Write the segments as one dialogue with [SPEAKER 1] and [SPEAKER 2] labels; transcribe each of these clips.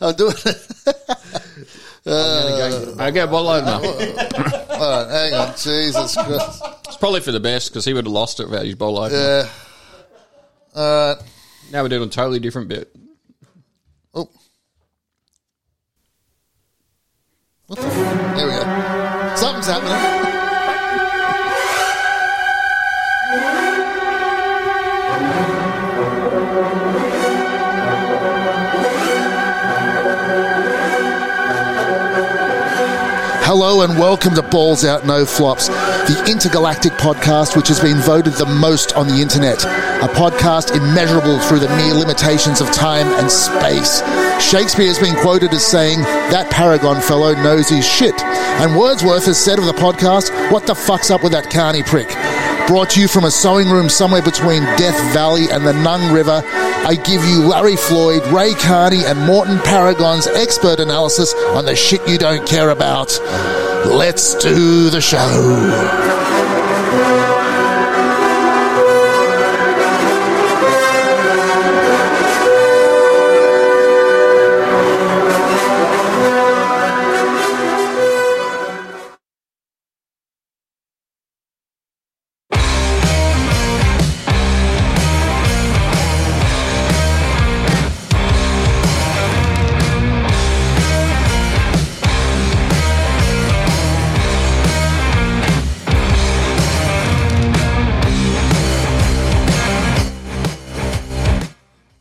[SPEAKER 1] I'm doing it.
[SPEAKER 2] I got one load now.
[SPEAKER 1] All right, hang on. Jesus Christ. Uh,
[SPEAKER 2] It's probably for the best because he would have lost it without his bowl opener.
[SPEAKER 1] Yeah. All right.
[SPEAKER 2] Now we're doing a totally different bit.
[SPEAKER 1] Oh. What the f- There we go. Something's happening. Hello and welcome to Balls Out No Flops, the intergalactic podcast which has been voted the most on the internet. A podcast immeasurable through the mere limitations of time and space. Shakespeare has been quoted as saying, That paragon fellow knows his shit. And Wordsworth has said of the podcast, What the fuck's up with that carny prick? Brought to you from a sewing room somewhere between Death Valley and the Nung River, I give you Larry Floyd, Ray Carney, and Morton Paragon's expert analysis on the shit you don't care about. Let's do the show.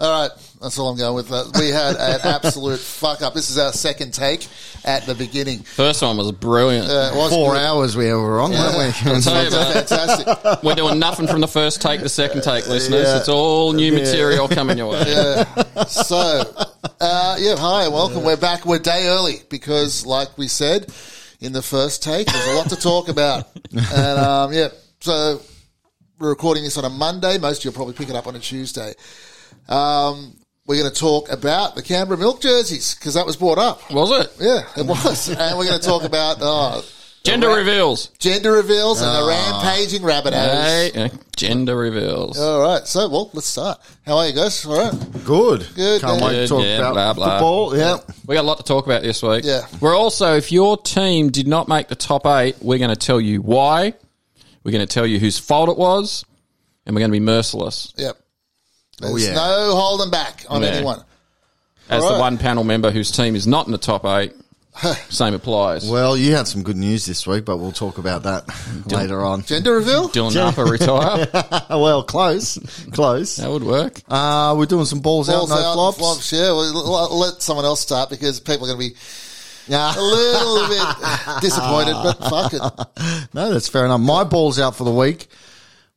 [SPEAKER 1] All right, that's all I'm going with. That. We had an absolute fuck up. This is our second take at the beginning.
[SPEAKER 2] First one was brilliant.
[SPEAKER 1] Uh, it was
[SPEAKER 3] Four
[SPEAKER 1] good.
[SPEAKER 3] hours we were on, weren't we?
[SPEAKER 2] Tell you about it.
[SPEAKER 1] Fantastic.
[SPEAKER 2] We're doing nothing from the first take, the second take, listeners. It's all new material coming your way.
[SPEAKER 1] so, uh, yeah, hi, welcome. We're back. We're day early because, like we said in the first take, there's a lot to talk about. And, um, yeah, so we're recording this on a Monday. Most of you will probably pick it up on a Tuesday. Um, we're going to talk about the Canberra Milk jerseys because that was brought up.
[SPEAKER 2] Was it?
[SPEAKER 1] Yeah, it was. and we're going to talk about oh,
[SPEAKER 2] Gender reveals.
[SPEAKER 1] gender reveals and the rampaging rabbit
[SPEAKER 2] Hey, uh, gender reveals.
[SPEAKER 1] All right, so, well, let's start. How are you guys? All right.
[SPEAKER 3] Good.
[SPEAKER 1] Good,
[SPEAKER 3] Can't wait
[SPEAKER 2] yeah.
[SPEAKER 3] to talk
[SPEAKER 2] Yeah,
[SPEAKER 3] about
[SPEAKER 2] blah, blah.
[SPEAKER 3] football. Yeah.
[SPEAKER 2] We got a lot to talk about this week.
[SPEAKER 1] Yeah.
[SPEAKER 2] We're also, if your team did not make the top eight, we're going to tell you why. We're going to tell you whose fault it was, and we're going to be merciless.
[SPEAKER 1] Yep. There's
[SPEAKER 3] Oh, yeah.
[SPEAKER 1] no holding back on
[SPEAKER 2] No.
[SPEAKER 1] anyone.
[SPEAKER 2] As
[SPEAKER 1] All
[SPEAKER 2] the
[SPEAKER 1] right.
[SPEAKER 2] one panel member whose team is not in the top eight, same applies.
[SPEAKER 3] Well, you had some good news this week, but we'll talk about that later on.
[SPEAKER 1] Gender reveal?
[SPEAKER 2] Dylan Harper retire.
[SPEAKER 3] well, close. Close.
[SPEAKER 2] That would work.
[SPEAKER 3] Uh, we're doing some balls,
[SPEAKER 1] Balls
[SPEAKER 3] out, no
[SPEAKER 1] out,
[SPEAKER 3] flops.
[SPEAKER 1] Yeah, well, l- l- let someone else start because people are going to be a
[SPEAKER 3] Yeah.
[SPEAKER 1] little bit disappointed. But fuck it,
[SPEAKER 3] No, that's fair enough. My ball's out for the week.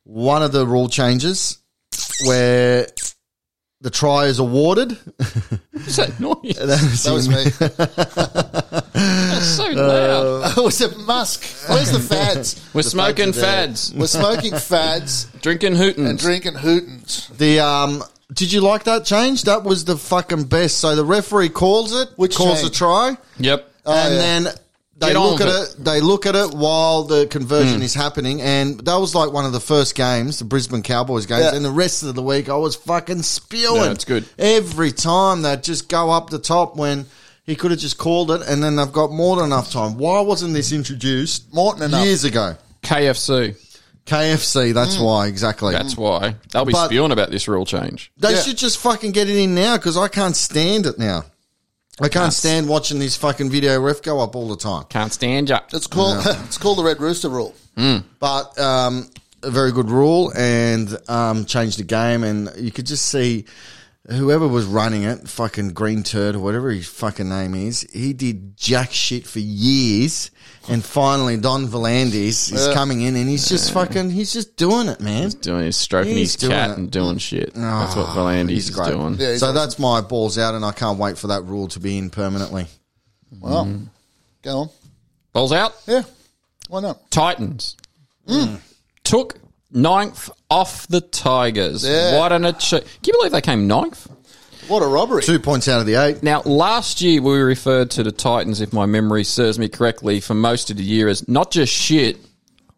[SPEAKER 3] One of the rule changes where the try is awarded.
[SPEAKER 2] What's that noise?
[SPEAKER 3] uh,
[SPEAKER 1] that was me.
[SPEAKER 2] That's so
[SPEAKER 3] uh,
[SPEAKER 2] loud.
[SPEAKER 1] it was a musk. Where's the fads?
[SPEAKER 2] We're smoking fads,
[SPEAKER 1] We're smoking fads,
[SPEAKER 2] drinking hootins.
[SPEAKER 1] drinking hootins,
[SPEAKER 3] The um, did you like that change? That was the fucking best. So the referee calls it,
[SPEAKER 1] Which
[SPEAKER 3] calls
[SPEAKER 1] change?
[SPEAKER 3] a try,
[SPEAKER 2] yep.
[SPEAKER 3] and
[SPEAKER 1] yeah.
[SPEAKER 3] then
[SPEAKER 2] Oh,
[SPEAKER 3] they
[SPEAKER 2] Get on
[SPEAKER 3] look at
[SPEAKER 2] with Hmm.
[SPEAKER 3] it. They look at it while the conversion is happening, and that was like one of the first games, the Brisbane Cowboys games,
[SPEAKER 1] Yeah.
[SPEAKER 3] and the rest of the week I was fucking spewing.
[SPEAKER 2] No, it's good.
[SPEAKER 3] every time they just go up the top when. He could have just called it, and then they've got more than enough time. Why wasn't this introduced
[SPEAKER 1] Morton and up.
[SPEAKER 3] years ago?
[SPEAKER 2] KFC.
[SPEAKER 3] KFC, that's why exactly.
[SPEAKER 2] Hmm. That's why. They'll be
[SPEAKER 3] Mm. But-
[SPEAKER 2] spewing about this rule change.
[SPEAKER 3] They
[SPEAKER 1] Yeah.
[SPEAKER 3] should just fucking get it in now because I can't stand it now. I can't stand watching this fucking video ref go up all the time.
[SPEAKER 2] Can't stand ya.
[SPEAKER 1] It's called it's called the Red Rooster Rule.
[SPEAKER 3] But um, a very good rule and um, changed the game. And you could just see whoever was running it, fucking Green Turd or whatever his fucking name is, he did jack shit for years. And finally, Don Volandis is coming in and he's just fucking, he's just doing it, man.
[SPEAKER 2] Doing his stroking
[SPEAKER 3] He's
[SPEAKER 2] his
[SPEAKER 3] doing
[SPEAKER 2] cat
[SPEAKER 3] it.
[SPEAKER 2] and doing shit. That's what Valandis
[SPEAKER 3] He's
[SPEAKER 2] is
[SPEAKER 3] great.
[SPEAKER 2] doing.
[SPEAKER 1] Yeah,
[SPEAKER 3] So that's my balls out, and I can't wait for that rule to be in permanently.
[SPEAKER 1] Well,
[SPEAKER 3] Mm-hmm.
[SPEAKER 1] go on.
[SPEAKER 2] Balls out.
[SPEAKER 1] Yeah, why not?
[SPEAKER 2] Titans
[SPEAKER 3] Mm.
[SPEAKER 2] took ninth off the Tigers.
[SPEAKER 1] Yeah.
[SPEAKER 2] What an achievement! Can you believe they came ninth?
[SPEAKER 1] What a robbery!
[SPEAKER 3] Two points out of the eight.
[SPEAKER 2] Now, last year we referred to the Titans, if my memory serves me correctly, for most of the year as not just shit,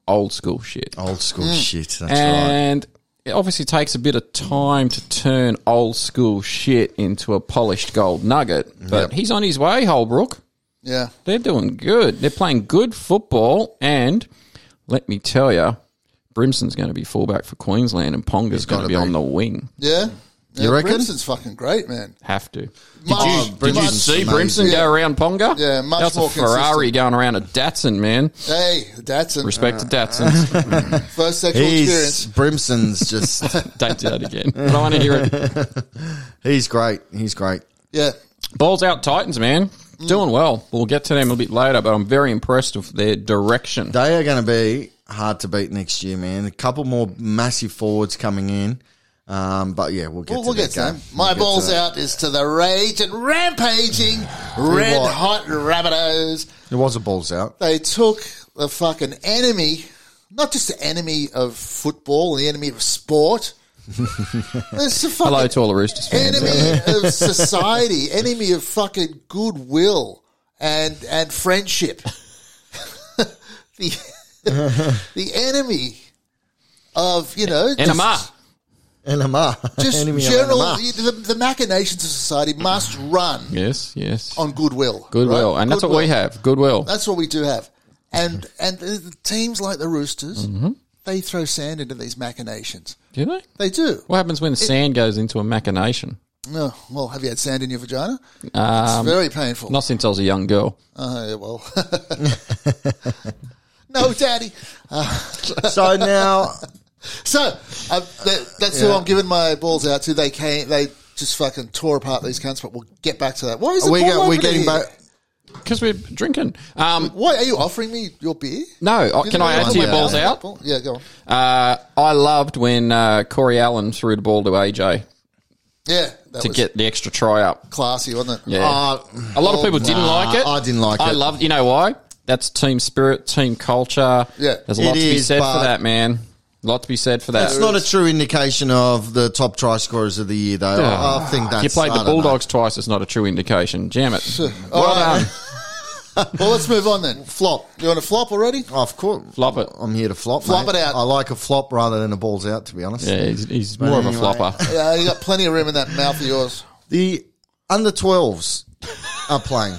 [SPEAKER 2] old school shit.
[SPEAKER 3] Old school shit. Oh, That's right.
[SPEAKER 2] and it obviously takes a bit of time to turn old school shit into a polished gold nugget, but he's on his way, Holbrook.
[SPEAKER 1] Yeah.
[SPEAKER 2] They're doing good. They're playing good football, and let me tell you, Brimson's going to be fullback for Queensland, and Ponga's going to
[SPEAKER 3] gotta
[SPEAKER 2] be,
[SPEAKER 3] be.
[SPEAKER 2] on the wing.
[SPEAKER 1] Yeah.
[SPEAKER 3] You reckon?
[SPEAKER 1] Brimson's fucking great, man.
[SPEAKER 2] Have to.
[SPEAKER 1] Much-
[SPEAKER 3] did you
[SPEAKER 1] much-
[SPEAKER 3] see
[SPEAKER 2] Did Brimson
[SPEAKER 1] Yeah.
[SPEAKER 2] go around Ponga?
[SPEAKER 1] Yeah, much
[SPEAKER 2] That's
[SPEAKER 1] more
[SPEAKER 2] a Ferrari going around a Datsun, man.
[SPEAKER 1] Hey, that's a
[SPEAKER 2] Respect to
[SPEAKER 1] Uh-huh.
[SPEAKER 2] Datsuns.
[SPEAKER 1] first sexual
[SPEAKER 3] He's
[SPEAKER 1] experience.
[SPEAKER 3] Brimson's just
[SPEAKER 2] Don't do that again. I don't want to hear it.
[SPEAKER 3] he's great. He's great.
[SPEAKER 1] Yeah.
[SPEAKER 2] Balls out Titans, man.
[SPEAKER 1] Mm.
[SPEAKER 2] Doing well. We'll get to them a little bit later, but I'm very impressed with their direction.
[SPEAKER 3] They are going to be hard to beat next year, man. A couple more massive forwards coming in. Um, but yeah, we'll get
[SPEAKER 1] Well,
[SPEAKER 3] to
[SPEAKER 1] we'll
[SPEAKER 3] that
[SPEAKER 1] get to
[SPEAKER 3] game.
[SPEAKER 1] them. My
[SPEAKER 3] We'll get to
[SPEAKER 1] balls
[SPEAKER 3] that.
[SPEAKER 1] out is to the rage and rampaging red
[SPEAKER 3] what.
[SPEAKER 1] hot rabbitos.
[SPEAKER 3] There was a balls out.
[SPEAKER 1] They took the fucking enemy, not just the enemy of football, the enemy of sport. it's the fucking
[SPEAKER 2] Hello to all the Roosters fans. out there.
[SPEAKER 1] enemy of society, enemy of fucking goodwill and and friendship. the the enemy of you know just-
[SPEAKER 2] Enema.
[SPEAKER 3] NMR.
[SPEAKER 1] just
[SPEAKER 3] Enemy of
[SPEAKER 1] general
[SPEAKER 3] NMR.
[SPEAKER 1] the, the machinations of society must run
[SPEAKER 2] Yes, yes.
[SPEAKER 1] on goodwill.
[SPEAKER 2] Goodwill.
[SPEAKER 1] right?
[SPEAKER 2] And that's what
[SPEAKER 1] Goodwill.
[SPEAKER 2] we have. Goodwill.
[SPEAKER 1] That's what we do have. And and uh, teams like the Roosters, they throw sand into these machinations.
[SPEAKER 2] Do they?
[SPEAKER 1] They do.
[SPEAKER 2] What happens when sand goes into a machination?
[SPEAKER 1] Oh, well, have you had sand in your vagina?
[SPEAKER 2] Um,
[SPEAKER 1] it's very painful.
[SPEAKER 2] not since I was a young girl.
[SPEAKER 1] Oh, yeah, well. no, Daddy.
[SPEAKER 3] so now,
[SPEAKER 1] So uh, that, that's who I'm giving my balls out to. They came. They just fucking tore apart these cunts. But we'll get back to that. Why is the
[SPEAKER 3] we
[SPEAKER 1] ball
[SPEAKER 3] go,
[SPEAKER 1] opener
[SPEAKER 3] we're getting
[SPEAKER 1] here?
[SPEAKER 3] back.
[SPEAKER 2] Because we're drinking. Um,
[SPEAKER 1] Why are you offering me your beer?
[SPEAKER 2] no, uh, can I add to your balls out?
[SPEAKER 1] Yeah, go on.
[SPEAKER 2] Uh, I loved when uh, Corey Allen threw the ball to AJ
[SPEAKER 1] Yeah, that
[SPEAKER 2] to
[SPEAKER 1] was
[SPEAKER 2] get the extra try up.
[SPEAKER 1] classy, wasn't it?
[SPEAKER 2] Yeah. a lot of people didn't
[SPEAKER 3] nah,
[SPEAKER 2] like it.
[SPEAKER 3] I didn't like
[SPEAKER 2] I
[SPEAKER 3] it.
[SPEAKER 2] loved. You know why? That's team spirit, team culture.
[SPEAKER 1] Yeah.
[SPEAKER 2] there's a
[SPEAKER 3] It
[SPEAKER 2] lot to be
[SPEAKER 3] is,
[SPEAKER 2] said
[SPEAKER 3] but-
[SPEAKER 2] for that, man. A lot to be said for that.
[SPEAKER 3] It's not a true indication of the top try scorers of the year, though. I- I think that's.
[SPEAKER 2] you played
[SPEAKER 3] I
[SPEAKER 2] the
[SPEAKER 3] don't know.
[SPEAKER 2] Bulldogs twice. It's not a true indication. Jam it.
[SPEAKER 1] Oh. All
[SPEAKER 2] Well
[SPEAKER 1] right.
[SPEAKER 2] done.
[SPEAKER 1] Well, let's move on then. Flop. You want to flop already?
[SPEAKER 3] Oh, of course.
[SPEAKER 2] Flop it.
[SPEAKER 3] I'm here to flop.
[SPEAKER 1] Flop
[SPEAKER 3] mate.
[SPEAKER 1] it out.
[SPEAKER 3] I like a flop rather than a balls out, to be honest.
[SPEAKER 2] Yeah, he's, he's more of a
[SPEAKER 3] anyway.
[SPEAKER 2] flopper.
[SPEAKER 1] Yeah, you got plenty of room in that mouth of yours.
[SPEAKER 3] The under 12s are playing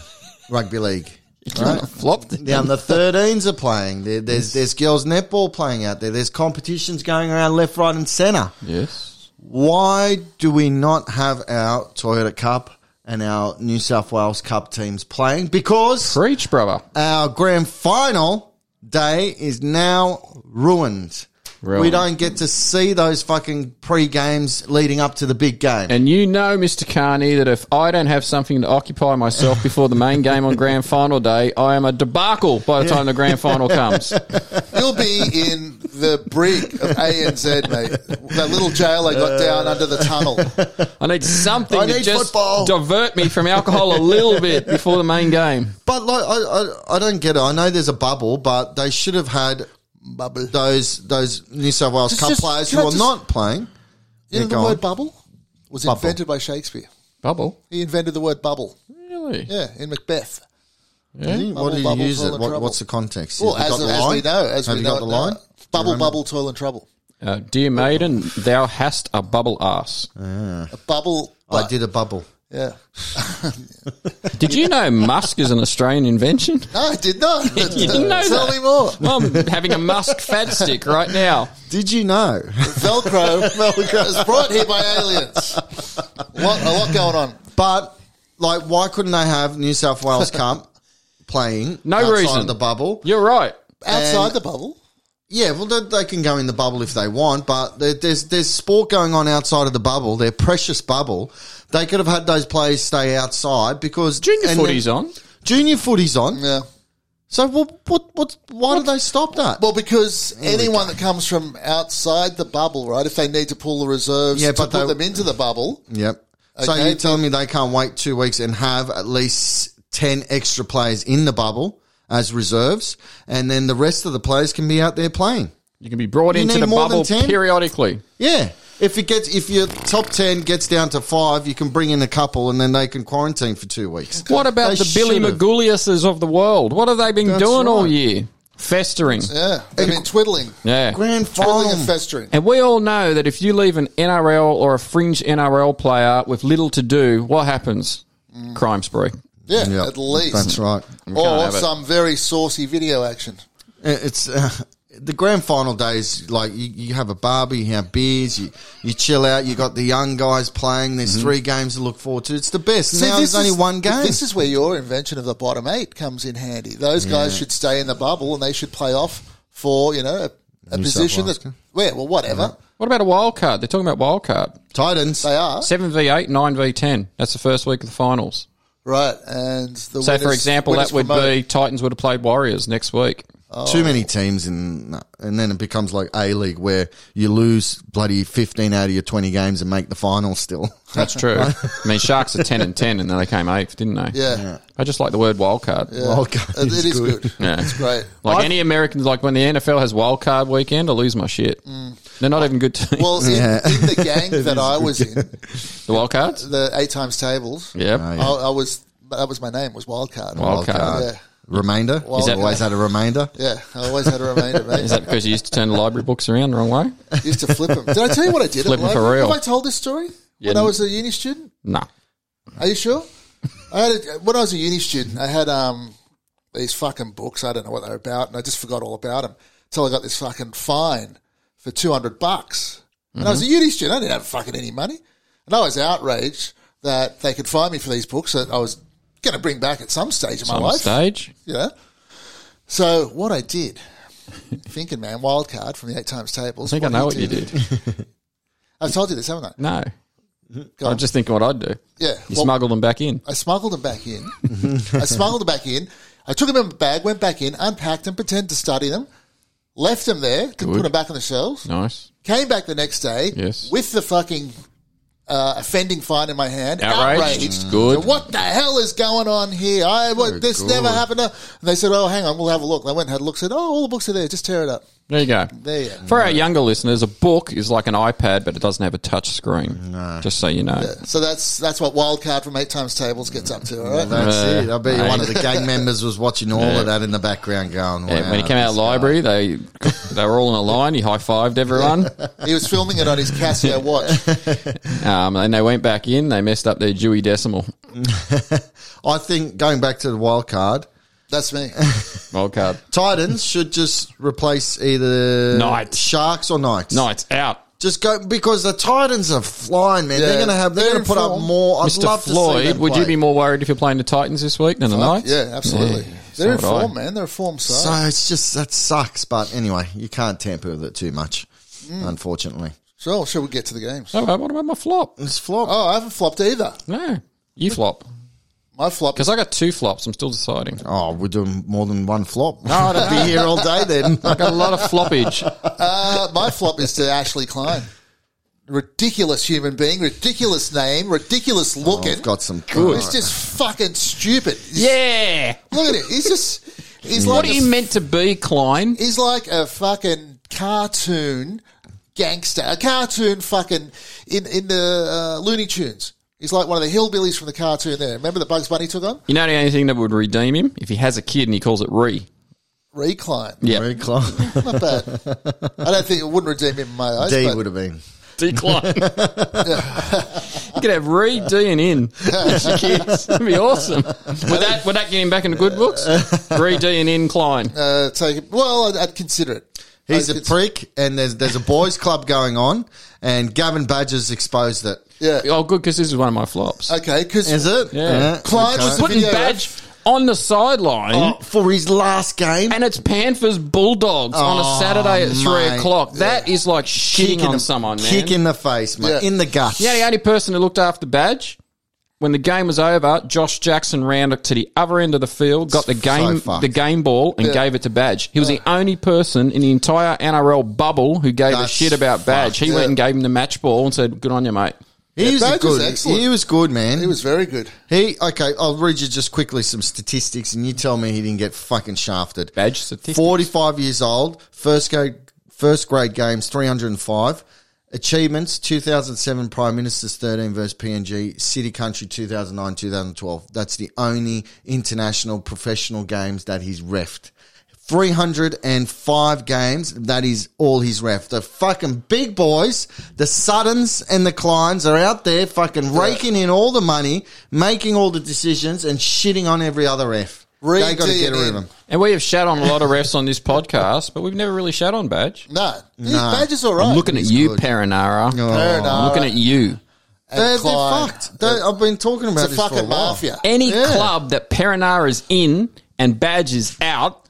[SPEAKER 3] rugby league. Right?
[SPEAKER 2] Flopped.
[SPEAKER 3] The under 13s are playing. There, there's there's girls netball playing out there. There's competitions going around left, right, and centre.
[SPEAKER 2] Yes.
[SPEAKER 3] Why do we not have our Toyota Cup and our New South Wales Cup teams playing? Because
[SPEAKER 2] Preach, brother.
[SPEAKER 3] our grand final day is now ruined.
[SPEAKER 2] Ruined.
[SPEAKER 3] We don't get to see those fucking pre games leading up to the big game.
[SPEAKER 2] And you know, Mr. Carney, that if I don't have something to occupy myself before the main game on grand final day, I am a debacle by the time the grand final comes.
[SPEAKER 1] You'll be in the brig of ANZ, mate. That little jail they got down under the tunnel.
[SPEAKER 2] I need something
[SPEAKER 3] I
[SPEAKER 2] to
[SPEAKER 3] need
[SPEAKER 2] just
[SPEAKER 3] football.
[SPEAKER 2] divert me from alcohol a little bit before the main game.
[SPEAKER 3] But like, I, I, I don't get it. I know there's a bubble, but they should have had bubble those those New South Wales
[SPEAKER 1] It's
[SPEAKER 3] Cup
[SPEAKER 1] just-
[SPEAKER 3] players
[SPEAKER 1] can
[SPEAKER 3] who
[SPEAKER 1] I
[SPEAKER 3] are
[SPEAKER 1] just-
[SPEAKER 3] not playing.
[SPEAKER 1] You know
[SPEAKER 3] Yeah, go
[SPEAKER 1] the word
[SPEAKER 3] on.
[SPEAKER 1] bubble was
[SPEAKER 3] Bubble.
[SPEAKER 1] invented by Shakespeare.
[SPEAKER 2] Bubble.
[SPEAKER 1] He invented the word bubble.
[SPEAKER 2] Really?
[SPEAKER 1] Yeah, in Macbeth.
[SPEAKER 3] what do you
[SPEAKER 1] bubble,
[SPEAKER 3] use
[SPEAKER 1] toilet
[SPEAKER 3] it? What,
[SPEAKER 1] trouble.
[SPEAKER 3] what's the context?
[SPEAKER 1] Well,
[SPEAKER 3] Have
[SPEAKER 1] as,
[SPEAKER 3] you got the
[SPEAKER 1] as we
[SPEAKER 3] line?
[SPEAKER 1] know, as
[SPEAKER 3] have
[SPEAKER 1] we
[SPEAKER 3] you
[SPEAKER 1] know
[SPEAKER 3] got
[SPEAKER 1] it
[SPEAKER 3] the
[SPEAKER 1] now.
[SPEAKER 3] line?
[SPEAKER 1] bubble, bubble, toil and trouble.
[SPEAKER 2] Uh, dear maiden, thou hast a bubble ass.
[SPEAKER 1] A bubble.
[SPEAKER 3] I did a bubble.
[SPEAKER 1] Yeah.
[SPEAKER 2] Did you know Musk is an Australian invention?
[SPEAKER 1] No, I did not.
[SPEAKER 2] You didn't know
[SPEAKER 1] Tell
[SPEAKER 2] that.
[SPEAKER 1] me more.
[SPEAKER 2] I'm having a Musk fad stick right now.
[SPEAKER 3] Did you know?
[SPEAKER 1] Velcro, Velcro is brought here by aliens. What, a lot going on.
[SPEAKER 3] but like, why couldn't they have New South Wales Cup playing?
[SPEAKER 2] No
[SPEAKER 3] outside
[SPEAKER 2] reason.
[SPEAKER 3] of the bubble.
[SPEAKER 2] You're right.
[SPEAKER 1] Outside
[SPEAKER 3] And-
[SPEAKER 1] the bubble.
[SPEAKER 3] Yeah, well, they, they can go in the bubble if they want, but there, there's there's sport going on outside of the bubble, their precious bubble. They could have had those players stay outside because
[SPEAKER 2] Junior
[SPEAKER 3] and
[SPEAKER 2] footy's
[SPEAKER 3] then-
[SPEAKER 2] on.
[SPEAKER 3] Junior footy's on.
[SPEAKER 1] Yeah.
[SPEAKER 3] So what? What? what why did they stop that?
[SPEAKER 1] Well, because anyone that comes from outside the bubble, right? If they need to pull the reserves
[SPEAKER 3] Yeah,
[SPEAKER 1] to
[SPEAKER 3] but
[SPEAKER 1] put
[SPEAKER 3] they-
[SPEAKER 1] them into the bubble,
[SPEAKER 3] yep. So
[SPEAKER 1] Okay,
[SPEAKER 3] you're telling me they can't wait two weeks and have at least ten extra players in the bubble as reserves, and then the rest of the players can be out there playing.
[SPEAKER 2] You can be brought
[SPEAKER 3] You
[SPEAKER 2] into
[SPEAKER 3] need
[SPEAKER 2] the
[SPEAKER 3] more than
[SPEAKER 2] bubble
[SPEAKER 3] 10?
[SPEAKER 2] periodically.
[SPEAKER 3] Yeah. If it gets if your top ten gets down to five, you can bring in a couple and then they can quarantine for two weeks.
[SPEAKER 2] What about
[SPEAKER 3] They
[SPEAKER 2] the Billy
[SPEAKER 3] should've.
[SPEAKER 2] Maguliuses of the world? What have they been
[SPEAKER 3] That's
[SPEAKER 2] doing all
[SPEAKER 3] right.
[SPEAKER 2] year? festering.
[SPEAKER 1] Yeah, they've been twiddling,
[SPEAKER 2] Yeah.
[SPEAKER 3] Grand
[SPEAKER 1] twiddling
[SPEAKER 3] final.
[SPEAKER 1] and festering.
[SPEAKER 2] And we all know that if you leave an NRL or a fringe NRL player with little to do, what happens?
[SPEAKER 3] Mm.
[SPEAKER 2] Crime spree.
[SPEAKER 1] Yeah,
[SPEAKER 3] Yeah,
[SPEAKER 1] at least
[SPEAKER 3] That's right. Uh,
[SPEAKER 2] can't
[SPEAKER 1] or
[SPEAKER 2] have it.
[SPEAKER 1] some very saucy video action.
[SPEAKER 3] It- It's uh, the grand final days. Like you, you have a barbie, you have beers, you, you chill out. You got the young guys playing. There's three games to look forward to. It's the best. now
[SPEAKER 1] Mm-hmm. this
[SPEAKER 3] there's only
[SPEAKER 1] is-
[SPEAKER 3] one game.
[SPEAKER 1] This is where your invention of the bottom eight comes in handy. Those guys should stay in the bubble and they should play off for you know a, a
[SPEAKER 3] New South
[SPEAKER 1] position
[SPEAKER 3] Wales, Uh-huh.
[SPEAKER 1] that yeah, well whatever
[SPEAKER 2] What about a wild card? They're talking about wild card.
[SPEAKER 3] Titans.
[SPEAKER 1] they are
[SPEAKER 2] 7v8, 9v10. That's the first week of the finals.
[SPEAKER 1] right. And the
[SPEAKER 2] So, for
[SPEAKER 1] winners-
[SPEAKER 2] example,
[SPEAKER 1] winners
[SPEAKER 2] that would
[SPEAKER 1] promote.
[SPEAKER 2] be Titans would have played Warriors next week.
[SPEAKER 3] Too many teams in, and then it becomes like A League where you lose bloody 15 out of your 20 games and make the final still.
[SPEAKER 2] That's true. I mean, Sharks are 10 and 10, and then they came eighth, didn't they?
[SPEAKER 1] yeah.
[SPEAKER 2] I just like the word wild card.
[SPEAKER 1] yeah.
[SPEAKER 3] Wild card
[SPEAKER 1] It-
[SPEAKER 3] is
[SPEAKER 1] it is
[SPEAKER 3] good.
[SPEAKER 1] good.
[SPEAKER 2] Yeah.
[SPEAKER 1] It's great.
[SPEAKER 2] Like any Americans, like when the NFL has wild card weekend, I lose my shit. They're not even good teams.
[SPEAKER 1] Mm. Well, in,
[SPEAKER 3] Yeah.
[SPEAKER 1] in the gang that I was in,
[SPEAKER 2] the wild cards?
[SPEAKER 1] the eight times tables,
[SPEAKER 2] Yep.
[SPEAKER 3] Oh, yeah.
[SPEAKER 1] I, I was that was my name was Wildcard.
[SPEAKER 2] Wild card.
[SPEAKER 1] Yeah.
[SPEAKER 3] Remainder.
[SPEAKER 1] Is that-
[SPEAKER 3] always had a remainder.
[SPEAKER 1] Yeah, I always had a remainder, mate.
[SPEAKER 2] Is that because you used to turn the library books around the wrong way?
[SPEAKER 1] Used to flip them. Did I tell you what I did?
[SPEAKER 2] Flip 'em for
[SPEAKER 1] Have I-
[SPEAKER 2] real.
[SPEAKER 1] Have I told this story when I was a uni student?
[SPEAKER 2] No.
[SPEAKER 1] Are you sure? I had a, when I was a uni student, I had um, these fucking books. I don't know what they were about, and I just forgot all about them until I got this fucking fine for two hundred bucks. And I
[SPEAKER 2] Mm-hmm.
[SPEAKER 1] was a uni student. I didn't have fucking any money, and I was outraged that they could fine me for these books that I was going to bring back at some stage in my
[SPEAKER 2] On
[SPEAKER 1] life.
[SPEAKER 2] stage?
[SPEAKER 1] Yeah. So what I did, thinking man, wild card from the eight times tables.
[SPEAKER 2] I think I know what you did.
[SPEAKER 1] I've told you this, haven't I?
[SPEAKER 2] No.
[SPEAKER 1] on.
[SPEAKER 2] I'm just thinking what I'd do.
[SPEAKER 1] Yeah.
[SPEAKER 2] You
[SPEAKER 1] Well,
[SPEAKER 2] smuggled them back in.
[SPEAKER 1] I smuggled them back in. I smuggled them back in. I took them in my bag, went back in, unpacked them, pretended to study them, left them there, could put them back on the shelves.
[SPEAKER 2] Nice.
[SPEAKER 1] Came back the next day
[SPEAKER 2] Yes.
[SPEAKER 1] with the fucking uh, offending fine in my hand,
[SPEAKER 2] Outraged?
[SPEAKER 1] outraged.
[SPEAKER 2] Mm. Good.
[SPEAKER 1] So what the hell is going on here? I what, this never happened. To, and they said, "Oh, hang on, we'll have a look." And I went and had a look. Said, "Oh, all the books are there. Just tear it up."
[SPEAKER 2] There you go.
[SPEAKER 1] There you go.
[SPEAKER 2] For our younger listeners, a book is like an iPad, but it doesn't have a touch screen. Just so you know.
[SPEAKER 1] So that's that's what Wildcard from Eight Times Tables gets up to. All right.
[SPEAKER 3] That's
[SPEAKER 2] Yeah.
[SPEAKER 3] it. I bet you
[SPEAKER 2] Mate.
[SPEAKER 3] one of the gang members was watching all of that in the background going,
[SPEAKER 2] Yeah,
[SPEAKER 3] wow,
[SPEAKER 2] when he came out of the
[SPEAKER 3] this
[SPEAKER 2] library, they they were all in a line. He high fived everyone,
[SPEAKER 1] He was filming it on his Casio watch.
[SPEAKER 2] um, and they went back in. They messed up their Dewey Decimal.
[SPEAKER 3] guy- I think going back to the wild card,
[SPEAKER 1] That's me.
[SPEAKER 2] Wild card.
[SPEAKER 3] Titans should just replace either
[SPEAKER 2] Knights.
[SPEAKER 3] Sharks or Knights.
[SPEAKER 2] Knights out.
[SPEAKER 3] Just go because the Titans are flying, man.
[SPEAKER 1] Yeah.
[SPEAKER 3] They're going to have. They're,
[SPEAKER 1] They're
[SPEAKER 3] going to put
[SPEAKER 1] in
[SPEAKER 3] up
[SPEAKER 1] form.
[SPEAKER 3] more. I'd
[SPEAKER 2] Mr.
[SPEAKER 3] love to see
[SPEAKER 2] Floyd,
[SPEAKER 3] them
[SPEAKER 2] would you
[SPEAKER 3] play.
[SPEAKER 2] be more worried if you're playing the Titans this week than the Knights?
[SPEAKER 1] Yeah, absolutely.
[SPEAKER 2] Yeah,
[SPEAKER 1] They're in
[SPEAKER 2] so would I.
[SPEAKER 1] form, man. They're a form
[SPEAKER 3] So
[SPEAKER 1] side.
[SPEAKER 3] it's just that sucks. But anyway, you can't tamper with it too much,
[SPEAKER 1] Mm.
[SPEAKER 3] unfortunately.
[SPEAKER 1] So, sure, we'll get to the games.
[SPEAKER 2] Oh, what about my flop?
[SPEAKER 3] It's flop.
[SPEAKER 1] Oh, I haven't flopped either.
[SPEAKER 2] No, you flop
[SPEAKER 1] My flop
[SPEAKER 2] because I got two flops. I'm still deciding.
[SPEAKER 3] Oh, we're doing more than one flop. No, I'd be here all day then.
[SPEAKER 2] I got a lot of floppage.
[SPEAKER 1] uh, my flop is to Ashley Klein. Ridiculous human being, ridiculous name,
[SPEAKER 2] Oh,
[SPEAKER 1] ridiculous looking.
[SPEAKER 3] I've got some
[SPEAKER 1] Good. He's just fucking stupid. He's-
[SPEAKER 2] Yeah.
[SPEAKER 1] Look at it. He's just. He's like
[SPEAKER 2] What are
[SPEAKER 1] a
[SPEAKER 2] you meant to be, Klein?
[SPEAKER 1] He's like a fucking cartoon gangster, a cartoon fucking in in the uh, Looney Tunes. He's like one of the hillbillies from the cartoon. There, remember that Bugs Bunny took on
[SPEAKER 2] You know the only thing that would redeem him if he has a kid and he calls it Re.
[SPEAKER 1] Recline.
[SPEAKER 2] Yeah,
[SPEAKER 3] Very close.
[SPEAKER 1] Not bad. I don't think it wouldn't redeem him in my eyes.
[SPEAKER 3] D
[SPEAKER 1] but
[SPEAKER 3] would have been.
[SPEAKER 2] decline. you could have Re, D, and In as your kids. That'd be awesome. Would that would that get him back into good books? Re, D, and In Klein.
[SPEAKER 1] uh, take it. Well, I'd, I'd consider it.
[SPEAKER 3] He's
[SPEAKER 1] I'd
[SPEAKER 3] a
[SPEAKER 1] cons-
[SPEAKER 3] prick, and there's there's a boys' club going on, and Gavin Badger's exposed it.
[SPEAKER 1] yeah.
[SPEAKER 2] Oh, good because this is one of my flops.
[SPEAKER 1] Okay, because
[SPEAKER 3] Is it?
[SPEAKER 2] Yeah.
[SPEAKER 1] Clive was
[SPEAKER 2] Putting
[SPEAKER 1] video
[SPEAKER 2] Badge on the sideline.
[SPEAKER 3] eh? Oh, for his last game.
[SPEAKER 2] And it's Panthers Bulldogs on a
[SPEAKER 3] Oh,
[SPEAKER 2] Saturday at three
[SPEAKER 3] mate.
[SPEAKER 2] o'clock. That is like shitting on someone, man.
[SPEAKER 3] Kick in the face, mate.
[SPEAKER 1] Yeah.
[SPEAKER 3] In the guts.
[SPEAKER 2] Yeah, the only person who looked after Badge when the game was over, Josh Jackson ran up to the other end of the field, got the game
[SPEAKER 3] fucked.
[SPEAKER 2] the game ball, and gave it to Badge. He was the only person in the entire NRL bubble who gave a
[SPEAKER 3] That's
[SPEAKER 2] shit about Badge. He went and gave him the match ball and said, "Good on you, mate."
[SPEAKER 3] He was a
[SPEAKER 1] Badger's
[SPEAKER 3] good.
[SPEAKER 1] excellent.
[SPEAKER 3] He was good, man.
[SPEAKER 1] He was very good.
[SPEAKER 3] He okay. I'll read you just quickly some statistics, and you tell me he didn't get fucking shafted.
[SPEAKER 2] Badge statistics.
[SPEAKER 3] Forty-five years old, first grade, first grade games, three hundred and five achievements. Two thousand seven Prime Minister's thirteen versus PNG, City Country two thousand nine, two thousand twelve. That's the only international professional games that he's refed. 305 games. That is all he's ref. The fucking big boys, the Suttons and the Kleins are out there fucking raking in all the money, making all the decisions and shitting on every other ref.
[SPEAKER 1] Read
[SPEAKER 3] they got to
[SPEAKER 1] it
[SPEAKER 3] get
[SPEAKER 1] in.
[SPEAKER 3] rid of him.
[SPEAKER 2] And we have shat on a lot of refs on this podcast, but we've never really shat on Badge.
[SPEAKER 1] No, no.
[SPEAKER 3] No.
[SPEAKER 1] Badger's all right.
[SPEAKER 2] I'm looking at you, Perinara. I'm looking at you.
[SPEAKER 1] and
[SPEAKER 3] They're, they're
[SPEAKER 1] Clyde.
[SPEAKER 3] fucked. They- I've been talking about
[SPEAKER 1] It's a
[SPEAKER 3] this for a
[SPEAKER 1] fucking
[SPEAKER 3] while.
[SPEAKER 1] mafia.
[SPEAKER 2] Any
[SPEAKER 3] Yeah.
[SPEAKER 2] club that Perinara is in and Badge is out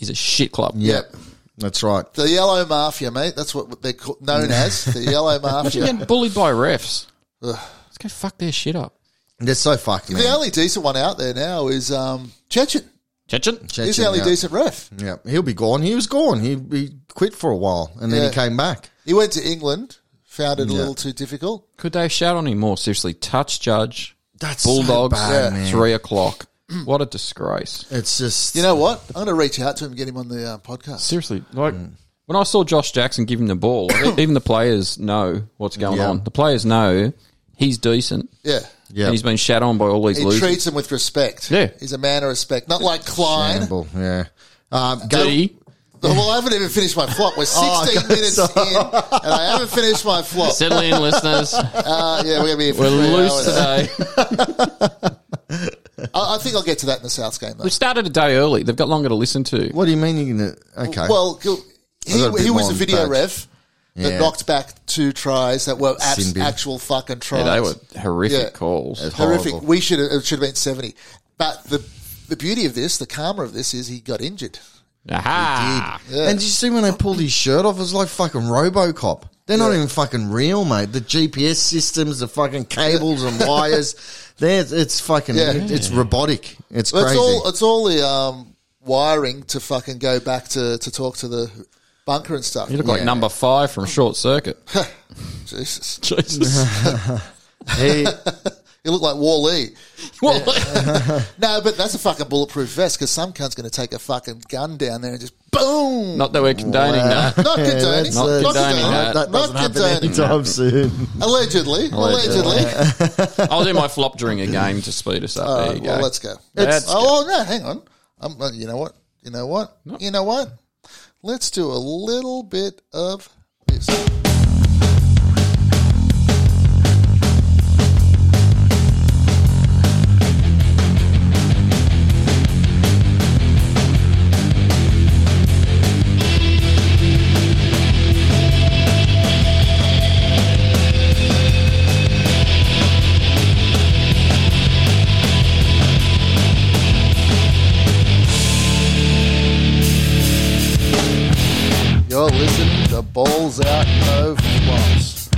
[SPEAKER 2] is a shit club.
[SPEAKER 3] Yep, that's right.
[SPEAKER 1] The yellow mafia, mate. That's what they're ca- known as. The yellow
[SPEAKER 2] You're
[SPEAKER 1] mafia.
[SPEAKER 2] getting bullied by refs. Let's go fuck their shit up.
[SPEAKER 3] They're so fucked, man.
[SPEAKER 1] the only decent one out there now is um, Chechen.
[SPEAKER 2] Chechen?
[SPEAKER 3] Chechen,
[SPEAKER 1] He's the only
[SPEAKER 3] yeah.
[SPEAKER 1] decent ref.
[SPEAKER 3] Yeah, he'll be gone. He was gone. He, he quit for a while and then
[SPEAKER 1] Yeah.
[SPEAKER 3] he came back.
[SPEAKER 1] He went to England, found it a little too difficult.
[SPEAKER 2] Could they have shat on him more? Seriously, touch judge.
[SPEAKER 3] That's so
[SPEAKER 2] Bulldogs,
[SPEAKER 3] bad, man.
[SPEAKER 2] three o'clock. what a disgrace.
[SPEAKER 3] It's just
[SPEAKER 1] You know what? I'm going to reach out to him and get him on the uh, podcast.
[SPEAKER 2] Seriously, like
[SPEAKER 3] Mm.
[SPEAKER 2] when I saw Josh Jackson give him the ball, like, even the players know what's going
[SPEAKER 3] Yeah.
[SPEAKER 2] on. The players know he's decent.
[SPEAKER 1] Yeah.
[SPEAKER 3] Yeah.
[SPEAKER 2] And he's been shat on by all these
[SPEAKER 1] He
[SPEAKER 2] losers.
[SPEAKER 1] treats him with respect.
[SPEAKER 2] Yeah.
[SPEAKER 1] He's a man of respect. Not like Klein.
[SPEAKER 3] Campbell, yeah. Um, go,
[SPEAKER 2] D.
[SPEAKER 1] Well, I haven't even finished my flop. We're 16
[SPEAKER 3] Oh,
[SPEAKER 1] minutes in, and I haven't finished my flop.
[SPEAKER 2] Settle in, listeners.
[SPEAKER 1] Uh, yeah, we're going to be here for
[SPEAKER 2] We're
[SPEAKER 1] three
[SPEAKER 2] loose
[SPEAKER 1] hours.
[SPEAKER 2] today.
[SPEAKER 1] I, I think I'll get to that in the Souths game, though.
[SPEAKER 2] we started a day early. They've got longer to listen to.
[SPEAKER 3] what do you mean you're gonna? Okay.
[SPEAKER 1] Well, he,
[SPEAKER 3] I got a bit
[SPEAKER 1] he was
[SPEAKER 3] more
[SPEAKER 1] a
[SPEAKER 3] on
[SPEAKER 1] video
[SPEAKER 3] Badge.
[SPEAKER 1] ref that
[SPEAKER 3] Yeah.
[SPEAKER 1] knocked back two tries that were abs-
[SPEAKER 3] Sinbin.
[SPEAKER 1] actual fucking tries.
[SPEAKER 2] Yeah, they were horrific
[SPEAKER 1] Yeah.
[SPEAKER 2] calls.
[SPEAKER 1] horrific.
[SPEAKER 3] Horrible.
[SPEAKER 1] We should have, it should have been 70. But the the beauty of this, the karma of this, is he got injured.
[SPEAKER 2] Aha.
[SPEAKER 3] And did you see when they pulled his shirt off? It was like fucking RoboCop. They're not even fucking real, mate. The GPS systems, the fucking cables and wires, they're, it's fucking,
[SPEAKER 1] Yeah.
[SPEAKER 3] it's robotic. It's
[SPEAKER 1] Well,
[SPEAKER 3] crazy.
[SPEAKER 1] it's all it's all the um, wiring to fucking go back to, to talk to the bunker and stuff.
[SPEAKER 2] You look like number five from Short Circuit.
[SPEAKER 1] Jesus,
[SPEAKER 2] Jesus.
[SPEAKER 3] He-
[SPEAKER 1] you look like Wally.
[SPEAKER 2] Well,
[SPEAKER 1] No, but that's a fucking bulletproof vest because some cunt's going to take a fucking gun down there and just boom.
[SPEAKER 2] Not that we're condoning that.
[SPEAKER 1] Not
[SPEAKER 3] Yeah,
[SPEAKER 1] condoning.
[SPEAKER 3] that's,
[SPEAKER 1] not
[SPEAKER 3] uh,
[SPEAKER 2] Not
[SPEAKER 1] condoning.
[SPEAKER 2] condoning that.
[SPEAKER 3] that doesn't
[SPEAKER 1] Not
[SPEAKER 3] happen
[SPEAKER 1] condoning.
[SPEAKER 3] anytime soon.
[SPEAKER 1] Allegedly. Allegedly.
[SPEAKER 2] I'll do my flop during a game to speed us up. there you go.
[SPEAKER 1] Well, let's go.
[SPEAKER 2] Let's
[SPEAKER 1] It's- oh, no, hang on. I'm, uh, you know what? You know what? You know what? Let's do a little bit of this. You're listening to Balls Out No Flops.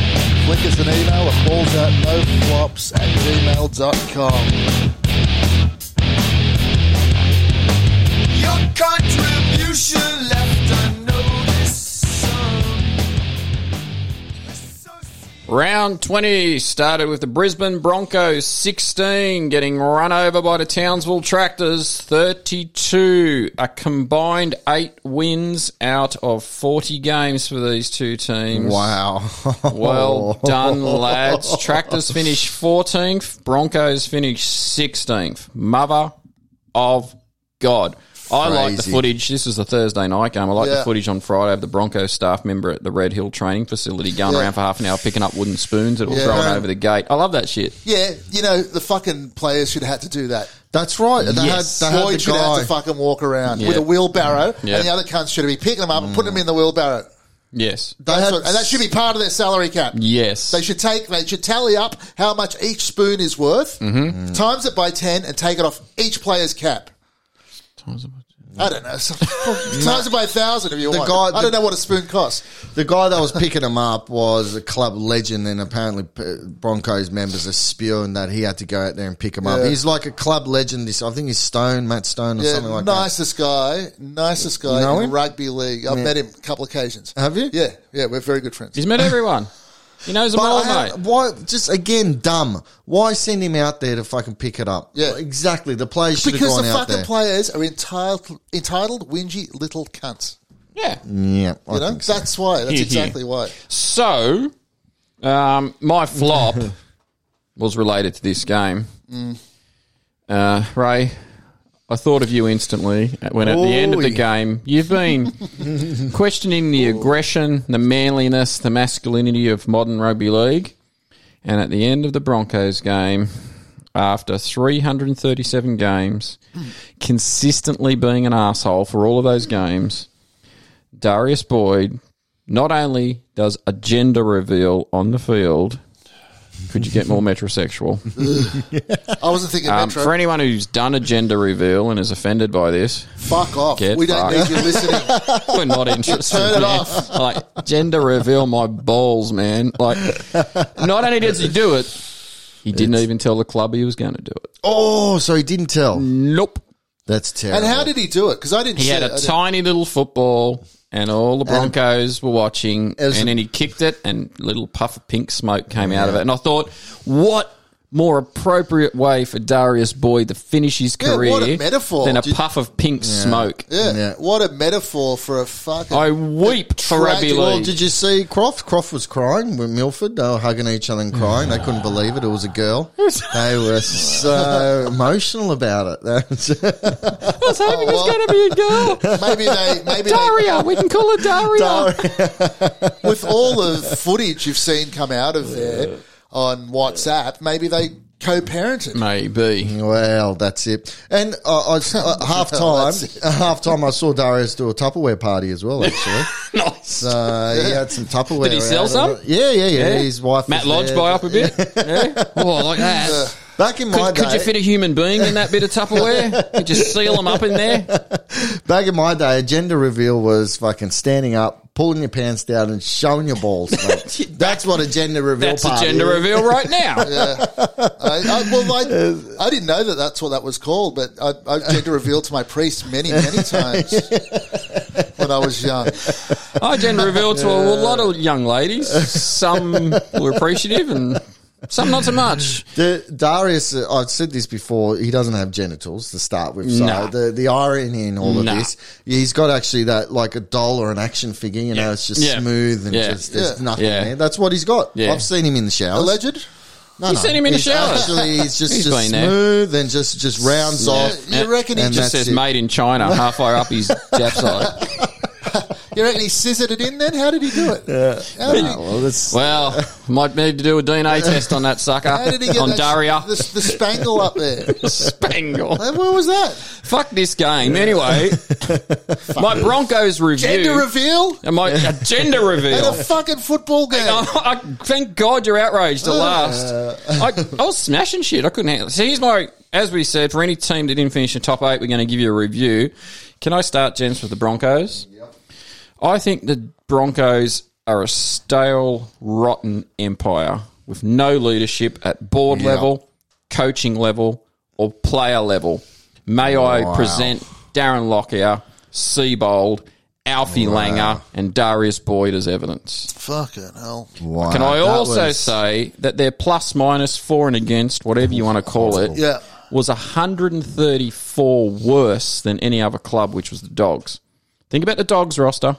[SPEAKER 1] Flick us an email at ballsoutnoflops at gmail.com.
[SPEAKER 4] Your contribution left unnoticed. Some
[SPEAKER 2] Round 20 started with the Brisbane Broncos 16 getting run over by the Townsville Tractors 32. A combined eight wins out of 40 games for these two teams.
[SPEAKER 3] Wow.
[SPEAKER 2] Well
[SPEAKER 1] Oh.
[SPEAKER 2] done, lads. Tractors finished 14th, Broncos finished 16th. Mother of God. I like the
[SPEAKER 3] Crazy.
[SPEAKER 2] footage. This is a Thursday night game. I like
[SPEAKER 1] Yeah.
[SPEAKER 2] the footage on Friday of the Broncos staff member at the Red Hill training facility going
[SPEAKER 1] Yeah.
[SPEAKER 2] around for half an hour picking up wooden spoons that were
[SPEAKER 1] Yeah.
[SPEAKER 2] thrown over the gate. I love that shit.
[SPEAKER 1] Yeah, you know, the fucking players should have had to do that.
[SPEAKER 3] That's right. They
[SPEAKER 2] Yes.
[SPEAKER 3] had, they had
[SPEAKER 1] Floyd
[SPEAKER 3] the
[SPEAKER 1] should have had to
[SPEAKER 3] guy.
[SPEAKER 1] fucking walk around
[SPEAKER 2] Yeah.
[SPEAKER 1] with a wheelbarrow,
[SPEAKER 2] Yeah.
[SPEAKER 1] and the other cunts should be picking them up and putting them in the wheelbarrow.
[SPEAKER 2] Yes.
[SPEAKER 3] They
[SPEAKER 1] That's
[SPEAKER 3] had-
[SPEAKER 1] what- and that should be part of their salary cap.
[SPEAKER 2] Yes.
[SPEAKER 1] They should take. They should tally up how much each spoon is worth, times it by ten, and take it off each player's cap. I don't know. so- times it by thousand if you want.
[SPEAKER 3] guy-
[SPEAKER 1] I don't
[SPEAKER 3] the-
[SPEAKER 1] know what a spoon costs.
[SPEAKER 3] The guy that was picking him up was a club legend, and apparently P- Broncos members are spewing that he had to go out there and pick him up.
[SPEAKER 1] Yeah.
[SPEAKER 3] He's like a club legend. This I think he's Stone, Matt Stone, or
[SPEAKER 1] Yeah,
[SPEAKER 3] something like
[SPEAKER 1] nicest guy, nicest guy
[SPEAKER 3] You know
[SPEAKER 1] in
[SPEAKER 3] him?
[SPEAKER 1] rugby league. I've met him a couple occasions.
[SPEAKER 3] that. Have you?
[SPEAKER 1] Yeah, yeah, we're very good friends.
[SPEAKER 2] He's met everyone. He knows them
[SPEAKER 3] But
[SPEAKER 2] all,
[SPEAKER 3] I-
[SPEAKER 2] mate.
[SPEAKER 3] why? Just again, dumb. Why send him out there to fucking pick it up?
[SPEAKER 1] Yeah.
[SPEAKER 3] exactly. The players should have
[SPEAKER 1] Because
[SPEAKER 3] gone
[SPEAKER 1] the
[SPEAKER 3] out
[SPEAKER 1] fucking
[SPEAKER 3] there.
[SPEAKER 1] players are entitled, entitled, whingy little cunts.
[SPEAKER 2] Yeah.
[SPEAKER 3] yeah, I
[SPEAKER 1] You know,
[SPEAKER 3] think so.
[SPEAKER 1] that's why. That's
[SPEAKER 2] Here, here.
[SPEAKER 1] exactly why.
[SPEAKER 2] So, um, my flop was related to this game. Uh, Mm. Ray, I thought of you instantly when at the end of
[SPEAKER 3] Oi.
[SPEAKER 2] the game you've been questioning the aggression, the manliness, the masculinity of modern rugby league. And at the end of the Broncos game, after 337 games, consistently being an asshole for all of those games, Darius Boyd not only does a gender reveal on the field, could you get more metrosexual?
[SPEAKER 1] I wasn't thinking
[SPEAKER 2] Um,
[SPEAKER 1] metro.
[SPEAKER 2] for anyone who's done a gender reveal and is offended by this,
[SPEAKER 1] Fuck off.
[SPEAKER 2] Get
[SPEAKER 1] we don't
[SPEAKER 2] fucked.
[SPEAKER 1] need you listening.
[SPEAKER 2] we're not interested.
[SPEAKER 1] Turn it
[SPEAKER 2] man.
[SPEAKER 1] off.
[SPEAKER 2] Like gender reveal, my balls, man. Like, not only did he do it, he didn't even tell the club he was going to do it.
[SPEAKER 3] Oh, so he didn't tell.
[SPEAKER 2] Nope.
[SPEAKER 3] That's terrible.
[SPEAKER 1] Mm. And how did he do it? Because I didn't
[SPEAKER 2] He
[SPEAKER 1] see
[SPEAKER 2] had
[SPEAKER 1] it. I
[SPEAKER 2] a
[SPEAKER 1] didn't-
[SPEAKER 2] tiny little football, and all the Broncos were watching.
[SPEAKER 3] It was-
[SPEAKER 2] and then he kicked it, and little puff of pink smoke came out of it. And I thought, what more appropriate way for Darius Boyd to finish his
[SPEAKER 1] Yeah,
[SPEAKER 2] career
[SPEAKER 1] what a metaphor.
[SPEAKER 2] than a
[SPEAKER 1] Did-
[SPEAKER 2] puff of pink smoke?
[SPEAKER 1] Yeah.
[SPEAKER 3] Yeah.
[SPEAKER 1] What a metaphor for a fucking.
[SPEAKER 2] I weep for rugby
[SPEAKER 1] tragic-
[SPEAKER 3] Well,
[SPEAKER 2] league.
[SPEAKER 3] did you see Croft? Croft was crying with Milford. They were hugging each other and crying. They couldn't believe it. It was a girl. They were so emotional about it.
[SPEAKER 2] I was hoping it was going to be a girl.
[SPEAKER 1] maybe they. Maybe they.
[SPEAKER 2] Daria, we can call her Daria.
[SPEAKER 1] With all the footage you've seen come out of there on WhatsApp, maybe they co-parented.
[SPEAKER 2] Maybe.
[SPEAKER 3] well, that's it. And uh, I, uh, half time,
[SPEAKER 1] That's it.
[SPEAKER 3] half time, I saw Darius do a Tupperware party as well. Actually,
[SPEAKER 2] Nice.
[SPEAKER 3] uh, he had some Tupperware.
[SPEAKER 2] Did he sell
[SPEAKER 3] out.
[SPEAKER 2] some?
[SPEAKER 3] Yeah, yeah, yeah, His wife,
[SPEAKER 2] Matt
[SPEAKER 3] was
[SPEAKER 2] Lodge
[SPEAKER 3] there.
[SPEAKER 2] buy up a bit. Yeah. Oh, like that.
[SPEAKER 3] Back in my
[SPEAKER 2] Could,
[SPEAKER 3] day,
[SPEAKER 2] could you fit a human being in that bit of Tupperware? Could you seal them up in there?
[SPEAKER 3] Back in my day, a gender reveal was fucking standing up, pulling your pants down, and showing your balls. mate. That's what a gender reveal.
[SPEAKER 2] That's a
[SPEAKER 3] party
[SPEAKER 2] gender
[SPEAKER 3] is.
[SPEAKER 2] reveal right now.
[SPEAKER 1] I, I, well, I, I didn't know that that's what that was called, but I, I had to reveal to my priest many, many times when I was young.
[SPEAKER 2] I gender reveal to a lot of young ladies. Some were appreciative and some not so much.
[SPEAKER 3] The, Darius, uh, I've said this before. He doesn't have genitals to start with. So
[SPEAKER 2] Nah.
[SPEAKER 3] the the irony in all of
[SPEAKER 2] Nah.
[SPEAKER 3] this, he's got actually that like a doll or an action figure. You know, it's just
[SPEAKER 2] Yeah.
[SPEAKER 3] smooth and
[SPEAKER 2] Yeah.
[SPEAKER 3] just there's
[SPEAKER 1] Yeah.
[SPEAKER 3] nothing
[SPEAKER 2] Yeah.
[SPEAKER 3] there. That's what he's got.
[SPEAKER 2] Yeah.
[SPEAKER 3] I've seen him in the shower.
[SPEAKER 1] Alleged?
[SPEAKER 3] No,
[SPEAKER 2] You've seen him in the
[SPEAKER 3] He's
[SPEAKER 2] showers.
[SPEAKER 3] Actually, he's just,
[SPEAKER 2] He's
[SPEAKER 3] just
[SPEAKER 2] been there.
[SPEAKER 3] smooth and just just rounds off.
[SPEAKER 1] You reckon he
[SPEAKER 2] it
[SPEAKER 3] And
[SPEAKER 2] just
[SPEAKER 3] that's
[SPEAKER 2] says
[SPEAKER 3] it.
[SPEAKER 2] made in China halfway up his jap side?
[SPEAKER 1] You reckon he scissored it in then? How did he do it? How did he,
[SPEAKER 3] Well, that's
[SPEAKER 2] Well, might need to do a DNA test on that sucker.
[SPEAKER 1] how did he get
[SPEAKER 2] on
[SPEAKER 1] that-
[SPEAKER 2] Daria.
[SPEAKER 1] The, the spangle up there.
[SPEAKER 2] Spangle.
[SPEAKER 1] Hey, Where was that?
[SPEAKER 2] Fuck this game. Anyway, my Broncos review.
[SPEAKER 1] Gender reveal?
[SPEAKER 2] and my a gender
[SPEAKER 1] At
[SPEAKER 2] reveal.
[SPEAKER 1] a fucking football game.
[SPEAKER 2] I, I, thank God you're outraged at last. I, I was smashing shit. I couldn't handle it. So here's my, as we said, for any team that didn't finish in top eight, we're going to give you a review. Can I start, gents, with the Broncos? I think the Broncos are a stale, rotten empire with no leadership at board level, coaching level, or player level. May I present Darren Lockyer, Seabold, Alfie Langer, and Darius Boyd as evidence.
[SPEAKER 1] Fucking hell.
[SPEAKER 3] wow,
[SPEAKER 2] Can I
[SPEAKER 3] that
[SPEAKER 2] also
[SPEAKER 3] was-
[SPEAKER 2] say that their plus minus for and against, whatever you want to call it,
[SPEAKER 1] Yeah.
[SPEAKER 2] was 134 worse than any other club, which was the Dogs. Think about the Dogs roster.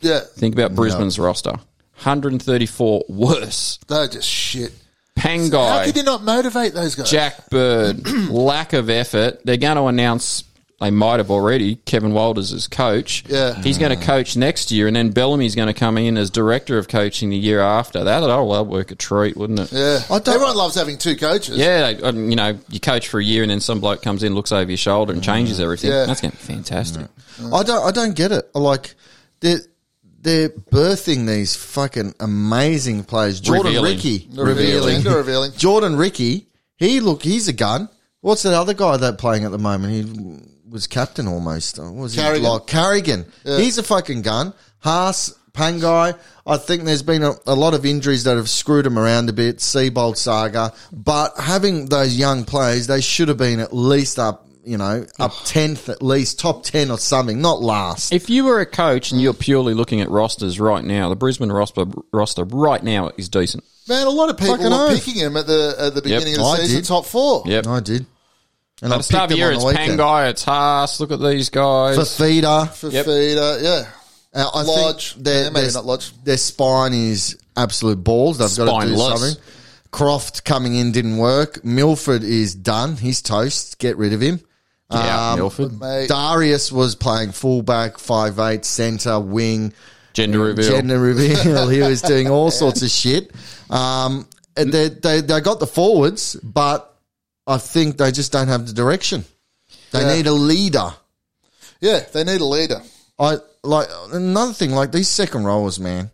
[SPEAKER 1] Yeah.
[SPEAKER 2] Think about Brisbane's roster. 134 worse.
[SPEAKER 1] They're just shit. How could
[SPEAKER 2] Pangai,
[SPEAKER 1] you not motivate those guys?
[SPEAKER 2] Jack Bird, lack of effort. They're going to announce. They might have already. Kevin Walters as coach.
[SPEAKER 1] Yeah.
[SPEAKER 2] he's going to coach next year, and then Bellamy's going to come in as director of coaching the year after. That oh well, work a treat, wouldn't it?
[SPEAKER 1] yeah.
[SPEAKER 3] I don't-
[SPEAKER 1] Everyone loves having two coaches.
[SPEAKER 2] Yeah, they- um, you know, you coach for a year and then some bloke comes in, looks over your shoulder and changes everything.
[SPEAKER 1] Yeah.
[SPEAKER 2] That's going to be fantastic.
[SPEAKER 3] I don't. I don't get it. Like they're they're birthing these fucking amazing players. Jordan
[SPEAKER 2] Revealing.
[SPEAKER 3] Ricky
[SPEAKER 1] Revealing. They're revealing.
[SPEAKER 3] Jordan Ricky. He look. He's a gun. What's that other guy that playing at the moment? He was captain almost. Uh, What was
[SPEAKER 1] Carrigan.
[SPEAKER 3] he like? Carrigan. He's a fucking gun. Haas. Pangai, I think there's been a, a lot of injuries that have screwed him around a bit. Seabold saga, but having those young players, they should have been at least up, you know, up tenth at least, top ten or something, not last.
[SPEAKER 2] If you were a coach and you're purely looking at rosters right now, the Brisbane roster, roster right now is decent.
[SPEAKER 1] Man, a lot of people
[SPEAKER 3] Fucking
[SPEAKER 1] were
[SPEAKER 3] oath.
[SPEAKER 1] picking him at the at the beginning of the
[SPEAKER 3] I
[SPEAKER 1] season,
[SPEAKER 3] did.
[SPEAKER 1] top four.
[SPEAKER 2] Yep.
[SPEAKER 3] I did. And
[SPEAKER 2] At the start of the year, it's Pangai, it's Haas. Look at these guys.
[SPEAKER 3] Fafita.
[SPEAKER 1] For
[SPEAKER 2] Yep.
[SPEAKER 1] feeder, yeah.
[SPEAKER 3] Uh, I
[SPEAKER 1] Lodge.
[SPEAKER 3] Think their,
[SPEAKER 1] Yeah, maybe
[SPEAKER 3] their-
[SPEAKER 1] not Lodge.
[SPEAKER 3] Their spine is absolute balls. They've got to do
[SPEAKER 2] Spineless.
[SPEAKER 3] something. Croft coming in didn't work. Milford is done. He's toast. Get rid of him.
[SPEAKER 2] Yeah, Milford.
[SPEAKER 1] Mate.
[SPEAKER 3] Darius was playing fullback, five eight, centre, wing,
[SPEAKER 2] Gender reveal.
[SPEAKER 3] gender reveal. he was doing all sorts of shit. Um, and they, they they got the forwards, but I think they just don't have the direction. They
[SPEAKER 1] Yeah.
[SPEAKER 3] need a leader.
[SPEAKER 1] Yeah, they need a leader.
[SPEAKER 3] I like another thing, like these second rollers, man.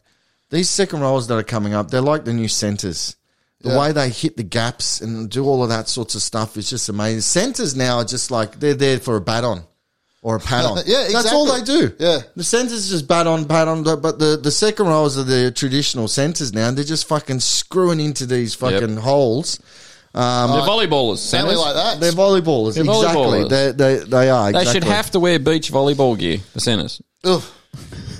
[SPEAKER 3] These second rollers that are coming up, they're like the new centers. The way they hit the gaps and do all of that sorts of stuff is just amazing. Centers now are just like they're there for a bat on or a pat on.
[SPEAKER 1] Yeah,
[SPEAKER 3] that's all they
[SPEAKER 1] exactly.
[SPEAKER 3] do.
[SPEAKER 1] Yeah.
[SPEAKER 3] the centers just bat on, pat on. But but the the second rollers are the traditional centers now. They're just fucking screwing into these fucking holes.
[SPEAKER 2] Um, They're volleyballers.
[SPEAKER 1] Family
[SPEAKER 2] centres.
[SPEAKER 1] like that.
[SPEAKER 3] They're volleyballers.
[SPEAKER 2] They're
[SPEAKER 3] exactly.
[SPEAKER 2] volleyballers.
[SPEAKER 3] They they they are.
[SPEAKER 2] They
[SPEAKER 3] Exactly.
[SPEAKER 2] should have to wear beach volleyball gear, the centres,
[SPEAKER 1] Ugh.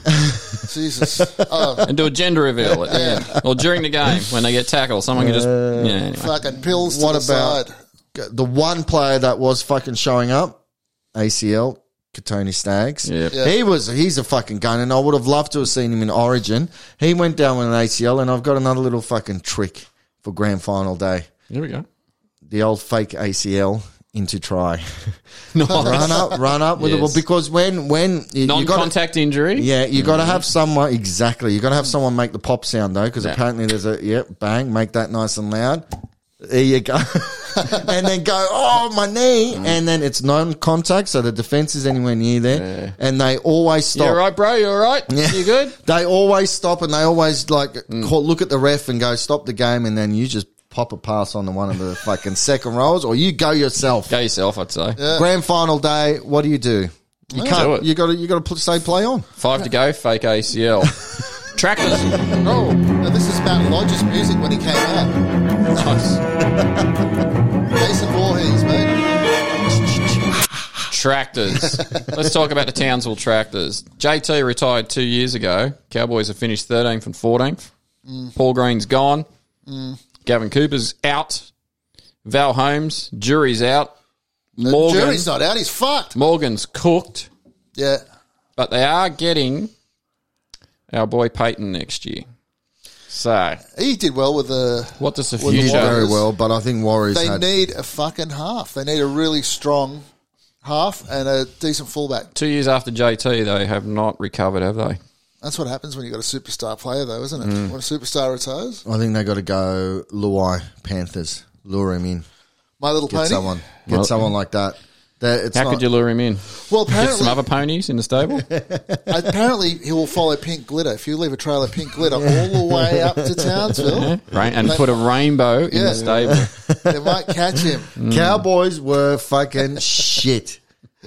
[SPEAKER 1] Jesus. Oh,
[SPEAKER 2] and do a gender reveal at the end. Or during the game when they get tackled. Someone can just. Yeah, anyway.
[SPEAKER 1] fucking pills to
[SPEAKER 3] What
[SPEAKER 1] the
[SPEAKER 3] about-
[SPEAKER 1] side.
[SPEAKER 3] the one player that was fucking showing up, ACL, Katoni Staggs.
[SPEAKER 2] Yep.
[SPEAKER 1] Yeah.
[SPEAKER 3] He was he's a fucking gun and I would have loved to have seen him in Origin. He went down with an ACL and I've got another little fucking trick for grand final day.
[SPEAKER 2] Here we go.
[SPEAKER 3] The old fake ACL into try.
[SPEAKER 2] Nice.
[SPEAKER 3] run up, run up with it. Well,
[SPEAKER 2] Yes.
[SPEAKER 3] because when when you, you got to,
[SPEAKER 2] Non-contact injury.
[SPEAKER 3] yeah, you got to have someone exactly. You got to have someone make the pop sound though, because apparently there's a yeah, bang, make that nice and loud. There you go, and then go oh my knee,
[SPEAKER 2] Mm.
[SPEAKER 3] and then it's non-contact, so the defense is anywhere near there, and they always
[SPEAKER 2] You
[SPEAKER 3] stop.
[SPEAKER 2] all right, bro? You all right?
[SPEAKER 3] Yeah.
[SPEAKER 2] You good? Mm.
[SPEAKER 3] They always stop and they always like call, look at the ref and go stop the game, and then you just pop a pass on to one of the fucking second rows, or you go yourself.
[SPEAKER 2] Go yourself, I'd say.
[SPEAKER 3] Grand final day, what do you do? You
[SPEAKER 2] do
[SPEAKER 3] can't.
[SPEAKER 2] it.
[SPEAKER 3] You got to. You got to say play on.
[SPEAKER 2] Five to go, fake ACL. Tractors.
[SPEAKER 1] Oh, now this is about Lodge's music when he came out.
[SPEAKER 2] Nice.
[SPEAKER 1] Jason Voorhees, mate.
[SPEAKER 2] Tractors. Let's talk about the Townsville tractors. JT retired two years ago. Cowboys have finished 13th and 14th. Paul Green's gone. Mm. Gavin Cooper's out. Val Holmes, jury's out. Morgan,
[SPEAKER 1] Jury's not out. He's fucked.
[SPEAKER 2] Morgan's cooked,
[SPEAKER 1] Yeah.
[SPEAKER 2] but they are getting our boy Peyton next year. So,
[SPEAKER 1] He did well with the.
[SPEAKER 2] what does the
[SPEAKER 1] Well, the
[SPEAKER 2] future?
[SPEAKER 1] Warriors-
[SPEAKER 3] very well, but I think Warriors
[SPEAKER 1] They
[SPEAKER 3] had
[SPEAKER 1] need a fucking half. They need a really strong half and a decent fullback.
[SPEAKER 2] Two years after JT, they have not recovered, have they?
[SPEAKER 1] That's what happens when you've got a superstar player, though, isn't it?
[SPEAKER 3] Mm.
[SPEAKER 1] When a superstar retires,
[SPEAKER 3] I think they got to go Luai Panthers. Lure him in.
[SPEAKER 1] my little
[SPEAKER 3] Get
[SPEAKER 1] pony.
[SPEAKER 3] someone. Get
[SPEAKER 2] Well-
[SPEAKER 3] someone like that. That it's
[SPEAKER 2] How
[SPEAKER 3] not,
[SPEAKER 2] could you lure him in?
[SPEAKER 1] Well,
[SPEAKER 2] Get some
[SPEAKER 1] apparently,
[SPEAKER 2] other ponies in the stable.
[SPEAKER 1] apparently he will follow pink glitter. If you leave a trail of pink glitter all the way up to Townsville,
[SPEAKER 3] Mm-hmm.
[SPEAKER 2] Right, and put a rainbow in
[SPEAKER 1] Yeah.
[SPEAKER 2] the stable.
[SPEAKER 1] they might catch him.
[SPEAKER 3] Mm. Cowboys were fucking shit.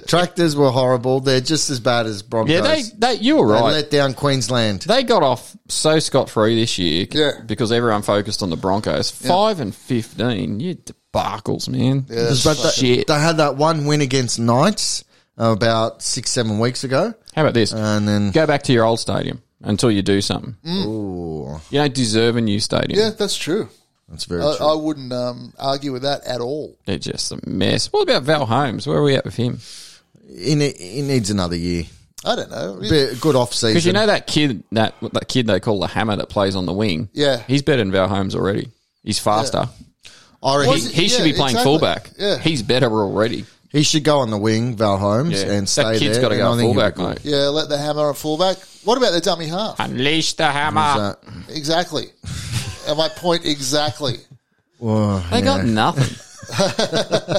[SPEAKER 3] Tractors were horrible. They're just as bad as Broncos.
[SPEAKER 2] Yeah, they, they you were
[SPEAKER 3] They
[SPEAKER 2] right.
[SPEAKER 3] let down Queensland.
[SPEAKER 2] they got off so scot free this year c-
[SPEAKER 1] Yeah.
[SPEAKER 2] because everyone focused on the Broncos. Five and fifteen, you debacles, man.
[SPEAKER 3] But they,
[SPEAKER 2] Shit.
[SPEAKER 3] they had that one win against Knights uh, about six, seven weeks ago.
[SPEAKER 2] How about
[SPEAKER 1] Uh.
[SPEAKER 2] this?
[SPEAKER 3] And then
[SPEAKER 2] Go back to your old stadium until you do something. You don't deserve a new stadium.
[SPEAKER 1] Mm. Yeah, that's true.
[SPEAKER 3] that's very
[SPEAKER 1] I,
[SPEAKER 3] true.
[SPEAKER 1] I wouldn't um, argue with that at all.
[SPEAKER 2] They're just a mess. What about Val Holmes? Where are we at with him?
[SPEAKER 3] He, ne- he needs another year.
[SPEAKER 1] I don't know.
[SPEAKER 3] Bit, good off season.
[SPEAKER 2] Because you know that kid that that kid they call the hammer that plays on the wing.
[SPEAKER 1] Yeah.
[SPEAKER 2] he's better than Val Holmes already. He's faster.
[SPEAKER 3] I reckon
[SPEAKER 2] He, he should
[SPEAKER 1] yeah,
[SPEAKER 2] be playing
[SPEAKER 1] exactly.
[SPEAKER 2] fullback.
[SPEAKER 1] Yeah.
[SPEAKER 2] he's better already.
[SPEAKER 3] he should go on the wing, Val Holmes,
[SPEAKER 2] Yeah.
[SPEAKER 3] and stay
[SPEAKER 2] that kid's
[SPEAKER 3] there.
[SPEAKER 2] got to
[SPEAKER 3] and
[SPEAKER 2] go
[SPEAKER 3] I think he'll be
[SPEAKER 2] fullback,
[SPEAKER 3] good.
[SPEAKER 2] mate.
[SPEAKER 1] Yeah, let the hammer a fullback. What about the dummy half?
[SPEAKER 2] Unleash the hammer.
[SPEAKER 3] So-
[SPEAKER 1] Exactly. and my point exactly.
[SPEAKER 3] Whoa,
[SPEAKER 2] They got
[SPEAKER 3] Oh, yeah.
[SPEAKER 2] nothing.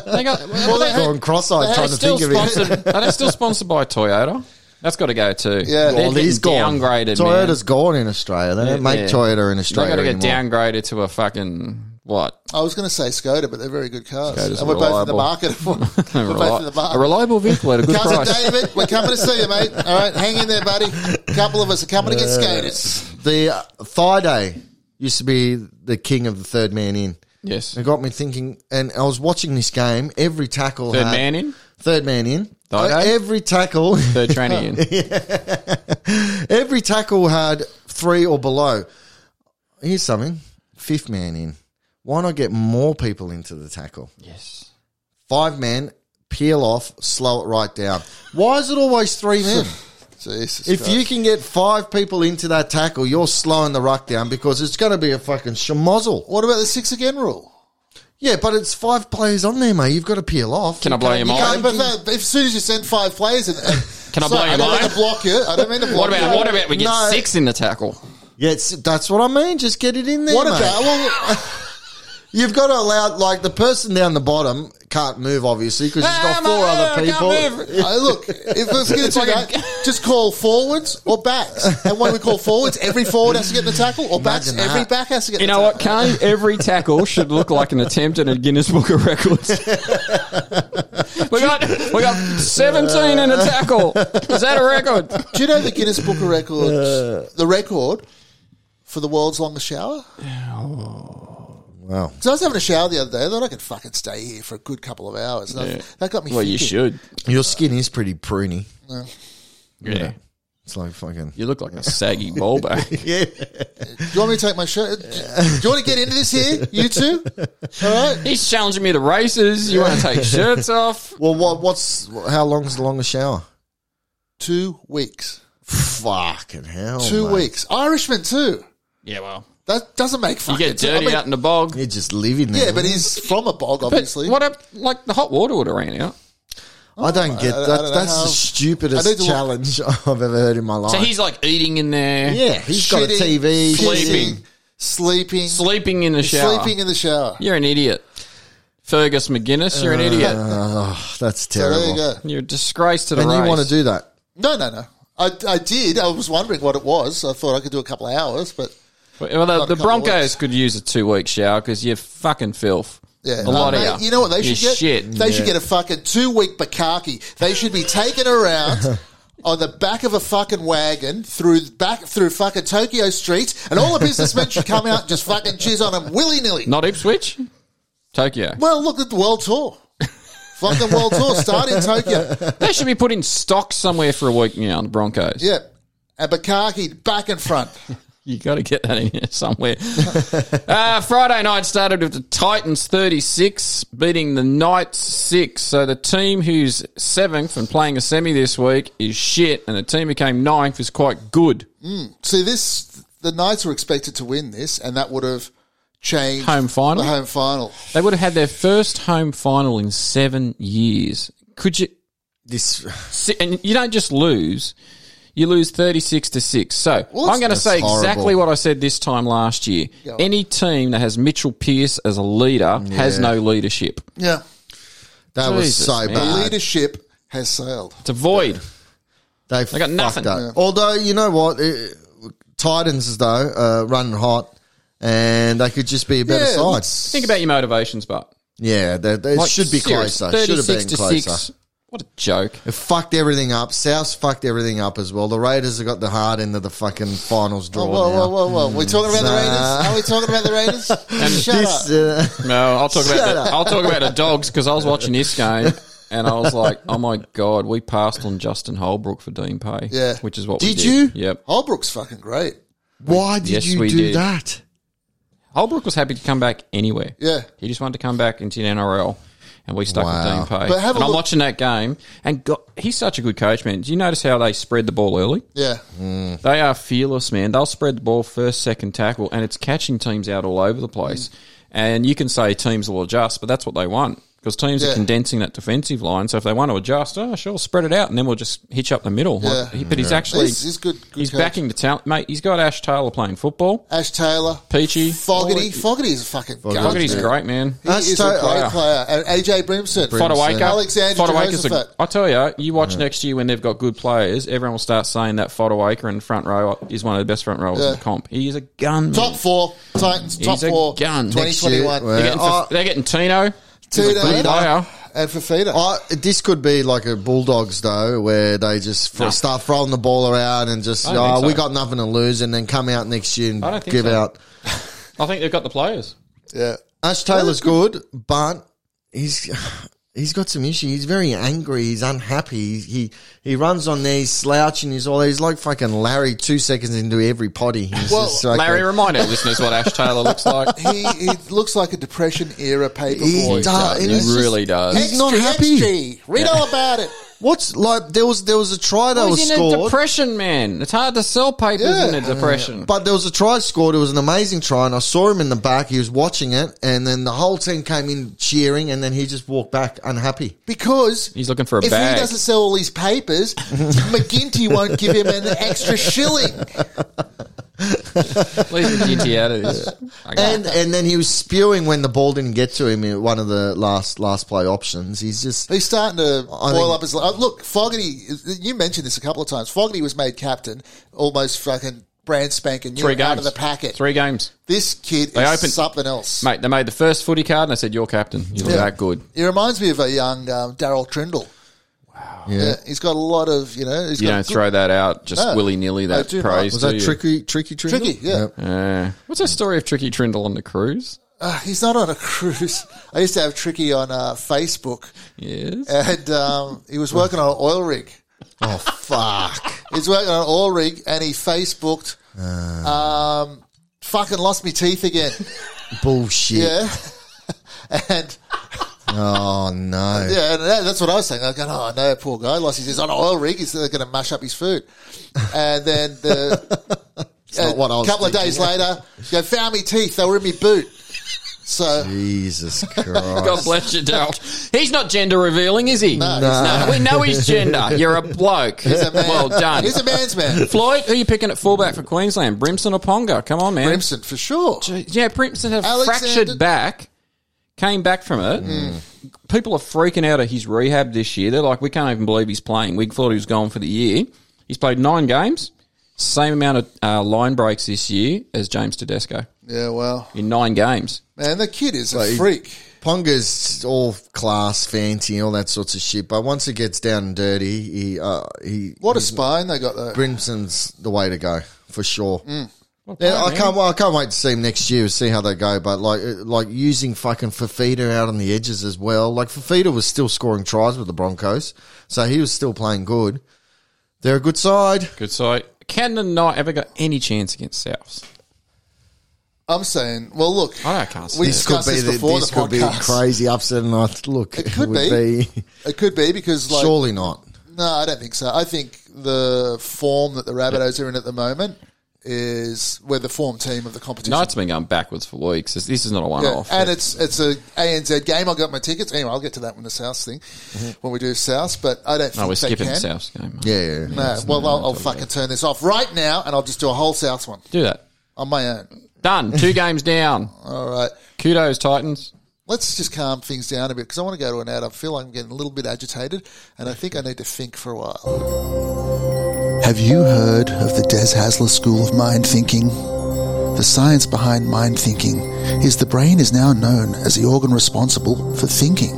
[SPEAKER 2] they got. Well, they
[SPEAKER 3] Gone cross-eyed
[SPEAKER 2] they're
[SPEAKER 3] trying to
[SPEAKER 2] still
[SPEAKER 3] think of it.
[SPEAKER 2] sponsored, Are they still sponsored by Toyota? That's got to go too.
[SPEAKER 1] Yeah.
[SPEAKER 2] they're
[SPEAKER 1] Well,
[SPEAKER 2] getting
[SPEAKER 3] he's gone.
[SPEAKER 2] downgraded.
[SPEAKER 3] Toyota's gone in Australia. They don't
[SPEAKER 2] man.
[SPEAKER 3] make Toyota in
[SPEAKER 2] They
[SPEAKER 3] Australia
[SPEAKER 2] got to get
[SPEAKER 3] anymore.
[SPEAKER 2] downgraded to a fucking what?
[SPEAKER 1] I was going to say Skoda, but they're very good cars.
[SPEAKER 2] Skoda's
[SPEAKER 1] and we're both in the
[SPEAKER 2] reliable.
[SPEAKER 1] market. for-
[SPEAKER 2] A,
[SPEAKER 1] we're both in the
[SPEAKER 2] reli- a
[SPEAKER 1] market.
[SPEAKER 2] reliable vehicle at a good
[SPEAKER 1] Cousin
[SPEAKER 2] price.
[SPEAKER 1] David, we're coming to see you, mate. All right, hang in there, buddy. A couple of us are coming to get skaters.
[SPEAKER 3] The uh, thigh day used to be the king of the third man in.
[SPEAKER 2] Yes.
[SPEAKER 3] It got me thinking, and I was watching this game. Every tackle,
[SPEAKER 2] Third
[SPEAKER 3] had-
[SPEAKER 2] man in.
[SPEAKER 3] third man in. Uh,
[SPEAKER 2] Thigh day?
[SPEAKER 3] Every tackle,
[SPEAKER 2] Third training in.
[SPEAKER 3] every tackle had three or below. Here's something: fifth man in. Why not get more people into the tackle?
[SPEAKER 2] Yes.
[SPEAKER 3] Five men, peel off, slow it right down. Why is it always three men?
[SPEAKER 1] Jesus.
[SPEAKER 3] If
[SPEAKER 1] Christ.
[SPEAKER 3] you can get five people into that tackle, you're slowing the ruck down because it's going to be a fucking schmozzle.
[SPEAKER 1] what about the six again rule?
[SPEAKER 3] Yeah, but it's five players on there, mate. You've got to peel off.
[SPEAKER 2] Can I blow your
[SPEAKER 3] can't-
[SPEAKER 1] Okay,
[SPEAKER 2] mind?
[SPEAKER 1] but that, if as soon as you send five players, and, and
[SPEAKER 2] Can I blow your
[SPEAKER 1] I don't mean
[SPEAKER 2] mind?
[SPEAKER 1] to block you. I don't mean to block
[SPEAKER 2] What about
[SPEAKER 1] you.
[SPEAKER 2] what about we get
[SPEAKER 3] No.
[SPEAKER 2] six in the tackle?
[SPEAKER 3] Yeah, it's, that's what I mean. Just get it in there.
[SPEAKER 1] What
[SPEAKER 3] mate.
[SPEAKER 1] about? Well,
[SPEAKER 3] You've got to allow, like, the person down the bottom can't move, obviously, because he's
[SPEAKER 2] Ah,
[SPEAKER 3] got four
[SPEAKER 2] my-
[SPEAKER 3] other
[SPEAKER 2] I
[SPEAKER 3] people.
[SPEAKER 2] can't move.
[SPEAKER 1] uh, look, if let's get
[SPEAKER 2] It's
[SPEAKER 1] into
[SPEAKER 2] like a-
[SPEAKER 1] that, just call forwards or backs. And when we call forwards, every forward has to get in the tackle, or backs,
[SPEAKER 3] Imagine that.
[SPEAKER 1] every back has to get.
[SPEAKER 2] You
[SPEAKER 1] in the
[SPEAKER 2] know
[SPEAKER 1] tackle.
[SPEAKER 2] what, Kane? Every tackle should look like an attempt at a Guinness Book of Records. we got we got seventeen in a tackle. Is that a record?
[SPEAKER 1] Do you know the Guinness Book of Records? the record for the world's longest shower.
[SPEAKER 3] Wow.
[SPEAKER 1] So I was having a shower the other day. I thought I could fucking stay here for a good couple of hours. And I- That got me.
[SPEAKER 2] Well,
[SPEAKER 1] thinking.
[SPEAKER 2] you should.
[SPEAKER 3] Your skin is pretty pruny.
[SPEAKER 2] Yeah,
[SPEAKER 3] It's like fucking.
[SPEAKER 2] you look like a saggy ball back.
[SPEAKER 3] Yeah.
[SPEAKER 1] Do you want me to take my shirt? Do you want to get into this here, you two? All right.
[SPEAKER 2] He's challenging me to races. You want to take shirts off?
[SPEAKER 3] Well, what? What's how long's the longest shower?
[SPEAKER 1] Two weeks.
[SPEAKER 3] Fucking hell.
[SPEAKER 1] Two
[SPEAKER 3] mate.
[SPEAKER 1] weeks. Irishman too.
[SPEAKER 2] Yeah, well,
[SPEAKER 1] That doesn't make
[SPEAKER 2] you
[SPEAKER 1] fucking
[SPEAKER 2] get dirty
[SPEAKER 1] sense. I mean,
[SPEAKER 2] out in the bog.
[SPEAKER 3] You're just living there.
[SPEAKER 1] yeah, but he's from a bog,
[SPEAKER 2] But
[SPEAKER 1] obviously.
[SPEAKER 2] what up? Like the hot water would have ran out.
[SPEAKER 3] I don't get
[SPEAKER 1] I- I
[SPEAKER 3] that.
[SPEAKER 1] don't know
[SPEAKER 3] That's
[SPEAKER 1] how-
[SPEAKER 3] the
[SPEAKER 1] I need to
[SPEAKER 3] stupidest
[SPEAKER 1] look-
[SPEAKER 3] challenge I've ever heard in my life.
[SPEAKER 2] So he's like eating in there.
[SPEAKER 3] yeah, he's got a
[SPEAKER 1] Shitting,
[SPEAKER 3] TV.
[SPEAKER 2] Sleeping.
[SPEAKER 1] pissing, sleeping,
[SPEAKER 2] sleeping in the shower.
[SPEAKER 1] sleeping in the shower.
[SPEAKER 2] You're an idiot, Fergus McGuinness. You're an idiot.
[SPEAKER 3] Oh, that's
[SPEAKER 1] So
[SPEAKER 3] terrible.
[SPEAKER 1] there you go.
[SPEAKER 2] You're a disgrace to the
[SPEAKER 3] And
[SPEAKER 2] race.
[SPEAKER 3] you want to do that?
[SPEAKER 1] No, no, no. I, I did. I was wondering what it was. I thought I could do a couple of hours, but Got
[SPEAKER 2] Well, the,
[SPEAKER 1] a
[SPEAKER 2] the
[SPEAKER 1] couple
[SPEAKER 2] Broncos
[SPEAKER 1] weeks.
[SPEAKER 2] could use a two week shower because you're fucking filth.
[SPEAKER 1] yeah,
[SPEAKER 2] a lot
[SPEAKER 1] Mate,
[SPEAKER 2] of you.
[SPEAKER 1] You know what they
[SPEAKER 2] You're
[SPEAKER 1] should get?
[SPEAKER 2] Shit.
[SPEAKER 1] They should get a fucking two week bakaki. They should be taken around. On the back of a fucking wagon through back through fucking Tokyo streets, and all the businessmen should come out and just fucking jizz on them willy nilly.
[SPEAKER 2] Not Ipswich, Tokyo.
[SPEAKER 1] Well, look at the world tour. Fucking world tour start in Tokyo.
[SPEAKER 2] they should be put in stock somewhere for a week now. The Broncos.
[SPEAKER 1] Yeah, and Bakaki back and front.
[SPEAKER 2] You got to get that in here somewhere. uh, Friday night started with the Titans 36 beating the Knights 6. So the team who's seventh and playing a semi this week is shit, and the team who came ninth is quite good.
[SPEAKER 1] See this, the Knights were expected to win this, and that would have changed
[SPEAKER 2] Home final?
[SPEAKER 1] The home final.
[SPEAKER 2] They would have had their first home final in seven years. Could you?
[SPEAKER 3] This
[SPEAKER 2] si- And you don't just lose; you lose thirty-six to six. So I'm going to
[SPEAKER 3] that's
[SPEAKER 2] say
[SPEAKER 3] horrible.
[SPEAKER 2] exactly what I said this time last year.
[SPEAKER 1] on.
[SPEAKER 2] Any team that has Mitchell Pearce as a leader has no leadership.
[SPEAKER 1] Yeah,
[SPEAKER 3] that was
[SPEAKER 2] Jesus,
[SPEAKER 3] so
[SPEAKER 2] man.
[SPEAKER 1] the
[SPEAKER 3] bad.
[SPEAKER 1] leadership has sailed.
[SPEAKER 2] It's a void.
[SPEAKER 3] They
[SPEAKER 2] got
[SPEAKER 3] fucked
[SPEAKER 2] nothing.
[SPEAKER 3] Up.
[SPEAKER 2] Yeah.
[SPEAKER 3] Although you know what, it, Titans though uh, running hot, and they could just be a better
[SPEAKER 1] Yeah,
[SPEAKER 3] side.
[SPEAKER 2] Think about your motivations, but
[SPEAKER 3] Yeah, they, they
[SPEAKER 2] Like,
[SPEAKER 3] should be
[SPEAKER 2] serious,
[SPEAKER 3] closer. Should have been
[SPEAKER 2] 36 to
[SPEAKER 3] closer.
[SPEAKER 2] six. What a joke!
[SPEAKER 3] It fucked everything up. South fucked everything up as well. The Raiders have got the hard end of the fucking finals draw.
[SPEAKER 1] Whoa, whoa,
[SPEAKER 3] now.
[SPEAKER 1] whoa, whoa, whoa! We're talking about the Raiders. Are we talking about the Raiders? Shut up.
[SPEAKER 3] This, uh,
[SPEAKER 2] No, I'll talk
[SPEAKER 3] Shut
[SPEAKER 2] about the,
[SPEAKER 3] up.
[SPEAKER 2] I'll talk about the dogs because I was watching this game and I was like, oh my god, we passed on Justin Holbrook for Dean Pay.
[SPEAKER 1] Yeah.
[SPEAKER 2] which is what we
[SPEAKER 3] Did
[SPEAKER 2] did.
[SPEAKER 3] you?
[SPEAKER 2] Yep.
[SPEAKER 1] Holbrook's fucking great.
[SPEAKER 3] why did
[SPEAKER 2] Yes,
[SPEAKER 3] you
[SPEAKER 2] we
[SPEAKER 3] do
[SPEAKER 2] did.
[SPEAKER 3] that?
[SPEAKER 2] Holbrook was happy to come back anywhere.
[SPEAKER 1] Yeah.
[SPEAKER 2] he just wanted to come back into the NRL. And we stuck
[SPEAKER 3] Wow.
[SPEAKER 2] with Dean Pay.
[SPEAKER 1] But have a
[SPEAKER 2] and I'm
[SPEAKER 1] look-
[SPEAKER 2] watching that game, and God, he's such a good coach, man. Do you notice how they spread the ball early?
[SPEAKER 1] Yeah,
[SPEAKER 2] They are fearless, man. They'll spread the ball first, second tackle, and it's catching teams out all over the place. And you can say teams will adjust, but that's what they want because teams
[SPEAKER 1] Yeah.
[SPEAKER 2] are condensing that defensive line. So if they want to adjust, oh, sure, spread it out, and then we'll just hitch up the middle. Like,
[SPEAKER 1] Yeah.
[SPEAKER 2] he- but he's actually
[SPEAKER 1] He's- he's good- good
[SPEAKER 2] he's
[SPEAKER 1] coach.
[SPEAKER 2] backing the talent, mate. He's got Ash Taylor playing football.
[SPEAKER 1] Ash Taylor,
[SPEAKER 2] Peachy.
[SPEAKER 1] Fogarty.
[SPEAKER 2] Oh,
[SPEAKER 1] Fogarty is a fucking. gun,
[SPEAKER 2] Fogarty's
[SPEAKER 1] dude.
[SPEAKER 2] great, man.
[SPEAKER 1] He
[SPEAKER 3] Ash
[SPEAKER 1] is
[SPEAKER 3] Taylor- Oh,
[SPEAKER 1] a great player. And AJ Brimson,
[SPEAKER 2] Fodawaker,
[SPEAKER 1] Alexander
[SPEAKER 2] Fodawaker's a-
[SPEAKER 1] Josephat.
[SPEAKER 2] I tell you, you watch next year when they've got good players, everyone will start saying that Fodawaker in front row is one of the best front rowers in
[SPEAKER 1] Yeah.
[SPEAKER 2] the comp. He is a gun. man.
[SPEAKER 1] Top four Titans. Top
[SPEAKER 2] a
[SPEAKER 1] four.
[SPEAKER 2] gun.
[SPEAKER 1] Twenty
[SPEAKER 2] Next
[SPEAKER 1] twenty one.
[SPEAKER 3] year, well,
[SPEAKER 2] They're getting,
[SPEAKER 3] Uh,
[SPEAKER 2] they're getting Tino. He's a Oh,
[SPEAKER 1] Tino.
[SPEAKER 2] good player.
[SPEAKER 1] And Fafita.
[SPEAKER 3] I, this could be like a Bulldogs though, where they just fr-
[SPEAKER 2] No.
[SPEAKER 3] start throwing the ball around and just
[SPEAKER 2] I don't
[SPEAKER 3] oh,
[SPEAKER 2] think
[SPEAKER 3] we
[SPEAKER 2] so.
[SPEAKER 3] got nothing to lose, and then come out next year
[SPEAKER 2] I don't
[SPEAKER 3] and
[SPEAKER 2] think
[SPEAKER 3] give
[SPEAKER 2] so.
[SPEAKER 3] out.
[SPEAKER 2] I think they've got the players.
[SPEAKER 1] yeah.
[SPEAKER 3] Ash Taylor's good, but he's he's got some issues. He's very angry. He's unhappy. He he, he runs on there. He's slouching. He's all. He's like fucking Larry. Two seconds into every potty. He's
[SPEAKER 1] Well,
[SPEAKER 3] just like
[SPEAKER 2] Larry,
[SPEAKER 3] a-
[SPEAKER 2] remind our listeners what Ash Taylor looks like.
[SPEAKER 1] he, he looks like a depression era paper
[SPEAKER 3] He
[SPEAKER 1] boy.
[SPEAKER 3] does.
[SPEAKER 2] He
[SPEAKER 3] He's just-
[SPEAKER 2] really does.
[SPEAKER 3] He's not happy.
[SPEAKER 1] Read all about it.
[SPEAKER 3] What's like? There was there was a try that
[SPEAKER 2] He's
[SPEAKER 3] was
[SPEAKER 2] in a
[SPEAKER 3] scored.
[SPEAKER 2] depression, man. It's hard to sell papers
[SPEAKER 3] Yeah.
[SPEAKER 2] in a depression.
[SPEAKER 3] But there was a try scored. It was an amazing try, and I saw him in the back. He was watching it, and then the whole team came in cheering, and then he just walked back unhappy.
[SPEAKER 1] Because
[SPEAKER 2] He's looking for a
[SPEAKER 1] if
[SPEAKER 2] bag.
[SPEAKER 1] he doesn't sell all these papers, McGinty won't give him an extra shilling.
[SPEAKER 2] Leave the GT out of this. Okay.
[SPEAKER 3] And and then he was spewing when the ball didn't get to him in one of the last last play options. He's just
[SPEAKER 1] He's starting to
[SPEAKER 3] I
[SPEAKER 1] boil
[SPEAKER 3] think-
[SPEAKER 1] up his. uh, Look, Fogarty. You mentioned this a couple of times. Fogarty was made captain, almost fucking brand spanking new
[SPEAKER 2] Three
[SPEAKER 1] out
[SPEAKER 2] games
[SPEAKER 1] of the packet.
[SPEAKER 2] Three games,
[SPEAKER 1] This kid
[SPEAKER 2] They
[SPEAKER 1] is
[SPEAKER 2] opened-
[SPEAKER 1] something else.
[SPEAKER 2] mate. They made the first footy card, and I said, "You're captain. You look
[SPEAKER 1] Yeah.
[SPEAKER 2] that good."
[SPEAKER 1] He reminds me of a young um, Daryl Trindle. Yeah,
[SPEAKER 3] yeah.
[SPEAKER 1] he's got a lot of you know. He's
[SPEAKER 2] You
[SPEAKER 1] got
[SPEAKER 2] don't
[SPEAKER 1] good-
[SPEAKER 2] throw that out just
[SPEAKER 1] No,
[SPEAKER 2] willy nilly.
[SPEAKER 1] I
[SPEAKER 2] That
[SPEAKER 1] do not.
[SPEAKER 2] praise
[SPEAKER 3] Was
[SPEAKER 2] do
[SPEAKER 3] that
[SPEAKER 2] you?
[SPEAKER 3] tricky tricky Trindle?
[SPEAKER 1] Tricky, yeah.
[SPEAKER 2] Yeah. What's the story of Tricky Trindle on the cruise?
[SPEAKER 1] Uh, he's not on a cruise. I used to have Tricky on uh, Facebook,
[SPEAKER 2] Yes.
[SPEAKER 1] and um, he was working on an oil rig.
[SPEAKER 3] Oh fuck!
[SPEAKER 1] He's working on an oil rig, and he Facebooked.
[SPEAKER 3] Uh.
[SPEAKER 1] Um, fucking lost me teeth again.
[SPEAKER 3] Bullshit!
[SPEAKER 1] Yeah, and.
[SPEAKER 3] Oh no!
[SPEAKER 1] Yeah, and that, that's what I was saying. I go, oh no, poor guy, lost his. He's on an oil rig. He's going to mash up his food. And then the
[SPEAKER 3] not what I was
[SPEAKER 1] couple of days later, go found me teeth. They were in me boot. So
[SPEAKER 3] Jesus
[SPEAKER 2] God
[SPEAKER 3] Christ!
[SPEAKER 2] bless you, Daryl. He's not gender revealing, is he? No. We know he's gender. You're a bloke.
[SPEAKER 1] he's a man.
[SPEAKER 2] Well done.
[SPEAKER 1] He's a man's man.
[SPEAKER 2] Floyd, who are you picking at fullback for Queensland? Brimson or Ponga? Come on, man.
[SPEAKER 1] Brimson for sure.
[SPEAKER 2] Yeah, Brimson had a
[SPEAKER 1] Alexander- Hmm.
[SPEAKER 2] fractured back, came back from it. People are freaking out at his rehab this year. They're like, we can't even believe he's playing. We thought he was gone for the year. He's played nine games, same amount of uh, line breaks this year as James Tedesco
[SPEAKER 1] Yeah, well,
[SPEAKER 2] in nine games.
[SPEAKER 1] man, the kid is a
[SPEAKER 3] he-
[SPEAKER 1] freak.
[SPEAKER 3] Ponga's all class, fancy, all that sorts of shit. But once it gets down and dirty, he uh, he
[SPEAKER 1] What a spine they got though.
[SPEAKER 3] Brimson's the way to go for sure.
[SPEAKER 1] Mm.
[SPEAKER 2] What a
[SPEAKER 3] Yeah, I
[SPEAKER 2] player,
[SPEAKER 3] can't. Well, I can't wait to see him next year. See how they go. But like, uh, like using fucking Fafita out on the edges as well. Like Fafita was still scoring tries with the Broncos, so he was still playing good. They're a good side.
[SPEAKER 2] Good side. Can the Knight ever got any chance against Souths?
[SPEAKER 1] I'm saying, well, look,
[SPEAKER 2] I don't- can't see
[SPEAKER 1] we
[SPEAKER 2] it.
[SPEAKER 3] This could
[SPEAKER 1] discussed
[SPEAKER 3] be
[SPEAKER 1] this
[SPEAKER 3] the,
[SPEAKER 1] before
[SPEAKER 3] this
[SPEAKER 1] the
[SPEAKER 3] could be a
[SPEAKER 1] podcast.
[SPEAKER 3] crazy upset. And I th- look,
[SPEAKER 1] It could be. It could be because, like,
[SPEAKER 3] surely not.
[SPEAKER 1] No, I don't think so. I think the form that the Rabbitohs are in at the moment is we're the form team of the competition.
[SPEAKER 2] Knight's been going backwards for weeks. This this is not a one
[SPEAKER 1] Yeah,
[SPEAKER 2] off.
[SPEAKER 1] and it's it's a ANZ game. I got my tickets. Anyway, I'll get to that when the South thing when we do South. But I don't.
[SPEAKER 2] no,
[SPEAKER 1] think
[SPEAKER 2] we're
[SPEAKER 1] they
[SPEAKER 2] skipping
[SPEAKER 1] can.
[SPEAKER 2] Souths game. mate.
[SPEAKER 3] Yeah, yeah, yeah.
[SPEAKER 1] No, well, I'll, I'll fucking turn this off right now, and I'll just do a whole South one
[SPEAKER 2] Do that.
[SPEAKER 1] on my own.
[SPEAKER 2] Done. Two games down.
[SPEAKER 1] All right,
[SPEAKER 2] Kudos, Titans.
[SPEAKER 1] let's just calm things down a bit because I want to go to an ad. I feel like I'm getting a little bit agitated, and I think I need to think for a while. Have you heard of the Des Hasler School of Mind Thinking? The science behind mind thinking is the brain is now known as the organ responsible for thinking.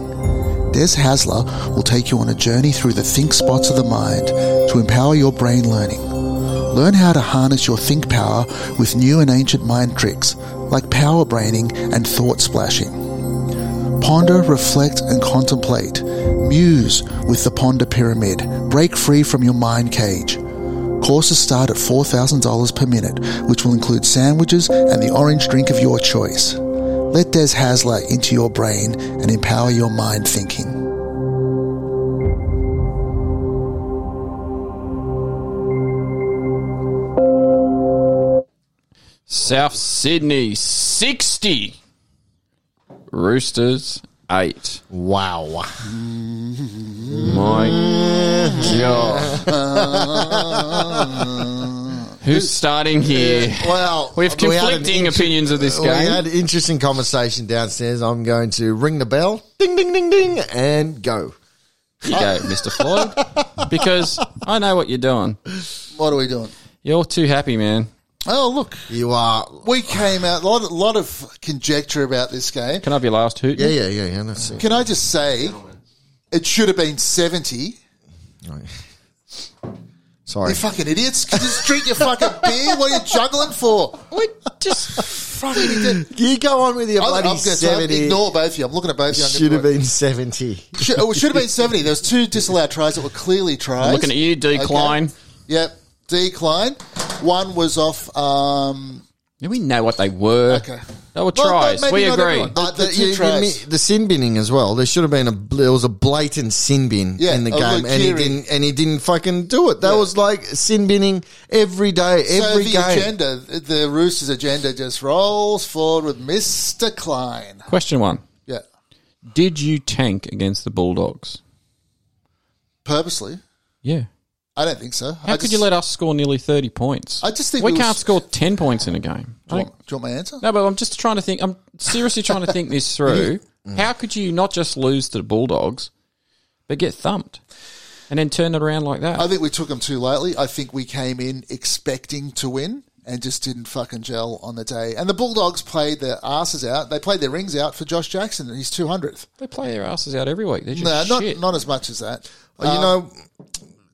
[SPEAKER 1] Des Hasler will take you on a journey through the think spots of the mind to empower your brain learning. Learn how to harness your think power with new and ancient mind tricks like power braining and thought splashing. Ponder, reflect, and contemplate. Muse with the Ponder Pyramid. Break free from your mind cage. Courses start at $4,000 per minute, which will include sandwiches and the orange drink of your choice. Let Des Hasler into your brain and empower your mind thinking.
[SPEAKER 2] South Sydney 60. Roosters 8.
[SPEAKER 3] Wow.
[SPEAKER 2] My God. Who's starting here?
[SPEAKER 3] Well,
[SPEAKER 2] We have
[SPEAKER 3] we had an
[SPEAKER 2] conflicting
[SPEAKER 3] inter-
[SPEAKER 2] opinions of this
[SPEAKER 3] We
[SPEAKER 2] game.
[SPEAKER 3] had interesting conversation downstairs. I'm going to ring the bell, ding, ding, ding, ding, and go.
[SPEAKER 2] You go, Mr. Floyd. Because I know what you're doing.
[SPEAKER 1] What are we doing?
[SPEAKER 2] You're too happy, man.
[SPEAKER 1] Oh, look,
[SPEAKER 3] You are.
[SPEAKER 1] we came out, a lot, a lot of conjecture about this game.
[SPEAKER 2] Can I be last hoot?
[SPEAKER 3] Yeah, yeah, yeah, yeah. That's it.
[SPEAKER 1] Can I just say, it should have been 70.
[SPEAKER 3] Right. Sorry.
[SPEAKER 1] You fucking idiots. Just drink your fucking beer. What are you juggling for?
[SPEAKER 2] We just
[SPEAKER 1] Fucking idiot.
[SPEAKER 3] You go on with your
[SPEAKER 1] I'm,
[SPEAKER 3] bloody
[SPEAKER 1] I'm gonna- so I'm
[SPEAKER 3] 70.
[SPEAKER 1] ignore both of you. I'm looking at both of you. I'm
[SPEAKER 3] Should have
[SPEAKER 1] gonna-
[SPEAKER 3] been 70.
[SPEAKER 1] Should, oh, it should have been 70. There was two disallowed tries that were clearly tries.
[SPEAKER 2] looking at you,
[SPEAKER 1] Okay.
[SPEAKER 2] decline.
[SPEAKER 1] Yep, decline. One was off um,
[SPEAKER 2] Yeah, we know what they were.
[SPEAKER 1] Okay.
[SPEAKER 2] They were
[SPEAKER 1] Well,
[SPEAKER 2] tries.
[SPEAKER 1] but maybe
[SPEAKER 2] we
[SPEAKER 1] not
[SPEAKER 2] agree.
[SPEAKER 1] everyone.
[SPEAKER 3] Uh,
[SPEAKER 1] The-
[SPEAKER 3] the,
[SPEAKER 1] the two
[SPEAKER 3] you- you
[SPEAKER 1] tries.
[SPEAKER 3] mean- the sin binning as well. There should have been a bl- there was a blatant sin bin
[SPEAKER 1] Yeah,
[SPEAKER 3] in the
[SPEAKER 1] of
[SPEAKER 3] game, and he
[SPEAKER 1] Lukiri.
[SPEAKER 3] didn't and he didn't fucking do it. That
[SPEAKER 1] Yeah.
[SPEAKER 3] was like sin binning every day, every
[SPEAKER 1] so the
[SPEAKER 3] game.
[SPEAKER 1] agenda, the Roosters' agenda, just rolls forward with Mister Klein.
[SPEAKER 2] Question one:
[SPEAKER 1] Yeah,
[SPEAKER 2] Did you tank against the Bulldogs?
[SPEAKER 1] purposely.
[SPEAKER 2] Yeah.
[SPEAKER 1] I don't think so.
[SPEAKER 2] How
[SPEAKER 1] I
[SPEAKER 2] could
[SPEAKER 1] just,
[SPEAKER 2] you let us score nearly thirty points?
[SPEAKER 1] I just think
[SPEAKER 2] we
[SPEAKER 1] we
[SPEAKER 2] can't
[SPEAKER 1] was-
[SPEAKER 2] score ten points in a game. I
[SPEAKER 1] Do you,
[SPEAKER 2] think-
[SPEAKER 1] want, do you want my answer?
[SPEAKER 2] No, but I'm just trying to think. I'm seriously trying to think this through. Mm. How could you not just lose to the Bulldogs, but get thumped, and then turn it around like that?
[SPEAKER 1] I think we took them too lightly. I think we came in expecting to win and just didn't fucking gel on the day. And the Bulldogs played their asses out. They played their rings out for Josh Jackson and his 200th.
[SPEAKER 2] they play their asses out every week. They're just
[SPEAKER 1] No, not,
[SPEAKER 2] shit.
[SPEAKER 1] not as much as that.
[SPEAKER 3] you know,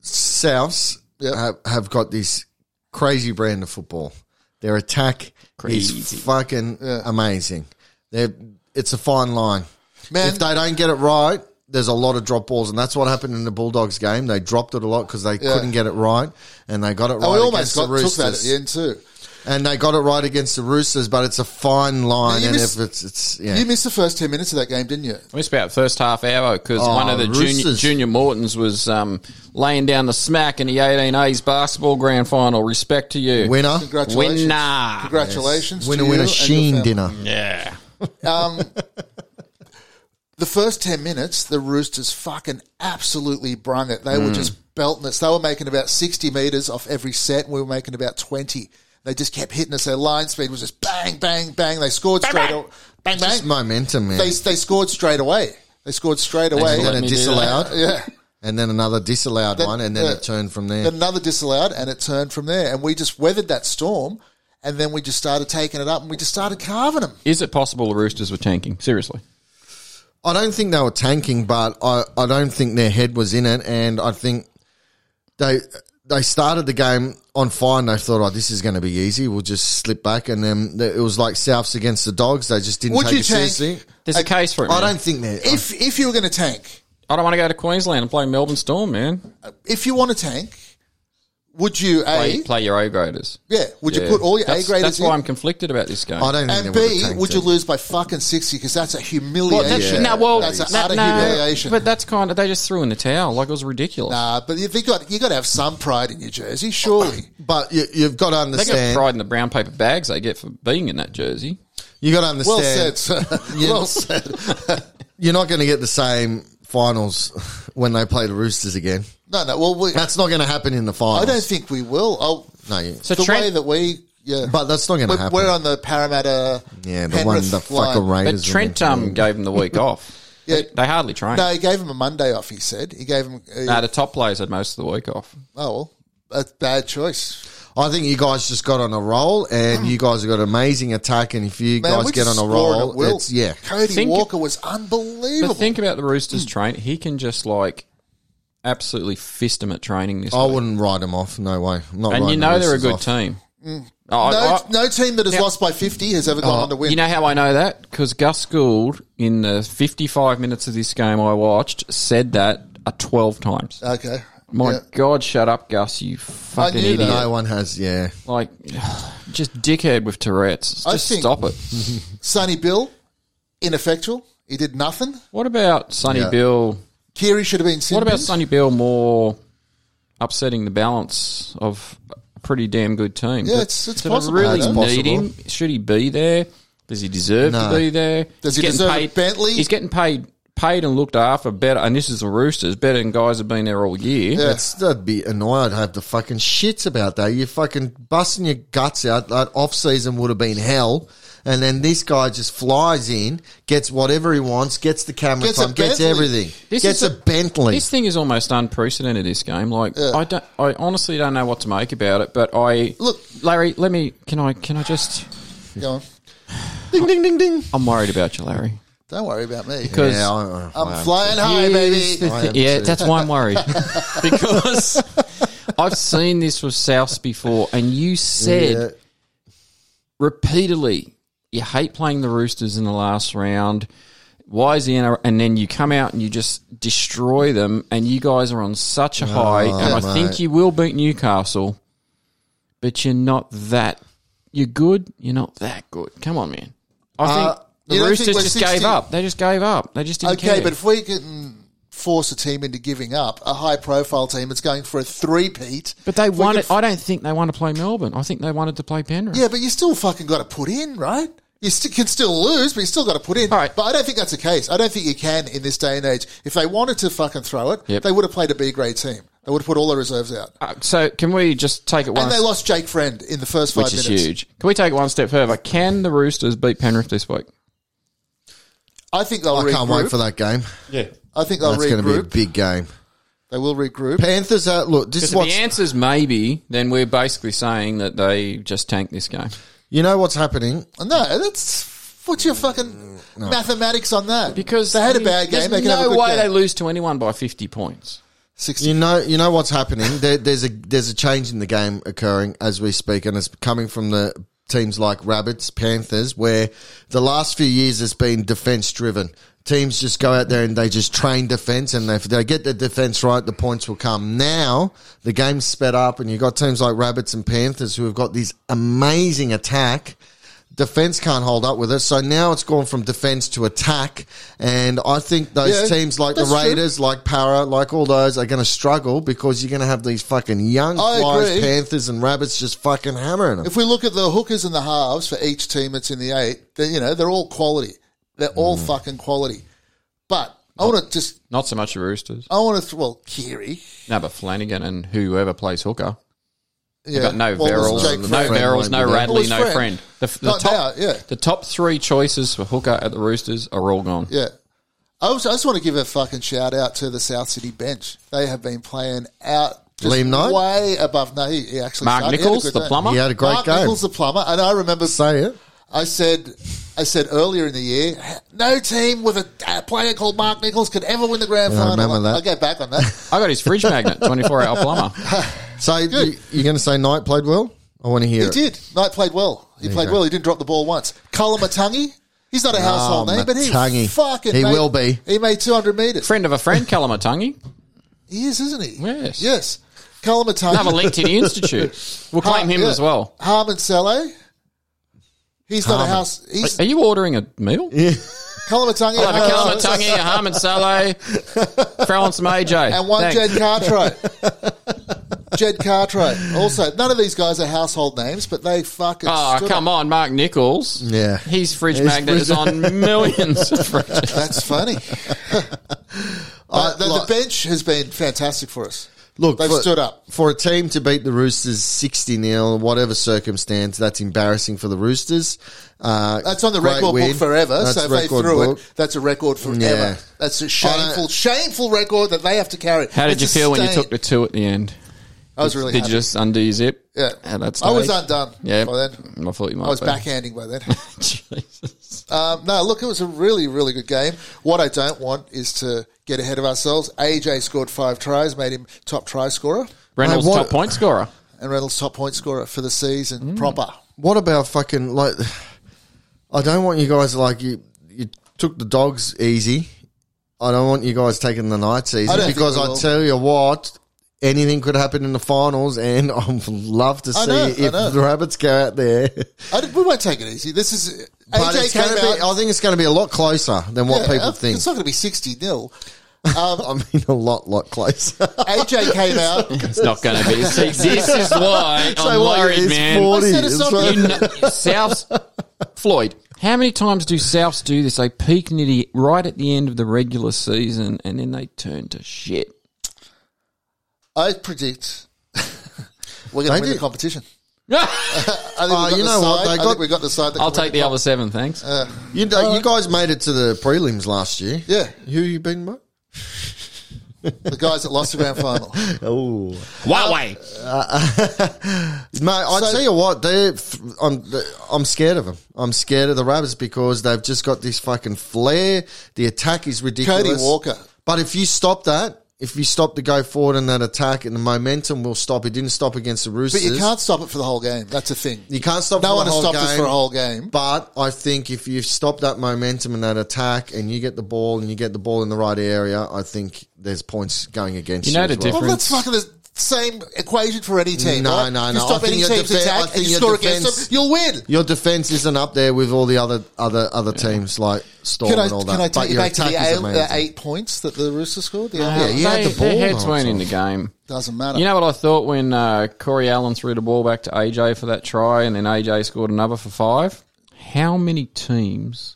[SPEAKER 3] Souths
[SPEAKER 1] Uh, Yep.
[SPEAKER 3] have, have got this crazy brand of football. Their attack
[SPEAKER 2] Crazy.
[SPEAKER 3] is fucking amazing. They're, it's a fine line.
[SPEAKER 1] Man.
[SPEAKER 3] if they don't get it right, there's a lot of drop balls, and that's what happened in the Bulldogs game. They dropped it a lot because they couldn't get it right, and they got it right
[SPEAKER 1] Oh, we almost
[SPEAKER 3] against
[SPEAKER 1] got,
[SPEAKER 3] the
[SPEAKER 1] took that at
[SPEAKER 3] Roosters.
[SPEAKER 1] the end too.
[SPEAKER 3] And they got it right against the Roosters, but it's a fine line,
[SPEAKER 1] You
[SPEAKER 3] and
[SPEAKER 1] missed-
[SPEAKER 3] if it's, it's yeah.
[SPEAKER 1] You missed the first 10 minutes of that game, didn't you?
[SPEAKER 2] We missed about the first half hour because one
[SPEAKER 1] Oh,
[SPEAKER 2] of the junior,
[SPEAKER 3] Roosters.
[SPEAKER 2] junior Mortons was um, laying down the smack in the 18A's basketball grand final. Respect to you.
[SPEAKER 3] winner,
[SPEAKER 1] Congratulations.
[SPEAKER 2] Winner.
[SPEAKER 1] Congratulations. to
[SPEAKER 3] winner,
[SPEAKER 1] you
[SPEAKER 3] winner,
[SPEAKER 1] and your
[SPEAKER 3] Sheen
[SPEAKER 1] family.
[SPEAKER 3] dinner.
[SPEAKER 2] Yeah.
[SPEAKER 1] Um, the first 10 minutes, the Roosters fucking absolutely brung it. They were just belting us. They were making about 60 metres off every set, and we were making about 20. They just kept hitting us. Their line speed was just bang, bang, bang. They scored straight away. Bang,
[SPEAKER 3] Just
[SPEAKER 1] bang.
[SPEAKER 3] momentum, man.
[SPEAKER 1] They, they scored straight away. They scored straight away.
[SPEAKER 3] and
[SPEAKER 2] Let
[SPEAKER 3] then it
[SPEAKER 2] me do
[SPEAKER 3] disallowed,
[SPEAKER 1] yeah.
[SPEAKER 3] and then another disallowed
[SPEAKER 1] Then-
[SPEAKER 3] one, and then
[SPEAKER 1] yeah.
[SPEAKER 3] it turned from there.
[SPEAKER 1] Then another disallowed, and it turned from there. And we just weathered that storm, and then we just started taking it up, and we just started carving them.
[SPEAKER 2] Is it possible the Roosters were tanking? Seriously.
[SPEAKER 3] I don't think they were tanking, but I, I don't think their head was in it, and I think they they started the game on fire, and they thought, oh, this is going to be easy. We'll just slip back, and then it was like Souths against the Dogs. They just didn't
[SPEAKER 1] Would
[SPEAKER 3] take
[SPEAKER 1] you
[SPEAKER 3] it
[SPEAKER 1] tank?
[SPEAKER 3] seriously.
[SPEAKER 2] There's a case for it.
[SPEAKER 3] I
[SPEAKER 2] man.
[SPEAKER 3] don't think they.
[SPEAKER 1] If, if you were going to tank,
[SPEAKER 2] I don't want to go to Queensland and play Melbourne Storm, man.
[SPEAKER 1] if you want to tank, would you
[SPEAKER 2] Play,
[SPEAKER 1] a
[SPEAKER 2] play your O graders.
[SPEAKER 1] yeah? Would
[SPEAKER 2] Yeah.
[SPEAKER 1] Eh? you put all your A
[SPEAKER 2] That's-
[SPEAKER 1] graders
[SPEAKER 2] That's why
[SPEAKER 1] in?
[SPEAKER 2] I'm conflicted about this game.
[SPEAKER 3] I don't
[SPEAKER 1] And
[SPEAKER 3] think they would've
[SPEAKER 1] B,
[SPEAKER 3] tanked
[SPEAKER 1] would you
[SPEAKER 3] it.
[SPEAKER 1] lose by fucking sixty? Because that's a humiliation.
[SPEAKER 2] Well, that's,
[SPEAKER 3] Yeah.
[SPEAKER 2] no, well,
[SPEAKER 1] that's an
[SPEAKER 2] no,
[SPEAKER 1] utter
[SPEAKER 2] no,
[SPEAKER 1] humiliation.
[SPEAKER 2] But that's kind of they just threw in the towel. Like it was ridiculous.
[SPEAKER 1] Nah, but if you got you got to have some pride in your jersey, surely.
[SPEAKER 3] But you, you've got to
[SPEAKER 2] they got
[SPEAKER 3] understand.
[SPEAKER 2] pride in the brown paper bags they get for being in that jersey.
[SPEAKER 3] You got to understand.
[SPEAKER 1] Well said, sir. well said.
[SPEAKER 3] You're not going to get the same finals when they play the Roosters again.
[SPEAKER 1] No, no. Well, we,
[SPEAKER 3] That's not going to happen in the finals.
[SPEAKER 1] I don't think we will. Oh,
[SPEAKER 3] No, you-
[SPEAKER 2] So
[SPEAKER 1] the
[SPEAKER 2] Trent-
[SPEAKER 1] way that we, yeah,
[SPEAKER 3] but that's not going to
[SPEAKER 1] we're,
[SPEAKER 3] happen.
[SPEAKER 1] we're on the Parramatta,
[SPEAKER 3] yeah, the one
[SPEAKER 1] Penrith
[SPEAKER 3] the
[SPEAKER 1] line.
[SPEAKER 3] fucking
[SPEAKER 2] But
[SPEAKER 3] Raiders. were
[SPEAKER 2] Trent
[SPEAKER 3] in.
[SPEAKER 2] um, gave them the week off.
[SPEAKER 1] Yeah.
[SPEAKER 2] They hardly trained.
[SPEAKER 1] No, he gave him a Monday off. He said he gave him. Uh,
[SPEAKER 2] Nah, the top players had most of the week off.
[SPEAKER 1] oh well, that's a bad choice.
[SPEAKER 3] I think you guys just got on a roll, and you guys have got an amazing attack. And if you
[SPEAKER 1] Hmm. Man,
[SPEAKER 3] guys
[SPEAKER 1] we
[SPEAKER 3] get
[SPEAKER 1] just
[SPEAKER 3] on a
[SPEAKER 1] scored at
[SPEAKER 3] roll,
[SPEAKER 1] will.
[SPEAKER 3] it's yeah.
[SPEAKER 1] Cody
[SPEAKER 2] Think-
[SPEAKER 1] Walker was unbelievable.
[SPEAKER 2] But think about the Roosters
[SPEAKER 1] Hmm.
[SPEAKER 2] train. He can just like absolutely fist them at training
[SPEAKER 1] Oh,
[SPEAKER 2] this
[SPEAKER 3] I
[SPEAKER 2] week.
[SPEAKER 3] wouldn't write them off. No way. I'm not
[SPEAKER 2] And you
[SPEAKER 3] writing
[SPEAKER 2] know
[SPEAKER 3] the
[SPEAKER 2] they're a
[SPEAKER 3] Roosters
[SPEAKER 2] good
[SPEAKER 3] off.
[SPEAKER 2] team. Oh, I-
[SPEAKER 1] Hmm. No,
[SPEAKER 2] I-
[SPEAKER 1] no team that has
[SPEAKER 2] Now- Oh.
[SPEAKER 1] lost by 50 has ever gone on to win.
[SPEAKER 2] You know how I know that? Because Gus Gould, in the 55 minutes of this game I watched, said that uh, 12 times.
[SPEAKER 1] okay.
[SPEAKER 2] My
[SPEAKER 1] Yeah.
[SPEAKER 2] God, shut up, Gus, you fucking
[SPEAKER 1] knew
[SPEAKER 2] idiot.
[SPEAKER 1] that.
[SPEAKER 3] No one has. Yeah,
[SPEAKER 2] Like, just dickhead with Tourette's. Just
[SPEAKER 1] I think-
[SPEAKER 2] stop it.
[SPEAKER 1] Sonny Bill, ineffectual. He did nothing.
[SPEAKER 2] What about Sonny
[SPEAKER 3] Yeah.
[SPEAKER 2] Bill?
[SPEAKER 1] Kiri should have been
[SPEAKER 2] What about
[SPEAKER 1] Simpkins.
[SPEAKER 2] Sonny Bill more upsetting the balance of a pretty damn good team?
[SPEAKER 1] Yeah,
[SPEAKER 2] Do-
[SPEAKER 1] it's- it's
[SPEAKER 2] do they
[SPEAKER 1] possible.
[SPEAKER 2] really
[SPEAKER 1] It's
[SPEAKER 2] need
[SPEAKER 3] possible.
[SPEAKER 2] him? Should he be there? Does he deserve
[SPEAKER 3] No.
[SPEAKER 2] to be there?
[SPEAKER 1] Does
[SPEAKER 2] He's
[SPEAKER 1] he
[SPEAKER 2] getting
[SPEAKER 1] deserve a
[SPEAKER 2] paid,
[SPEAKER 1] Bentley?
[SPEAKER 2] He's getting paid, paid and looked after better. And this is the Roosters better than guys have been there all year.
[SPEAKER 3] that's that'd be annoyed. I'd have the fucking shits about that. You fucking busting your guts out. That off season would have been hell. And then this guy just flies in, gets whatever he wants, gets the camera
[SPEAKER 1] Gets a
[SPEAKER 3] time, gets
[SPEAKER 1] Bentley.
[SPEAKER 3] everything,
[SPEAKER 2] This
[SPEAKER 3] gets
[SPEAKER 2] is
[SPEAKER 3] a,
[SPEAKER 2] a-
[SPEAKER 3] Bentley.
[SPEAKER 2] This thing is almost unprecedented. This game, like I don't, I honestly don't know what to make about it. But I
[SPEAKER 1] Look-
[SPEAKER 2] Larry. Let me. Can I? Can I just?
[SPEAKER 1] Go on.
[SPEAKER 3] ding ding ding ding.
[SPEAKER 2] I'm worried about you, Larry.
[SPEAKER 1] Don't worry about me.
[SPEAKER 2] Because
[SPEAKER 3] Yeah, I- I-
[SPEAKER 1] I'm flying high,
[SPEAKER 2] Here's
[SPEAKER 1] baby.
[SPEAKER 2] the
[SPEAKER 3] I
[SPEAKER 2] thi-
[SPEAKER 3] am
[SPEAKER 2] yeah,
[SPEAKER 3] too.
[SPEAKER 2] that's why I'm worried because I've seen this with Souths before, and you said
[SPEAKER 3] Yeah.
[SPEAKER 2] repeatedly you hate playing the Roosters in the last round. Why is the NRL? And then you come out and you just destroy them, and you guys are on such a
[SPEAKER 1] Oh,
[SPEAKER 2] high. and I
[SPEAKER 3] mate.
[SPEAKER 2] think you will beat Newcastle, but you're not that you're good. You're not that good. Come on, man. I think
[SPEAKER 1] Uh, you
[SPEAKER 2] the
[SPEAKER 1] don't
[SPEAKER 2] Roosters
[SPEAKER 1] think we're
[SPEAKER 2] just
[SPEAKER 1] 60?
[SPEAKER 2] gave up. They just gave up. They just didn't
[SPEAKER 1] Okay,
[SPEAKER 2] care.
[SPEAKER 1] but if we can force a team into giving up, a high profile team that's going for a three-peat.
[SPEAKER 2] But they
[SPEAKER 1] if we
[SPEAKER 2] wanted.
[SPEAKER 1] can-
[SPEAKER 2] I don't think they want to play Melbourne. I think they wanted to play Penrith.
[SPEAKER 1] yeah, but you still fucking got to put in, right? You st- can still lose, but you still got to put in.
[SPEAKER 2] All right.
[SPEAKER 1] But I don't think that's the case. I don't think you can in this day and age. If they wanted to fucking throw it,
[SPEAKER 2] Yep.
[SPEAKER 1] they would have played a B grade team. They would have put all their reserves out.
[SPEAKER 2] Uh, so can we just take it one,
[SPEAKER 1] and they lost Jake Friend in the first five
[SPEAKER 2] which is
[SPEAKER 1] minutes.
[SPEAKER 2] huge? Can we take it one step further? Can the Roosters beat Penrith this week?
[SPEAKER 1] I think they'll
[SPEAKER 3] I
[SPEAKER 1] regroup.
[SPEAKER 3] can't wait for that game.
[SPEAKER 2] Yeah.
[SPEAKER 1] I think they'll
[SPEAKER 3] That's going to be a
[SPEAKER 1] regroup.
[SPEAKER 3] big game.
[SPEAKER 1] They will regroup.
[SPEAKER 3] Panthers are look. This
[SPEAKER 2] If
[SPEAKER 3] is
[SPEAKER 2] the
[SPEAKER 3] what's
[SPEAKER 2] answer's maybe, then we're basically saying that they just tanked this game.
[SPEAKER 3] you know what's happening.
[SPEAKER 1] No, that's what's your fucking
[SPEAKER 2] Mm,
[SPEAKER 1] mathematics on that?
[SPEAKER 2] Because
[SPEAKER 1] they had a
[SPEAKER 2] I mean,
[SPEAKER 1] bad game.
[SPEAKER 2] there's
[SPEAKER 1] They can
[SPEAKER 2] no
[SPEAKER 1] have a good
[SPEAKER 2] way
[SPEAKER 1] game.
[SPEAKER 2] they lose to anyone by 50 points.
[SPEAKER 1] 60.
[SPEAKER 3] You know, you know what's happening. There, there's a there's a change in the game occurring as we speak, and it's coming from the teams like Rabbits, Panthers, where the last few years has been defense driven. Teams just go out there and they just train defense, and if they get the defense right, the points will come. Now the game's sped up, and you've got teams like Rabbits and Panthers who have got these amazing attack defense can't hold up with it. So now it's gone from defense to attack, and I think those
[SPEAKER 1] Yeah,
[SPEAKER 3] teams like the
[SPEAKER 1] that's true.
[SPEAKER 3] Raiders, like Para, like all those, are going to struggle because you're going to have these fucking young
[SPEAKER 1] I
[SPEAKER 3] flies,
[SPEAKER 1] agree.
[SPEAKER 3] Panthers, and rabbits just fucking hammering them.
[SPEAKER 1] If we look at the hookers and the halves for each team that's in the eight, they, you know they're all quality. They're
[SPEAKER 2] Mm.
[SPEAKER 1] all fucking quality. But I want to just
[SPEAKER 2] Not so much the Roosters.
[SPEAKER 1] I want to well Kiri.
[SPEAKER 2] No, but Flanagan and whoever plays hooker.
[SPEAKER 1] Yeah,
[SPEAKER 2] Got no
[SPEAKER 1] Well,
[SPEAKER 2] Verrills,
[SPEAKER 1] Jake
[SPEAKER 2] no
[SPEAKER 1] Friend.
[SPEAKER 2] Verrills, no
[SPEAKER 3] Friend.
[SPEAKER 1] Well,
[SPEAKER 2] Radley,
[SPEAKER 1] it's
[SPEAKER 2] no
[SPEAKER 1] Friend.
[SPEAKER 2] Friend. The, the
[SPEAKER 1] Not
[SPEAKER 2] top,
[SPEAKER 1] now, yeah.
[SPEAKER 2] the top three choices for hooker at the Roosters are all gone.
[SPEAKER 1] Yeah. I, also, I just want to give a fucking shout out to the South City bench. They have been playing out just
[SPEAKER 3] Liam Knight?
[SPEAKER 1] way above. No, he, he actually
[SPEAKER 2] Mark
[SPEAKER 1] started. He had a
[SPEAKER 2] Nichols,
[SPEAKER 1] good
[SPEAKER 2] the
[SPEAKER 1] day.
[SPEAKER 2] plumber.
[SPEAKER 3] He had a great
[SPEAKER 1] Mark
[SPEAKER 3] game.
[SPEAKER 1] Nichols, the plumber, and I remember
[SPEAKER 3] Say it.
[SPEAKER 1] I said, I said earlier in the year, no team with a, a player called Mark Nichols could ever win the grand
[SPEAKER 3] I
[SPEAKER 1] final.
[SPEAKER 3] remember that.
[SPEAKER 1] I'll go back on that.
[SPEAKER 2] I got his fridge magnet, 24 hour plumber.
[SPEAKER 3] So you, you're going to say Knight played well. I want to hear
[SPEAKER 1] he
[SPEAKER 3] it.
[SPEAKER 1] did. Knight played well. He played
[SPEAKER 3] go. Ah,
[SPEAKER 1] well. He didn't drop the ball once. Colin Matangi. He's not a household name, but he
[SPEAKER 3] Matangi.
[SPEAKER 1] fucking
[SPEAKER 3] He
[SPEAKER 1] made-
[SPEAKER 3] will be.
[SPEAKER 1] He made 200 meters.
[SPEAKER 2] Friend of a friend, Kalamatangi.
[SPEAKER 1] He is, isn't he?
[SPEAKER 2] Yes.
[SPEAKER 1] Yes. Colin Matangi.
[SPEAKER 2] Another link to the Institute. We'll claim
[SPEAKER 1] Ha-
[SPEAKER 2] him
[SPEAKER 1] yeah.
[SPEAKER 2] as well.
[SPEAKER 1] Harmon Saleh. He's not a house. He's
[SPEAKER 2] Are you ordering a meal? Yeah.
[SPEAKER 1] Kalamatangi.
[SPEAKER 2] I'll have a Kalamatangi, a Harmon Saleh, throw on some AJ.
[SPEAKER 1] and one
[SPEAKER 2] Thanks.
[SPEAKER 1] Jed Cartwright. Jed Cartwright. Also, none of these guys are household names, but they fucking.
[SPEAKER 2] Oh,
[SPEAKER 1] stood
[SPEAKER 2] come
[SPEAKER 1] up.
[SPEAKER 2] on, Mark Nichols.
[SPEAKER 3] Yeah.
[SPEAKER 2] His fridge
[SPEAKER 3] His
[SPEAKER 2] magnet is
[SPEAKER 3] fridge-
[SPEAKER 2] on millions of fridges.
[SPEAKER 1] That's funny. Uh, the,
[SPEAKER 3] like-
[SPEAKER 1] the bench has been fantastic for us.
[SPEAKER 3] Look,
[SPEAKER 1] They've
[SPEAKER 3] for,
[SPEAKER 1] stood up.
[SPEAKER 3] for a team to beat the Roosters sixty 0 whatever circumstance. That's embarrassing for the Roosters. Uh,
[SPEAKER 1] That's on the
[SPEAKER 3] great
[SPEAKER 1] record
[SPEAKER 3] win.
[SPEAKER 1] book forever.
[SPEAKER 3] That's
[SPEAKER 1] so if they
[SPEAKER 3] record
[SPEAKER 1] threw
[SPEAKER 3] book.
[SPEAKER 1] it, that's a record forever.
[SPEAKER 3] Yeah.
[SPEAKER 1] That's a shameful, shameful record that they have to carry.
[SPEAKER 2] How did
[SPEAKER 1] It's
[SPEAKER 2] you
[SPEAKER 1] a
[SPEAKER 2] feel when you
[SPEAKER 1] stain.
[SPEAKER 2] took the two at the end?
[SPEAKER 1] I was really
[SPEAKER 2] Did
[SPEAKER 1] happy.
[SPEAKER 2] you just undo your zip?
[SPEAKER 1] Yeah.
[SPEAKER 2] At that
[SPEAKER 1] I was
[SPEAKER 2] stage?
[SPEAKER 1] undone
[SPEAKER 2] Yeah.
[SPEAKER 1] by then.
[SPEAKER 2] I thought you might
[SPEAKER 1] I was
[SPEAKER 2] be.
[SPEAKER 1] backhanding by then.
[SPEAKER 2] Jesus.
[SPEAKER 1] Um, no, look, it was a really, really good game. What I don't want is to get ahead of ourselves. AJ scored five tries, made him top try scorer,
[SPEAKER 2] Reynolds,
[SPEAKER 3] Mate, what-
[SPEAKER 2] top point scorer.
[SPEAKER 1] and Reynolds top point scorer for the
[SPEAKER 3] Mm.
[SPEAKER 1] season proper.
[SPEAKER 3] What about fucking like? I don't want you guys like you. You took the dogs easy. I don't want you guys taking the nights easy
[SPEAKER 1] I don't think
[SPEAKER 3] because
[SPEAKER 1] we
[SPEAKER 3] I
[SPEAKER 1] will.
[SPEAKER 3] tell you what, anything could happen in the finals, and I'd love to see
[SPEAKER 1] I know, I
[SPEAKER 3] if
[SPEAKER 1] know.
[SPEAKER 3] the rabbits go out there.
[SPEAKER 1] I did, we won't take it easy. This is
[SPEAKER 3] But
[SPEAKER 1] AJ
[SPEAKER 3] it's gonna
[SPEAKER 1] came
[SPEAKER 3] be,
[SPEAKER 1] out.
[SPEAKER 3] I think it's going to be a lot closer than what
[SPEAKER 1] yeah,
[SPEAKER 3] people
[SPEAKER 1] uh,
[SPEAKER 3] think.
[SPEAKER 1] It's not going to be sixty nil.
[SPEAKER 3] I mean, a lot, lot closer.
[SPEAKER 1] AJ came out.
[SPEAKER 2] It's not going to be. See, this is why I'm
[SPEAKER 3] what,
[SPEAKER 2] worried,
[SPEAKER 3] it's
[SPEAKER 2] man.
[SPEAKER 3] 40,
[SPEAKER 1] I said it's
[SPEAKER 3] it's
[SPEAKER 1] not-
[SPEAKER 3] like-
[SPEAKER 2] You know, Souths, Floyd. How many times do Souths do this? They peak near the, right at the end of the regular season, and then they turn to shit.
[SPEAKER 1] I predict we're going
[SPEAKER 3] They
[SPEAKER 1] to win
[SPEAKER 3] did.
[SPEAKER 1] the competition.
[SPEAKER 2] I'll
[SPEAKER 1] I think
[SPEAKER 3] Oh,
[SPEAKER 1] we got
[SPEAKER 3] you
[SPEAKER 1] the
[SPEAKER 3] know what?
[SPEAKER 1] side.
[SPEAKER 3] They
[SPEAKER 1] I
[SPEAKER 3] got-
[SPEAKER 1] think we got the side. That can
[SPEAKER 2] take
[SPEAKER 1] win
[SPEAKER 2] the other seven, thanks.
[SPEAKER 3] you, know, you guys made it to the prelims last year.
[SPEAKER 1] Uh, Yeah.
[SPEAKER 3] who you been, mate?
[SPEAKER 1] the guys that lost the grand final.
[SPEAKER 3] Oh.
[SPEAKER 2] Huawei.
[SPEAKER 3] Mate, I
[SPEAKER 1] So-
[SPEAKER 3] tell you what, they I'm I'm scared of them. I'm scared of the Rabbits because they've just got this fucking flair. The attack is ridiculous.
[SPEAKER 1] Cody Walker.
[SPEAKER 3] But if you stop that, if you stop to go forward in that attack, and the momentum will stop. It didn't stop against the Roosters.
[SPEAKER 1] But you can't stop it for the whole game. That's a thing.
[SPEAKER 3] You can't stop.
[SPEAKER 1] No
[SPEAKER 3] for
[SPEAKER 1] one has
[SPEAKER 3] the whole
[SPEAKER 1] stopped
[SPEAKER 3] game,
[SPEAKER 1] us for a whole game.
[SPEAKER 3] But I think if you stop that momentum and that attack, and you get the ball and you get the ball in the right area, I think there's points going against you.
[SPEAKER 2] You know the
[SPEAKER 3] as well.
[SPEAKER 1] Well, that's fucking. same equation for any team.
[SPEAKER 3] No,
[SPEAKER 1] right?
[SPEAKER 3] no,
[SPEAKER 1] You
[SPEAKER 3] no.
[SPEAKER 1] stop
[SPEAKER 3] I think
[SPEAKER 1] any
[SPEAKER 3] your
[SPEAKER 1] team's
[SPEAKER 3] defe- I
[SPEAKER 1] attack and
[SPEAKER 3] think
[SPEAKER 1] you
[SPEAKER 3] your
[SPEAKER 1] score
[SPEAKER 3] defense-
[SPEAKER 1] against them, you'll win.
[SPEAKER 3] Your defense isn't up there with all the other other other teams like Storm
[SPEAKER 1] Can I,
[SPEAKER 3] and all that.
[SPEAKER 1] can I
[SPEAKER 3] but
[SPEAKER 1] take you
[SPEAKER 3] your
[SPEAKER 1] back to
[SPEAKER 3] attack
[SPEAKER 1] the uh,
[SPEAKER 3] is
[SPEAKER 1] eight,
[SPEAKER 3] amazing.
[SPEAKER 1] the eight points that the Roosters scored? The
[SPEAKER 2] Uh,
[SPEAKER 1] other-
[SPEAKER 3] you had
[SPEAKER 2] they-
[SPEAKER 3] the ball
[SPEAKER 2] Their heads
[SPEAKER 3] the whole
[SPEAKER 2] weren't in the
[SPEAKER 3] time.
[SPEAKER 2] game.
[SPEAKER 1] Doesn't matter.
[SPEAKER 2] You know what I thought when uh, Corey Allen threw the ball back to AJ for that try, and then AJ scored another for five. How many teams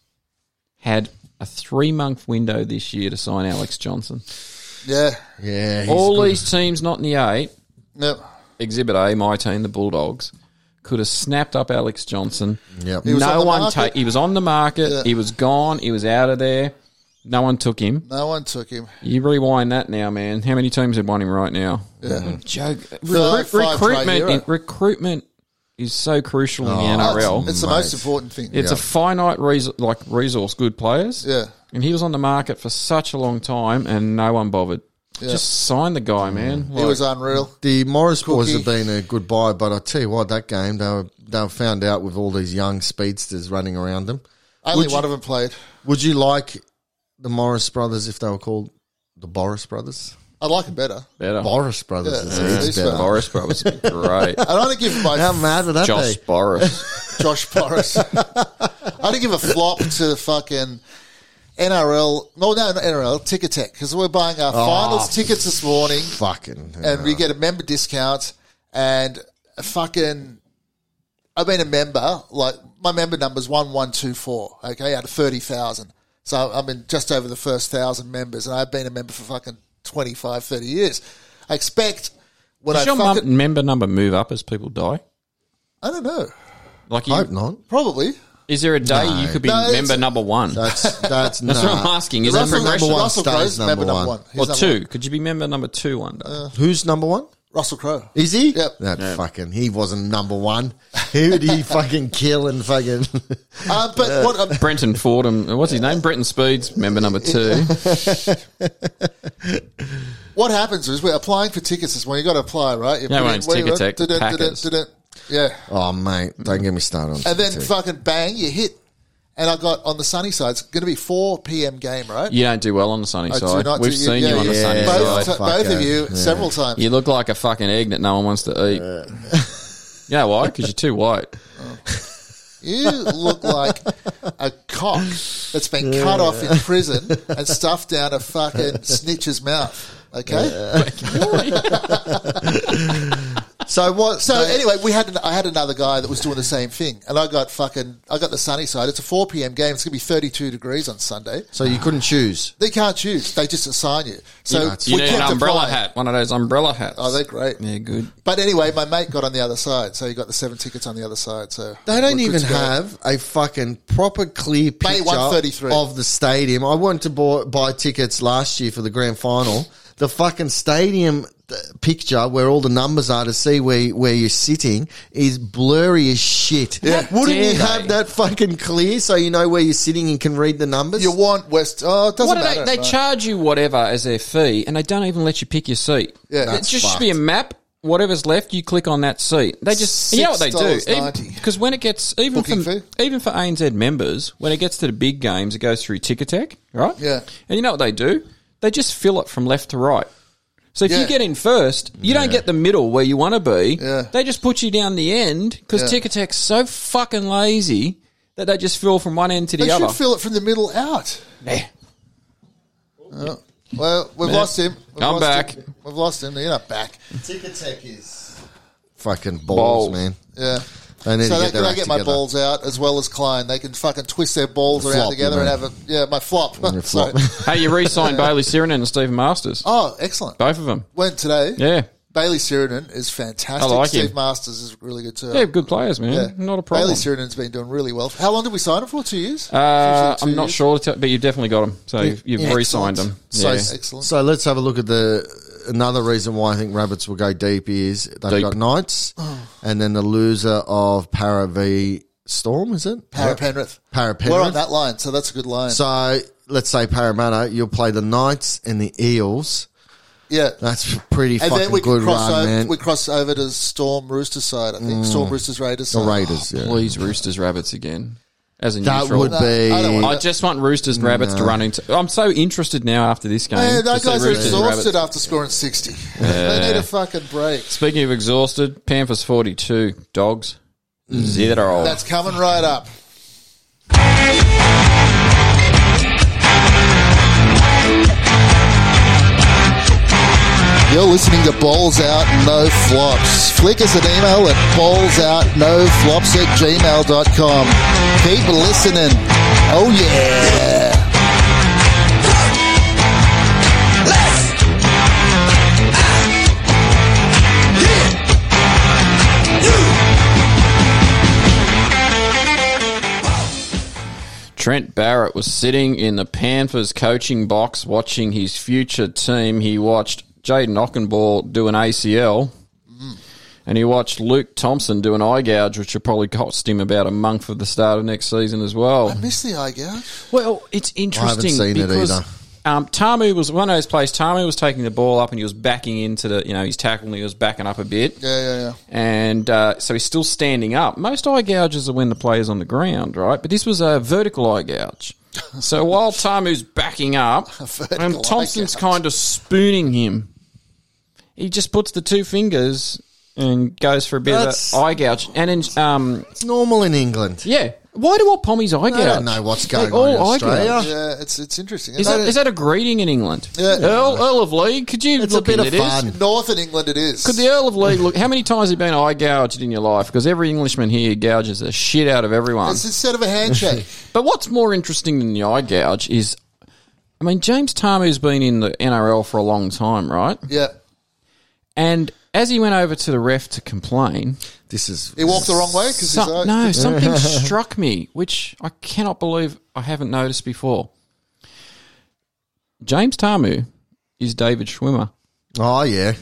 [SPEAKER 2] had a three month window this year to sign Alex Johnson?
[SPEAKER 1] yeah.
[SPEAKER 3] yeah, he's
[SPEAKER 2] All these teams not in the eight,
[SPEAKER 1] No.
[SPEAKER 2] Exhibit A, my team, the Bulldogs, could have snapped up Alex Johnson.
[SPEAKER 3] Yep.
[SPEAKER 1] was on
[SPEAKER 2] no
[SPEAKER 1] the
[SPEAKER 2] one
[SPEAKER 1] market.
[SPEAKER 2] take. He was on the market. He was gone. He was out of there. No one took him.
[SPEAKER 1] No one took him.
[SPEAKER 2] You rewind that now, man. How many teams would want him right now? Yeah. Mm, Joke.
[SPEAKER 1] like
[SPEAKER 2] Recruit-
[SPEAKER 1] five trade Oh,
[SPEAKER 2] recruitment.
[SPEAKER 1] euro.
[SPEAKER 2] in- recruitment is so crucial in the
[SPEAKER 1] Oh,
[SPEAKER 2] NRL.
[SPEAKER 1] it's it's
[SPEAKER 2] It's,
[SPEAKER 1] the
[SPEAKER 3] Mate.
[SPEAKER 1] most important thing.
[SPEAKER 2] a finite resource, like resource, good players.
[SPEAKER 1] Yeah.
[SPEAKER 2] And he was on the market for such a long time, and no one bothered. Just sign the guy, man.
[SPEAKER 1] It was unreal.
[SPEAKER 3] The Morris boys
[SPEAKER 1] Cookie.
[SPEAKER 3] have been a good buy, but I tell you what, that game they were they were found out with all these young speedsters running around them.
[SPEAKER 1] Only
[SPEAKER 3] Would you-
[SPEAKER 1] one of them played.
[SPEAKER 3] Would you like the Morris brothers if they were called the Boris brothers?
[SPEAKER 1] I like it better.
[SPEAKER 2] better.
[SPEAKER 3] Boris brothers
[SPEAKER 1] Yeah,
[SPEAKER 3] is
[SPEAKER 1] it's
[SPEAKER 3] it's
[SPEAKER 1] better.
[SPEAKER 3] better.
[SPEAKER 2] Boris Brothers, would be great.
[SPEAKER 1] I don't give my
[SPEAKER 3] How mad would that
[SPEAKER 2] Josh
[SPEAKER 3] be?
[SPEAKER 2] Boris.
[SPEAKER 1] Josh Forrest. I don't give a flop to fucking NRL. Well, no, not NRL, Ticketek, because we're buying our
[SPEAKER 2] Oh.
[SPEAKER 1] finals tickets this morning
[SPEAKER 3] Fucking
[SPEAKER 1] and we get a member discount and a fucking. I've been a member, like, my member number's 1124, okay, out of 30,000. So I'm in just over the first thousand members and I've been a member for fucking 25, 30 years. I expect when
[SPEAKER 2] Does
[SPEAKER 1] I
[SPEAKER 2] your mum-
[SPEAKER 1] fucking.
[SPEAKER 2] member number move up as people die?
[SPEAKER 1] I don't know.
[SPEAKER 2] Like,
[SPEAKER 3] hope
[SPEAKER 2] you,
[SPEAKER 3] not.
[SPEAKER 1] Probably.
[SPEAKER 2] is there a day you could be
[SPEAKER 1] No, it's-
[SPEAKER 2] member number one?
[SPEAKER 3] That's that's,
[SPEAKER 2] That's what I'm
[SPEAKER 3] nah.
[SPEAKER 2] asking. Is there
[SPEAKER 1] Russell,
[SPEAKER 2] progression?
[SPEAKER 3] one
[SPEAKER 1] Russell
[SPEAKER 3] stays
[SPEAKER 1] Crowe's member
[SPEAKER 3] number
[SPEAKER 1] number
[SPEAKER 3] one.
[SPEAKER 1] one. Uh, He's
[SPEAKER 2] Or
[SPEAKER 1] number
[SPEAKER 2] two? Could you be member number two one day?
[SPEAKER 3] Who's number one?
[SPEAKER 1] Russell Crowe.
[SPEAKER 3] Is he?
[SPEAKER 1] Yep.
[SPEAKER 3] That fucking he wasn't number one. Who did he fucking kill and fucking
[SPEAKER 1] Uh, but what um,
[SPEAKER 2] Brenton Fordham, what's his name? Brenton Speeds, member number two.
[SPEAKER 1] what happens is we're applying for tickets this morning. You got to apply, right? You
[SPEAKER 2] Yeah,
[SPEAKER 1] put
[SPEAKER 2] well,
[SPEAKER 1] in-
[SPEAKER 2] it's
[SPEAKER 1] what do you want?
[SPEAKER 2] Ticketek,
[SPEAKER 1] Da-da, da-da,
[SPEAKER 2] Packers.
[SPEAKER 1] da-da. Yeah,
[SPEAKER 3] Oh mate, don't get me started on
[SPEAKER 1] and then
[SPEAKER 3] Tic Tac.
[SPEAKER 1] fucking bang, you hit. And I got on the sunny side. It's going to be four p.m. game, right? Oh,
[SPEAKER 2] You don't do well on the sunny side. We've
[SPEAKER 1] do-
[SPEAKER 2] seen you on the
[SPEAKER 3] yeah.
[SPEAKER 2] sunny
[SPEAKER 1] Both,
[SPEAKER 2] side.
[SPEAKER 1] t- both
[SPEAKER 3] Fucker.
[SPEAKER 1] of you
[SPEAKER 3] Yeah.
[SPEAKER 1] several times.
[SPEAKER 2] You look like a fucking egg that no one wants to eat. you know why? Because you're too white.
[SPEAKER 1] You look like a cock that's been cut off in prison and stuffed down a fucking snitch's mouth. Okay.
[SPEAKER 3] So what
[SPEAKER 1] So anyway, we had an, I had another guy that was doing the same thing, and I got fucking I got the sunny side. It's a four p.m. game. It's gonna be thirty two degrees on Sunday.
[SPEAKER 3] So you couldn't choose.
[SPEAKER 1] They can't choose. They just assign you. So
[SPEAKER 2] You
[SPEAKER 1] we
[SPEAKER 2] need an
[SPEAKER 1] kept
[SPEAKER 2] umbrella
[SPEAKER 1] applying.
[SPEAKER 2] hat, one of those umbrella hats.
[SPEAKER 1] Oh, they're great.
[SPEAKER 2] yeah, good.
[SPEAKER 1] But anyway, my mate got on the other side, so he got the seven tickets on the other side. So
[SPEAKER 3] They don't
[SPEAKER 1] we're good
[SPEAKER 3] even
[SPEAKER 1] to go.
[SPEAKER 3] have a fucking proper clear
[SPEAKER 1] Bay
[SPEAKER 3] picture
[SPEAKER 1] 133.
[SPEAKER 3] of the stadium. I went to buy, buy tickets last year for the grand final. The fucking stadium uh, picture where all the numbers are to see where where you're sitting is blurry as shit.
[SPEAKER 2] Yeah. How
[SPEAKER 3] Wouldn't
[SPEAKER 2] dare
[SPEAKER 3] you have
[SPEAKER 2] they?
[SPEAKER 3] that fucking clear so you know where you're sitting and can read the numbers?
[SPEAKER 1] You want West? Oh, it doesn't
[SPEAKER 2] What do
[SPEAKER 1] matter.
[SPEAKER 2] they,
[SPEAKER 1] no.
[SPEAKER 2] they charge you whatever as their fee, and they don't even let you pick your seat.
[SPEAKER 1] Yeah.
[SPEAKER 2] it
[SPEAKER 1] That's
[SPEAKER 2] just should be a map. Whatever's left, you click on that seat. They just you know what they do
[SPEAKER 1] $6.90.
[SPEAKER 2] because when it gets even
[SPEAKER 1] Booking
[SPEAKER 2] for
[SPEAKER 1] fee?
[SPEAKER 2] even for ANZ members, when it gets to the big games, it goes through Ticketek, right?
[SPEAKER 1] Yeah.
[SPEAKER 2] and you know what they do? They just fill it from left to right. So if
[SPEAKER 1] Yeah.
[SPEAKER 2] you get in first, you don't get the middle where you want to be.
[SPEAKER 1] Yeah.
[SPEAKER 2] They just put you down the end because
[SPEAKER 1] Yeah.
[SPEAKER 2] Ticketek's so fucking lazy that they just fill from one end to the
[SPEAKER 1] They
[SPEAKER 2] other.
[SPEAKER 1] should fill it from the middle out.
[SPEAKER 2] Nah.
[SPEAKER 1] Well, we've lost him. We've
[SPEAKER 2] I'm
[SPEAKER 1] lost
[SPEAKER 2] back.
[SPEAKER 1] him. We've lost him. You're not back.
[SPEAKER 3] Ticket Tech is fucking balls,
[SPEAKER 2] Balls.
[SPEAKER 3] man.
[SPEAKER 1] Yeah.
[SPEAKER 3] They need
[SPEAKER 1] so
[SPEAKER 3] to
[SPEAKER 1] they,
[SPEAKER 3] get their
[SPEAKER 1] they
[SPEAKER 3] act
[SPEAKER 1] get my
[SPEAKER 3] together.
[SPEAKER 1] balls out as well as Klein. They can fucking twist their balls around
[SPEAKER 3] flop,
[SPEAKER 1] together
[SPEAKER 3] you
[SPEAKER 1] and
[SPEAKER 3] mean.
[SPEAKER 1] have a yeah, my flop.
[SPEAKER 3] Your
[SPEAKER 1] Sorry.
[SPEAKER 3] flop.
[SPEAKER 2] Hey, you re-signed Bailey Sirenen and Stephen Masters.
[SPEAKER 1] Oh, excellent.
[SPEAKER 2] Both of them.
[SPEAKER 1] Went today.
[SPEAKER 2] Yeah.
[SPEAKER 1] Bailey Sirenen is fantastic.
[SPEAKER 2] I like
[SPEAKER 1] Steve
[SPEAKER 2] him.
[SPEAKER 1] Masters is really good too.
[SPEAKER 2] Yeah, good players, man.
[SPEAKER 1] Yeah.
[SPEAKER 2] Not a problem.
[SPEAKER 1] Bailey Sirenen's been doing really well. How long did we sign him for? Two years?
[SPEAKER 2] uh,
[SPEAKER 1] Two
[SPEAKER 2] I'm not
[SPEAKER 1] years?
[SPEAKER 2] sure, to- but you've definitely got them. So you've, you've
[SPEAKER 1] Excellent.
[SPEAKER 2] re-signed them.
[SPEAKER 3] So,
[SPEAKER 2] Yeah.
[SPEAKER 1] Excellent.
[SPEAKER 3] so let's have a look at the another reason why I think rabbits will go deep is they've
[SPEAKER 2] Deep.
[SPEAKER 3] got knights,
[SPEAKER 1] Oh.
[SPEAKER 3] and then the loser of Para v Storm is it
[SPEAKER 1] Para Penrith.
[SPEAKER 3] Para
[SPEAKER 1] We're on
[SPEAKER 3] Penrith.
[SPEAKER 1] that line, so that's a good line.
[SPEAKER 3] So let's say Parramatta, you'll play the Knights and the Eels.
[SPEAKER 1] yeah.
[SPEAKER 3] That's a pretty
[SPEAKER 1] And
[SPEAKER 3] fucking
[SPEAKER 1] then we can
[SPEAKER 3] good
[SPEAKER 1] cross
[SPEAKER 3] run,
[SPEAKER 1] over
[SPEAKER 3] man.
[SPEAKER 1] we cross over to Storm Roosters side, I think. Storm Roosters Mm. Raiders
[SPEAKER 3] the
[SPEAKER 1] side.
[SPEAKER 3] Raiders, yeah.
[SPEAKER 2] Please, Roosters, Rabbits again. as a
[SPEAKER 3] That
[SPEAKER 2] neutral.
[SPEAKER 3] would be.
[SPEAKER 1] I don't want
[SPEAKER 2] I just want Roosters and Rabbits to run into. I'm so interested now after this game.
[SPEAKER 1] Oh, Yeah,
[SPEAKER 2] to
[SPEAKER 1] those
[SPEAKER 2] see
[SPEAKER 1] guys are
[SPEAKER 2] Roosters and Rabbits.
[SPEAKER 1] exhausted after scoring 60. They need a fucking break.
[SPEAKER 2] Speaking of exhausted, Panthers 42, Dogs zero.
[SPEAKER 1] Mm. That's coming right up. You're listening to Balls Out No Flops. Flick us an email at ballsoutnoflops at gmail.com. Keep listening. Oh, yeah.
[SPEAKER 2] Trent Barrett was sitting in the Panthers coaching box watching his future team. He watched Jaden Ockenball do an ACL.
[SPEAKER 3] Mm.
[SPEAKER 2] And he watched Luke Thompson do an eye gouge, which will probably cost him about a month of the start of next season as well.
[SPEAKER 1] Miss the eye gouge.
[SPEAKER 2] Well, it's interesting
[SPEAKER 3] seen it
[SPEAKER 2] because
[SPEAKER 3] either.
[SPEAKER 2] um, Tamu was one of those plays. Tamu was taking the ball up and he was backing into the, you know, he's tackling, he was backing up a bit,
[SPEAKER 1] Yeah, yeah, yeah.
[SPEAKER 2] and uh, so he's still standing up. Most eye gouges are when the player's on the ground, right? But this was a vertical eye gouge. So while Tamu's backing up,
[SPEAKER 1] vertical
[SPEAKER 2] and
[SPEAKER 1] eye
[SPEAKER 2] Thompson's
[SPEAKER 1] gouge.
[SPEAKER 2] kind of spooning him, he just puts the two fingers and goes for a bit
[SPEAKER 3] That's-
[SPEAKER 2] of that eye gouge, and in, um,
[SPEAKER 3] It's normal in England.
[SPEAKER 2] yeah. Why do all pommies eye gouge?
[SPEAKER 3] I don't know what's
[SPEAKER 2] They
[SPEAKER 3] going
[SPEAKER 2] all
[SPEAKER 3] on in
[SPEAKER 2] eye
[SPEAKER 3] Australia.
[SPEAKER 2] gouge.
[SPEAKER 1] Yeah, it's, it's interesting.
[SPEAKER 2] Is that, is that a greeting in England?
[SPEAKER 1] Yeah.
[SPEAKER 2] Earl, Earl of League, could you
[SPEAKER 3] It's a
[SPEAKER 2] look
[SPEAKER 3] bit
[SPEAKER 2] into
[SPEAKER 3] of
[SPEAKER 2] this?
[SPEAKER 3] fun.
[SPEAKER 1] In Northern England, it is.
[SPEAKER 2] Could the Earl of League look? How many times have you been eye gouged in your life? Because every Englishman here gouges the shit out of everyone.
[SPEAKER 1] it's instead of a handshake.
[SPEAKER 2] But what's more interesting than the eye gouge is, I mean, James Tamu's been in the NRL for a long time, right?
[SPEAKER 1] yeah.
[SPEAKER 2] And as he went over to the ref to complain,
[SPEAKER 3] This is
[SPEAKER 1] He walked the wrong way because
[SPEAKER 2] some-
[SPEAKER 1] his eye.
[SPEAKER 2] no, something struck me, which I cannot believe I haven't noticed before. James Tamu is David Schwimmer.
[SPEAKER 3] Oh yeah,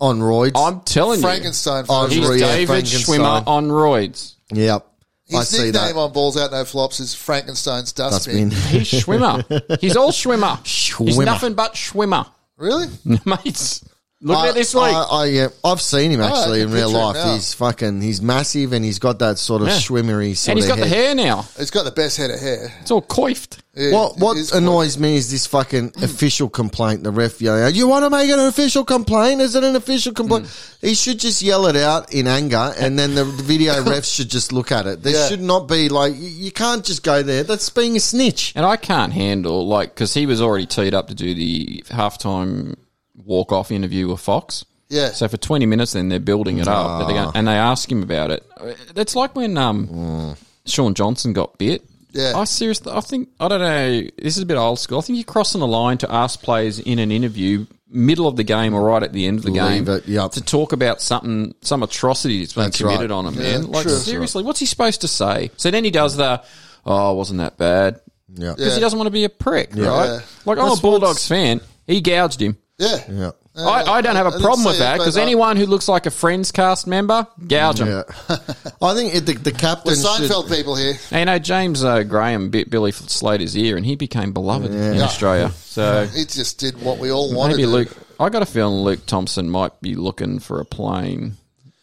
[SPEAKER 3] on roids.
[SPEAKER 2] I'm telling
[SPEAKER 1] Frankenstein.
[SPEAKER 3] Oh,
[SPEAKER 2] you, he's
[SPEAKER 3] Yeah,
[SPEAKER 2] David
[SPEAKER 3] Frankenstein.
[SPEAKER 2] Schwimmer on roids.
[SPEAKER 3] yep, I
[SPEAKER 1] His
[SPEAKER 3] see
[SPEAKER 1] nickname
[SPEAKER 3] that. Mm.
[SPEAKER 1] on Balls Out No Flops is Frankenstein's
[SPEAKER 3] That's
[SPEAKER 1] Dustbin.
[SPEAKER 3] been
[SPEAKER 2] He's Schwimmer. He's all Schwimmer. He's
[SPEAKER 3] Schwimmer.
[SPEAKER 2] nothing but Schwimmer.
[SPEAKER 1] Really?
[SPEAKER 3] Mm.
[SPEAKER 2] Mates, look at this week.
[SPEAKER 3] I, I, yeah, I've seen him
[SPEAKER 1] I
[SPEAKER 3] actually
[SPEAKER 1] can
[SPEAKER 3] in real
[SPEAKER 1] Oh, picture him
[SPEAKER 3] life.
[SPEAKER 1] now.
[SPEAKER 3] He's fucking. He's massive and he's got that sort of
[SPEAKER 2] Yeah.
[SPEAKER 3] swimmery sort
[SPEAKER 2] and he's
[SPEAKER 3] of
[SPEAKER 2] got
[SPEAKER 3] head.
[SPEAKER 2] the hair now.
[SPEAKER 1] He's got the best head of hair.
[SPEAKER 2] It's all coiffed.
[SPEAKER 1] Yeah,
[SPEAKER 3] What
[SPEAKER 1] it
[SPEAKER 3] what
[SPEAKER 1] is- Hmm.
[SPEAKER 3] annoys me is this fucking official complaint. The ref yelling, "You want to make it an official complaint? Is it an official complaint?"
[SPEAKER 1] Hmm.
[SPEAKER 3] He should just yell it out in anger, and then the video refs should just look at it. There
[SPEAKER 1] Yeah.
[SPEAKER 3] should not be like you, you can't just go there. That's being a snitch.
[SPEAKER 2] And I can't handle, like, because he was already teed up to do the halftime walk off interview with Fox.
[SPEAKER 1] Yeah.
[SPEAKER 2] So for 20 minutes, then they're building it up. that they're
[SPEAKER 1] Ah.
[SPEAKER 2] gonna- and they ask him about it. That's like when um, Sean Johnson got bit.
[SPEAKER 1] Mm. Yeah.
[SPEAKER 2] I seriously, I think, I don't know, this is a bit old school. I think you're crossing the line to ask players in an interview, middle of the game or right at the end of the
[SPEAKER 3] Leave
[SPEAKER 2] game,
[SPEAKER 3] it, yep.
[SPEAKER 2] to talk about something, some atrocity that's been
[SPEAKER 3] That's
[SPEAKER 2] committed
[SPEAKER 3] right.
[SPEAKER 2] on him,
[SPEAKER 1] Yeah,
[SPEAKER 2] man. Like,
[SPEAKER 1] true.
[SPEAKER 2] seriously, what's he supposed to say? So then he does the, oh, wasn't that bad?
[SPEAKER 3] Yeah,
[SPEAKER 2] because
[SPEAKER 1] Yeah.
[SPEAKER 2] he doesn't want to be a prick, right?
[SPEAKER 1] Yeah.
[SPEAKER 2] Like I'm a
[SPEAKER 3] That's
[SPEAKER 2] Bulldogs fan. He gouged him.
[SPEAKER 1] Yeah.
[SPEAKER 3] yeah,
[SPEAKER 2] I, I don't have
[SPEAKER 1] I
[SPEAKER 2] a
[SPEAKER 1] didn't
[SPEAKER 2] problem
[SPEAKER 1] see
[SPEAKER 2] with
[SPEAKER 1] it,
[SPEAKER 2] that
[SPEAKER 1] but
[SPEAKER 2] because
[SPEAKER 1] I-
[SPEAKER 2] anyone who looks like a Friends cast member, gouge him.
[SPEAKER 3] yeah. I think it, the, the captain
[SPEAKER 1] We're
[SPEAKER 3] should.
[SPEAKER 1] Seinfeld people here.
[SPEAKER 2] And you know James uh, Graham bit Billy Slater's ear, and he became beloved in Australia. So
[SPEAKER 1] He just did what we all wanted.
[SPEAKER 2] maybe
[SPEAKER 1] to do.
[SPEAKER 2] Luke, I got a feeling Luke Thompson might be looking for a plane.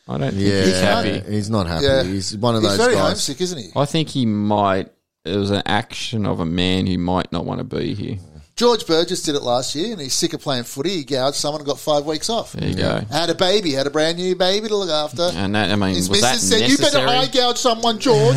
[SPEAKER 2] I don't think
[SPEAKER 3] Yeah,
[SPEAKER 2] he's happy.
[SPEAKER 3] He's not happy.
[SPEAKER 1] Yeah.
[SPEAKER 3] He's one of
[SPEAKER 1] He's
[SPEAKER 3] those
[SPEAKER 1] very
[SPEAKER 3] guys.
[SPEAKER 1] homesick, isn't he?
[SPEAKER 2] I think he might. It was an action of a man who might not want to be here.
[SPEAKER 1] George Burgess did it last year, and he's sick of playing footy. He gouged someone and got five weeks off.
[SPEAKER 2] There you go.
[SPEAKER 1] Had a baby, had a brand new baby to look after.
[SPEAKER 2] And that, I mean,
[SPEAKER 1] His
[SPEAKER 2] was that
[SPEAKER 1] missus said, "You better
[SPEAKER 2] necessary?
[SPEAKER 1] eye gouge someone, George."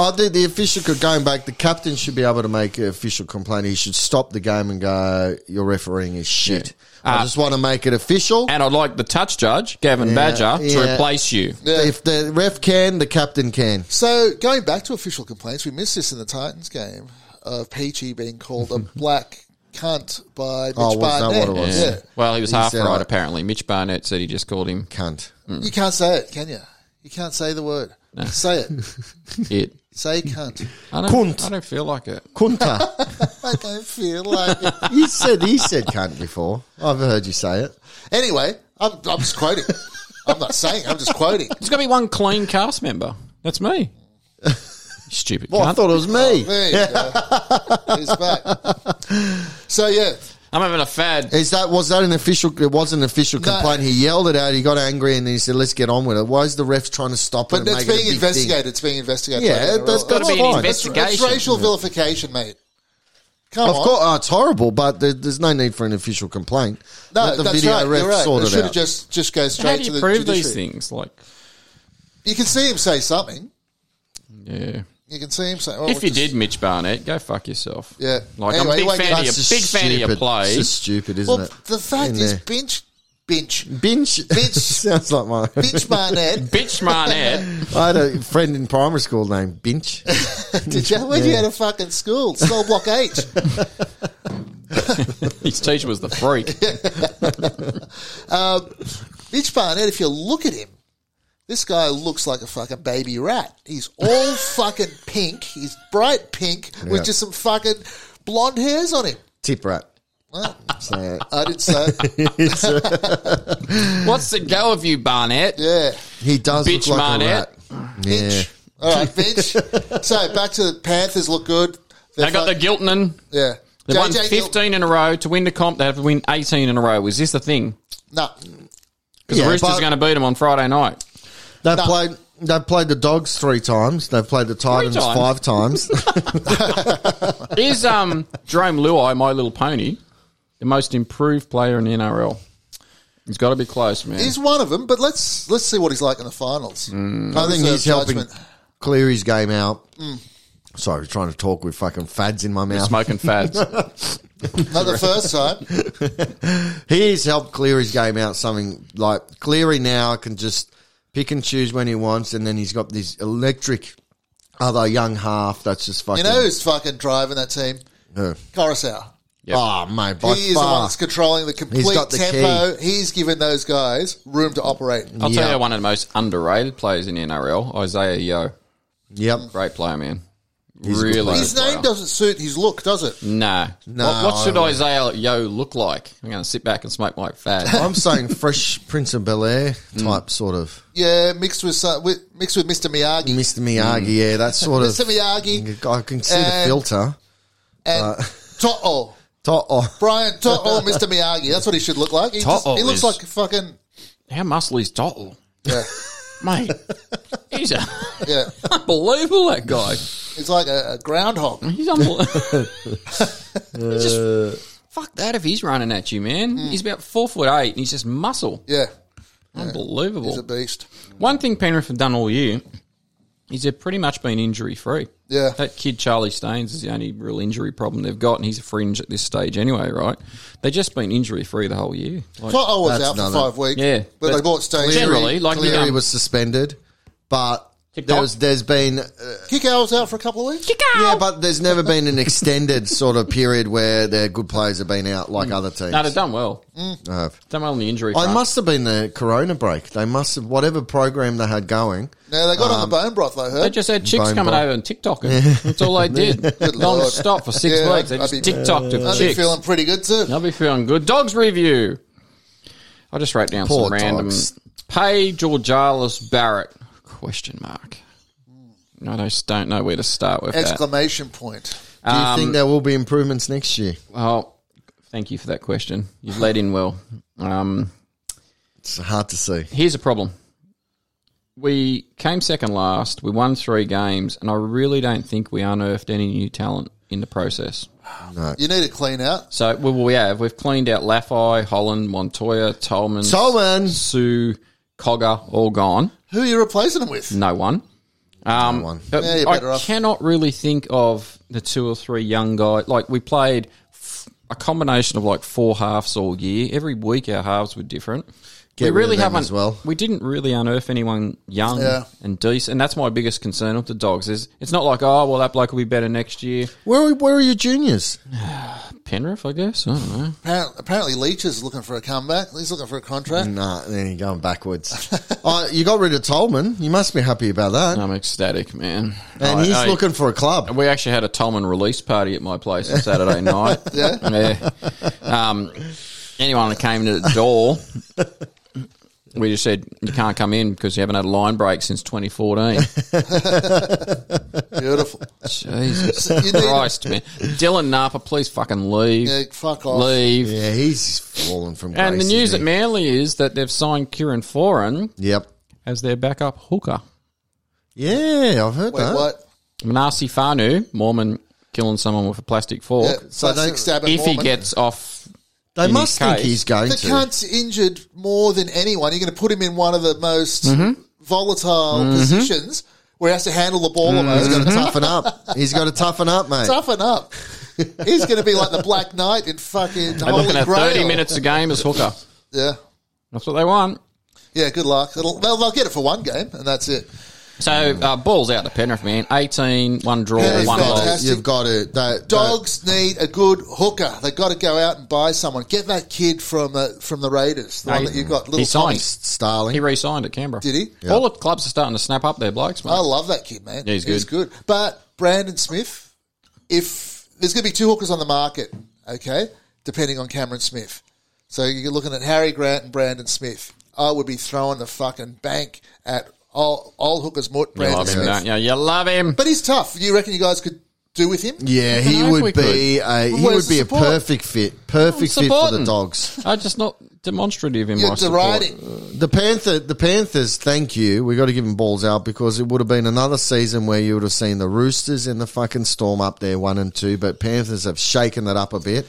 [SPEAKER 3] I think the official could going back. The captain should be able to make an official complaint. He should stop the game and go, "Your refereeing is shit." I
[SPEAKER 2] Uh,
[SPEAKER 3] just want to make it official.
[SPEAKER 2] And I'd like the touch judge, Gavin Badger, to
[SPEAKER 3] yeah.
[SPEAKER 2] replace you.
[SPEAKER 1] Yeah.
[SPEAKER 3] If the ref can, the captain can.
[SPEAKER 1] So going back to official complaints, we missed this in the Titans game of Peachy being called a black cunt by Mitch
[SPEAKER 3] Oh, was that
[SPEAKER 1] Barnett.
[SPEAKER 3] what it was?
[SPEAKER 1] Yeah.
[SPEAKER 2] Well, he was
[SPEAKER 3] He
[SPEAKER 2] half
[SPEAKER 3] said
[SPEAKER 2] right,
[SPEAKER 3] it.
[SPEAKER 2] apparently. Mitch Barnett said he just called him
[SPEAKER 3] Cunt.
[SPEAKER 2] Hmm.
[SPEAKER 1] You can't say it, can you? You can't say the word. Say it.
[SPEAKER 2] it.
[SPEAKER 1] Say cunt.
[SPEAKER 2] I don't,
[SPEAKER 3] Cunt.
[SPEAKER 2] I don't feel like it.
[SPEAKER 3] Cunta.
[SPEAKER 1] I don't feel like it.
[SPEAKER 3] you said he said cunt before. I've heard you say it.
[SPEAKER 1] Anyway, I'm, I'm just quoting. I'm not saying. I'm just quoting.
[SPEAKER 2] There's got to be one clean cast member. That's me. Stupid
[SPEAKER 3] Well, I
[SPEAKER 2] cunt.
[SPEAKER 1] Oh,
[SPEAKER 3] thought it was me.
[SPEAKER 1] There you go. He's back. So yeah,
[SPEAKER 2] I'm having a fad.
[SPEAKER 3] Is that was that an official? It was an official
[SPEAKER 1] No.
[SPEAKER 3] complaint. He yelled it out. He got angry, and then he said, "Let's get on with it." Why is the refs trying to stop it?
[SPEAKER 1] But
[SPEAKER 3] and
[SPEAKER 1] that's
[SPEAKER 3] make it a
[SPEAKER 1] being
[SPEAKER 3] big thing?
[SPEAKER 1] investigated. It's being investigated.
[SPEAKER 3] Yeah,
[SPEAKER 1] Right.
[SPEAKER 3] that's gotta
[SPEAKER 1] That's
[SPEAKER 3] be an
[SPEAKER 1] fine. That's-
[SPEAKER 2] investigation.
[SPEAKER 1] That's racial vilification, mate. Come
[SPEAKER 3] Of
[SPEAKER 1] on.
[SPEAKER 3] course, oh, it's horrible, but there, there's no need for an official complaint.
[SPEAKER 1] No,
[SPEAKER 3] Let the
[SPEAKER 1] that's
[SPEAKER 3] video
[SPEAKER 1] right.
[SPEAKER 3] ref
[SPEAKER 1] You're right.
[SPEAKER 3] sort
[SPEAKER 1] They
[SPEAKER 3] it
[SPEAKER 1] should
[SPEAKER 3] out.
[SPEAKER 1] have just just go straight
[SPEAKER 2] How
[SPEAKER 1] to
[SPEAKER 2] do you
[SPEAKER 1] the
[SPEAKER 2] prove
[SPEAKER 1] judiciary.
[SPEAKER 2] these things? Like,
[SPEAKER 1] You can see him say something.
[SPEAKER 2] yeah.
[SPEAKER 1] You can see him say. Oh,
[SPEAKER 2] if you
[SPEAKER 1] just-
[SPEAKER 2] did, Mitch Barnett, go fuck yourself.
[SPEAKER 1] Yeah.
[SPEAKER 2] Like
[SPEAKER 1] Anyway, he
[SPEAKER 2] I'm a
[SPEAKER 1] won't get-
[SPEAKER 2] big fan of your
[SPEAKER 3] That's just
[SPEAKER 2] big fan of your
[SPEAKER 3] stupid.
[SPEAKER 2] play.
[SPEAKER 3] It's just stupid, isn't
[SPEAKER 1] well,
[SPEAKER 3] it?
[SPEAKER 1] the fact
[SPEAKER 3] In
[SPEAKER 1] is,
[SPEAKER 3] there.
[SPEAKER 1] bench, bench,
[SPEAKER 3] Binge.
[SPEAKER 1] Bitch.
[SPEAKER 3] sounds like my.
[SPEAKER 1] bitch, Barnett.
[SPEAKER 2] Bitch Barnett.
[SPEAKER 3] I had a friend in primary school named Binch.
[SPEAKER 1] Did you? Where'd you go to fucking school? Cell block H.
[SPEAKER 2] His teacher was the freak.
[SPEAKER 1] Mitch Barnett, if you look at him, this guy looks like a fucking baby rat. He's all fucking pink. He's bright pink
[SPEAKER 3] Yeah.
[SPEAKER 1] with just some fucking blonde hairs on him.
[SPEAKER 3] Tip rat.
[SPEAKER 1] Well,
[SPEAKER 3] So,
[SPEAKER 1] I did say,
[SPEAKER 2] What's the go of you, Barnett?
[SPEAKER 1] yeah.
[SPEAKER 3] he does
[SPEAKER 2] Bitch eh?
[SPEAKER 3] look like
[SPEAKER 2] Barnett.
[SPEAKER 3] a rat. Yeah.
[SPEAKER 1] All right, bench. so back to the Panthers. Look good.
[SPEAKER 2] They got the Giltonen.
[SPEAKER 1] yeah.
[SPEAKER 2] They won
[SPEAKER 1] JJ
[SPEAKER 2] 15 in a row. To win the comp, they have to win 18 in a row. Is this the thing?
[SPEAKER 1] No,
[SPEAKER 2] Because
[SPEAKER 3] Yeah,
[SPEAKER 2] the Roosters
[SPEAKER 3] but-
[SPEAKER 2] are going to beat them on Friday night.
[SPEAKER 3] They've played. They've played the Dogs three times. They've played the Titans
[SPEAKER 2] times?
[SPEAKER 3] five times.
[SPEAKER 2] Is um, Jerome Luai, My Little Pony, the most improved player in the NRL? He's got to be close, man.
[SPEAKER 1] he's one of them. But let's let's see what he's like in the finals.
[SPEAKER 3] Mm, I think he's
[SPEAKER 1] Reserve
[SPEAKER 3] helping clear his game out.
[SPEAKER 1] Mm.
[SPEAKER 3] Sorry, trying to talk with fucking fads in my mouth.
[SPEAKER 2] Smoking fads.
[SPEAKER 1] Not the first time.
[SPEAKER 3] He's helped clear his game out. Something like Cleary now can just pick and choose when he wants, and then he's got this electric other young half that's just fucking.
[SPEAKER 1] You know who's fucking driving that team?
[SPEAKER 3] Who?
[SPEAKER 1] Coruscant.
[SPEAKER 3] oh mate, by
[SPEAKER 1] He is the one
[SPEAKER 3] far.
[SPEAKER 1] that's controlling the complete
[SPEAKER 3] got the
[SPEAKER 1] tempo. He's given those guys room to operate.
[SPEAKER 2] I'll
[SPEAKER 3] Yeah.
[SPEAKER 2] tell you one of the most underrated players in the NRL, Isaiah Yo.
[SPEAKER 3] Yep.
[SPEAKER 2] Great player, man.
[SPEAKER 3] a good
[SPEAKER 2] really.
[SPEAKER 3] player.
[SPEAKER 1] His
[SPEAKER 2] good player.
[SPEAKER 1] name doesn't suit his look, does it?
[SPEAKER 2] No.
[SPEAKER 3] No,
[SPEAKER 2] What, what should
[SPEAKER 3] I-
[SPEAKER 2] Isaiah Yo look like? I'm going to sit back and smoke my fad.
[SPEAKER 3] I'm saying fresh Prince of Bel Air
[SPEAKER 1] Hmm.
[SPEAKER 3] type sort of
[SPEAKER 1] Yeah, mixed with, some, with mixed with Mr. Miyagi.
[SPEAKER 3] Mr. Miyagi. Yeah, that sort of.
[SPEAKER 1] Mr.
[SPEAKER 2] Mm,
[SPEAKER 1] Miyagi
[SPEAKER 3] I can see the
[SPEAKER 1] And-
[SPEAKER 3] filter.
[SPEAKER 1] and
[SPEAKER 2] uh,
[SPEAKER 1] To'o.
[SPEAKER 3] To- oh.
[SPEAKER 1] Brian To'o, Mr. Miyagi. That's what he should look like. He, just,
[SPEAKER 2] To'o
[SPEAKER 1] he looks
[SPEAKER 2] is-
[SPEAKER 1] like a fucking.
[SPEAKER 2] How muscly is Dottle?
[SPEAKER 1] Yeah,
[SPEAKER 2] Mate, he's a,
[SPEAKER 1] yeah.
[SPEAKER 2] unbelievable, that guy.
[SPEAKER 1] He's like a, a groundhog.
[SPEAKER 2] He's unbelievable. just, fuck that if he's running at you, man. He's about four foot eight and he's just muscle.
[SPEAKER 1] Hmm. Yeah,
[SPEAKER 2] Unbelievable.
[SPEAKER 1] he's a beast.
[SPEAKER 2] One thing Penrith have done all year is they've pretty much been injury free.
[SPEAKER 1] Yeah.
[SPEAKER 2] That kid Charlie Staines is the only real injury problem they've got, and he's a fringe at this stage anyway, right? They've just been injury free the whole year. Like,
[SPEAKER 1] To'o was
[SPEAKER 3] That's
[SPEAKER 1] out for
[SPEAKER 3] another-
[SPEAKER 1] five weeks.
[SPEAKER 2] Yeah,
[SPEAKER 1] but,
[SPEAKER 2] but
[SPEAKER 1] they bought Stage
[SPEAKER 2] generally, like
[SPEAKER 3] Cleary
[SPEAKER 2] you
[SPEAKER 3] was suspended, but
[SPEAKER 2] Kicked
[SPEAKER 3] there's
[SPEAKER 2] off.
[SPEAKER 3] there's been uh,
[SPEAKER 1] Kikau was out for a couple of weeks.
[SPEAKER 3] yeah, but there's never been an extended sort of period where their good players have been out
[SPEAKER 1] Hmm.
[SPEAKER 3] like other teams.
[SPEAKER 2] no, they've done well.
[SPEAKER 3] have.
[SPEAKER 2] Done well on the injury.
[SPEAKER 3] I
[SPEAKER 2] front.
[SPEAKER 3] must have been the Corona break. They must have whatever program they had going.
[SPEAKER 1] No, they got
[SPEAKER 2] Um,
[SPEAKER 1] on the bone broth. I heard.
[SPEAKER 2] They just had chicks
[SPEAKER 3] Bone
[SPEAKER 2] coming
[SPEAKER 3] bar.
[SPEAKER 2] over and TikToking. That's all they did. Non
[SPEAKER 1] Lord.
[SPEAKER 2] stop for six
[SPEAKER 1] Yeah,
[SPEAKER 2] weeks. They
[SPEAKER 1] I'd
[SPEAKER 2] just
[SPEAKER 1] be-
[SPEAKER 2] TikToked of
[SPEAKER 1] I've been
[SPEAKER 2] chicks.
[SPEAKER 1] feeling pretty good too.
[SPEAKER 2] I'll be feeling good. Dogs review. I just wrote down
[SPEAKER 3] Poor
[SPEAKER 2] some random.
[SPEAKER 3] dogs.
[SPEAKER 2] Pay Georgialis Barrett? Question mark. I just don't know where to start with that.
[SPEAKER 1] Exclamation point.
[SPEAKER 3] Do you
[SPEAKER 2] Um,
[SPEAKER 3] think there will be improvements next year?
[SPEAKER 2] Well, thank you for that question. You've led in well. Um,
[SPEAKER 3] It's hard to see.
[SPEAKER 2] here's a problem. We came second last. We won three games, and I really don't think we unearthed any new talent in the process.
[SPEAKER 1] You need a clean out.
[SPEAKER 2] So well, we have. We've cleaned out Laffey, Holland, Montoya, Tolman,
[SPEAKER 3] Tolman,
[SPEAKER 2] Sue, Cogger, all gone.
[SPEAKER 1] Who are you replacing them with?
[SPEAKER 2] No one. Um,
[SPEAKER 3] one.
[SPEAKER 2] but
[SPEAKER 1] Yeah, you're better
[SPEAKER 2] I
[SPEAKER 1] off.
[SPEAKER 2] cannot really think of the two or three young guys. Like we played f- a combination of like four halves all year. Every week our halves were different.
[SPEAKER 3] Get rid of
[SPEAKER 2] we really
[SPEAKER 3] them
[SPEAKER 2] haven't.
[SPEAKER 3] as well.
[SPEAKER 2] We didn't really unearth anyone young
[SPEAKER 1] Yeah.
[SPEAKER 2] and decent. And that's my biggest concern with the dogs is it's not like oh well that bloke will be better next year.
[SPEAKER 3] where are, where are your juniors?
[SPEAKER 2] Penrith, I guess. I don't know.
[SPEAKER 1] Apparently, apparently Leach is looking for a comeback. He's looking for a
[SPEAKER 2] Mm.
[SPEAKER 1] contract.
[SPEAKER 3] Nah, then you're going backwards. oh, you got rid of Tolman. You must be happy about that.
[SPEAKER 2] I'm ecstatic, man.
[SPEAKER 3] and
[SPEAKER 2] I-
[SPEAKER 3] he's
[SPEAKER 2] I-
[SPEAKER 3] looking for a club.
[SPEAKER 2] We actually had a Tolman release party at my place on Saturday night. yeah. Um, anyone that came to the door, we just said, you can't come in because you haven't had a line break since 2014.
[SPEAKER 1] Beautiful.
[SPEAKER 2] Jesus
[SPEAKER 1] You need-
[SPEAKER 2] Christ, man. Dylan Napa, please fucking leave.
[SPEAKER 1] Yeah, fuck off.
[SPEAKER 2] leave.
[SPEAKER 3] Yeah, he's fallen from grace.
[SPEAKER 2] and the news at
[SPEAKER 3] isn't he?
[SPEAKER 2] Manly is that they've signed Kieran Foran
[SPEAKER 3] Yep.
[SPEAKER 2] as their backup hooker.
[SPEAKER 3] Yeah, I've heard
[SPEAKER 1] Wait,
[SPEAKER 3] that.
[SPEAKER 1] what?
[SPEAKER 2] Manasi Fanu, Mormon killing someone with a plastic
[SPEAKER 1] Yeah,
[SPEAKER 2] fork.
[SPEAKER 1] so
[SPEAKER 3] they-
[SPEAKER 1] stab at
[SPEAKER 2] if he
[SPEAKER 1] Mormon.
[SPEAKER 2] gets off,
[SPEAKER 3] They
[SPEAKER 2] in his
[SPEAKER 3] must think
[SPEAKER 2] case.
[SPEAKER 3] he's going
[SPEAKER 1] the
[SPEAKER 3] to.
[SPEAKER 1] cunt's injured more than anyone. You're going to put him in one of the most
[SPEAKER 2] Mm-hmm.
[SPEAKER 1] volatile positions where he has to handle the ball
[SPEAKER 3] He's
[SPEAKER 1] almost.
[SPEAKER 2] Mm-hmm.
[SPEAKER 3] got to toughen up. He's got to toughen up, mate.
[SPEAKER 1] Toughen up. He's going to be like the Black Knight in fucking
[SPEAKER 2] they're
[SPEAKER 1] Holy
[SPEAKER 2] looking at
[SPEAKER 1] Grail.
[SPEAKER 2] 30 minutes a game as hooker.
[SPEAKER 1] Yeah,
[SPEAKER 2] That's what they want.
[SPEAKER 1] yeah. Good luck. It'll, they'll, they'll get it for one game, and that's it.
[SPEAKER 2] So, uh, balls out to Penrith, man. 18, one draw,
[SPEAKER 1] Penrith
[SPEAKER 2] one
[SPEAKER 1] got
[SPEAKER 2] loss.
[SPEAKER 1] that.
[SPEAKER 3] You've got to. That, that-
[SPEAKER 1] Dogs need a good hooker. They got to go out and buy someone. Get that kid from the from the Raiders, the one
[SPEAKER 2] Hey,
[SPEAKER 1] that you got. Little
[SPEAKER 2] He
[SPEAKER 1] Tommy.
[SPEAKER 2] signed.
[SPEAKER 3] Starling.
[SPEAKER 2] He re signed at Canberra.
[SPEAKER 1] Did he? Oh,
[SPEAKER 2] All the clubs are starting to snap up their blokes, mate.
[SPEAKER 1] I love that kid, man.
[SPEAKER 2] Yeah, he's
[SPEAKER 1] He's good. But Brandon Smith, if there's going to be two hookers on the market, okay, depending on Cameron Smith. So you're looking at Harry Grant and Brandon Smith. I would be throwing the fucking bank at all, all hookers, Mort
[SPEAKER 2] you
[SPEAKER 1] Brandon
[SPEAKER 2] love him,
[SPEAKER 1] Smith.
[SPEAKER 2] don't you? You love him.
[SPEAKER 1] But he's tough. You reckon you guys could do with him?
[SPEAKER 3] yeah,
[SPEAKER 2] I don't
[SPEAKER 3] he
[SPEAKER 2] know if we
[SPEAKER 3] would be a he
[SPEAKER 1] Where's
[SPEAKER 3] would be
[SPEAKER 1] the
[SPEAKER 3] a
[SPEAKER 1] support?
[SPEAKER 3] perfect fit, perfect fit for the
[SPEAKER 2] supporting.
[SPEAKER 3] dogs.
[SPEAKER 2] I'm just not demonstrative in
[SPEAKER 1] You're
[SPEAKER 2] my support.
[SPEAKER 1] deriding.
[SPEAKER 3] The Panther, the Panthers. Thank you. We got to give them balls out because it would have been another season where you would have seen the Roosters and the fucking Storm up there one and two, but Panthers have shaken that up a bit,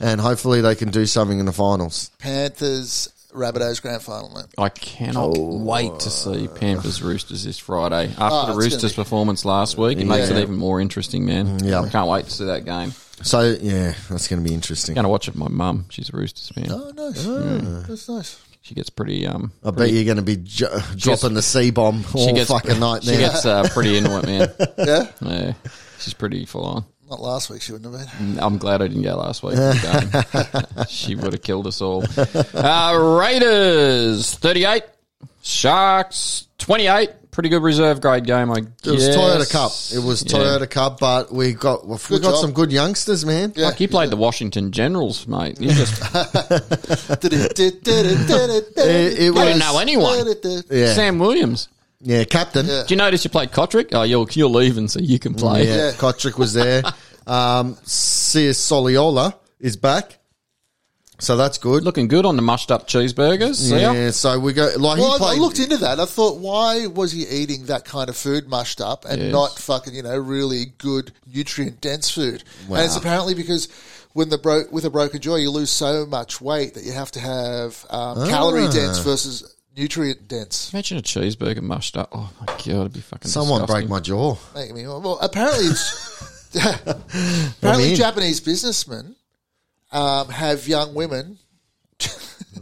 [SPEAKER 3] and hopefully they can do something in the finals.
[SPEAKER 1] Panthers, Rabbitohs grand final, mate.
[SPEAKER 2] I cannot wait to see Panthers Roosters this Friday. After
[SPEAKER 1] Oh,
[SPEAKER 2] the
[SPEAKER 1] it's
[SPEAKER 2] Roosters'
[SPEAKER 1] gonna
[SPEAKER 2] performance last week, it makes it
[SPEAKER 3] Yeah.
[SPEAKER 2] even more interesting,
[SPEAKER 1] Mm,
[SPEAKER 2] man.
[SPEAKER 3] Yeah.
[SPEAKER 2] I can't wait to see that game.
[SPEAKER 3] So yeah, that's going to be interesting.
[SPEAKER 2] Going to watch it with my mum. She's a Roosters fan.
[SPEAKER 1] Oh, nice. That's nice.
[SPEAKER 2] She gets pretty um.
[SPEAKER 3] I bet you're going to be jo- dropping the C bomb
[SPEAKER 2] She
[SPEAKER 3] all
[SPEAKER 2] gets
[SPEAKER 3] fucking night
[SPEAKER 2] She
[SPEAKER 3] now.
[SPEAKER 2] gets uh, pretty into it, man.
[SPEAKER 1] Yeah?
[SPEAKER 2] Yeah, she's pretty full on.
[SPEAKER 1] Not last week, she wouldn't have been.
[SPEAKER 2] I'm glad I didn't go last week. to the game. she would have killed us all. Uh, Raiders 38, Sharks 28. Pretty good reserve grade game, I guess.
[SPEAKER 3] It was Toyota Cup. It was
[SPEAKER 2] Yeah.
[SPEAKER 3] Toyota Cup, but we got we got
[SPEAKER 1] job.
[SPEAKER 3] some good youngsters, man.
[SPEAKER 1] Yeah.
[SPEAKER 2] Fuck, you played the Washington Generals, mate. You just
[SPEAKER 3] It, it
[SPEAKER 2] I
[SPEAKER 3] was
[SPEAKER 2] didn't know anyone.
[SPEAKER 3] Eh, yeah,
[SPEAKER 2] Sam Williams.
[SPEAKER 3] yeah, captain.
[SPEAKER 1] Yeah.
[SPEAKER 3] Yeah,
[SPEAKER 2] Do you notice you played Kotrick? Oh, you're you're leaving, so you can play.
[SPEAKER 1] Yeah.
[SPEAKER 3] Kotrick was there. um, C.S. Soliola is back, so that's good.
[SPEAKER 2] Looking good on the mushed up cheeseburgers. Yeah.
[SPEAKER 3] yeah, so we go like
[SPEAKER 1] Well,
[SPEAKER 3] he
[SPEAKER 1] I, I
[SPEAKER 3] played.
[SPEAKER 1] looked into that. I thought, why was he eating that kind of food mushed up and
[SPEAKER 2] Yes.
[SPEAKER 1] not fucking, you know, really good nutrient dense food? And it's apparently because when the bro- with a broken jaw, you lose so much weight that you have to have um, calorie dense versus nutrient dense.
[SPEAKER 2] Imagine a cheeseburger mushed up. Oh my god, it'd be fucking.
[SPEAKER 3] Someone
[SPEAKER 2] disgusting.
[SPEAKER 3] break my jaw.
[SPEAKER 1] Make me- well, apparently, it's, apparently,
[SPEAKER 3] mean?
[SPEAKER 1] Japanese businessmen um, have young women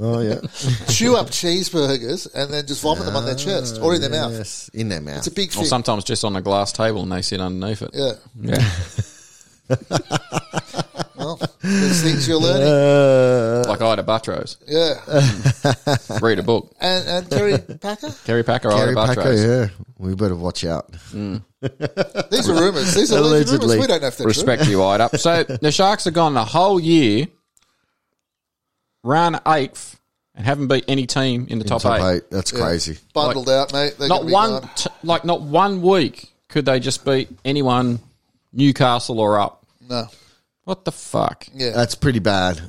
[SPEAKER 3] Oh yeah,
[SPEAKER 1] chew up cheeseburgers and then just vomit them on their chest or in their mouth.
[SPEAKER 3] yes, in their mouth.
[SPEAKER 1] It's a big
[SPEAKER 2] Or
[SPEAKER 1] thing.
[SPEAKER 2] sometimes just on a glass table and they sit underneath it.
[SPEAKER 1] yeah.
[SPEAKER 2] Yeah.
[SPEAKER 1] Well, there's things you're learning.
[SPEAKER 3] Uh,
[SPEAKER 2] like Ida Buttrose.
[SPEAKER 1] Yeah.
[SPEAKER 2] Read a book.
[SPEAKER 1] And, and Terry Packer?
[SPEAKER 2] Kerry Packer,
[SPEAKER 3] Gary
[SPEAKER 2] Ida
[SPEAKER 3] Packer,
[SPEAKER 2] Buttrose.
[SPEAKER 3] yeah, we better watch out.
[SPEAKER 1] These are rumours. These are alleged rumours.
[SPEAKER 3] Allegedly.
[SPEAKER 1] We don't know if they're
[SPEAKER 2] Respect you, Ida. So the Sharks have gone the whole year, ran eighth, and haven't beat any team in the top,
[SPEAKER 3] Top
[SPEAKER 2] eight.
[SPEAKER 3] eight, that's crazy.
[SPEAKER 1] true. Bundled out, mate. They're
[SPEAKER 2] Not
[SPEAKER 1] gonna be
[SPEAKER 2] one,
[SPEAKER 1] gone.
[SPEAKER 2] t- like not one week could they just beat anyone, Newcastle or up.
[SPEAKER 1] No.
[SPEAKER 2] What the fuck?
[SPEAKER 1] Yeah.
[SPEAKER 3] That's pretty bad.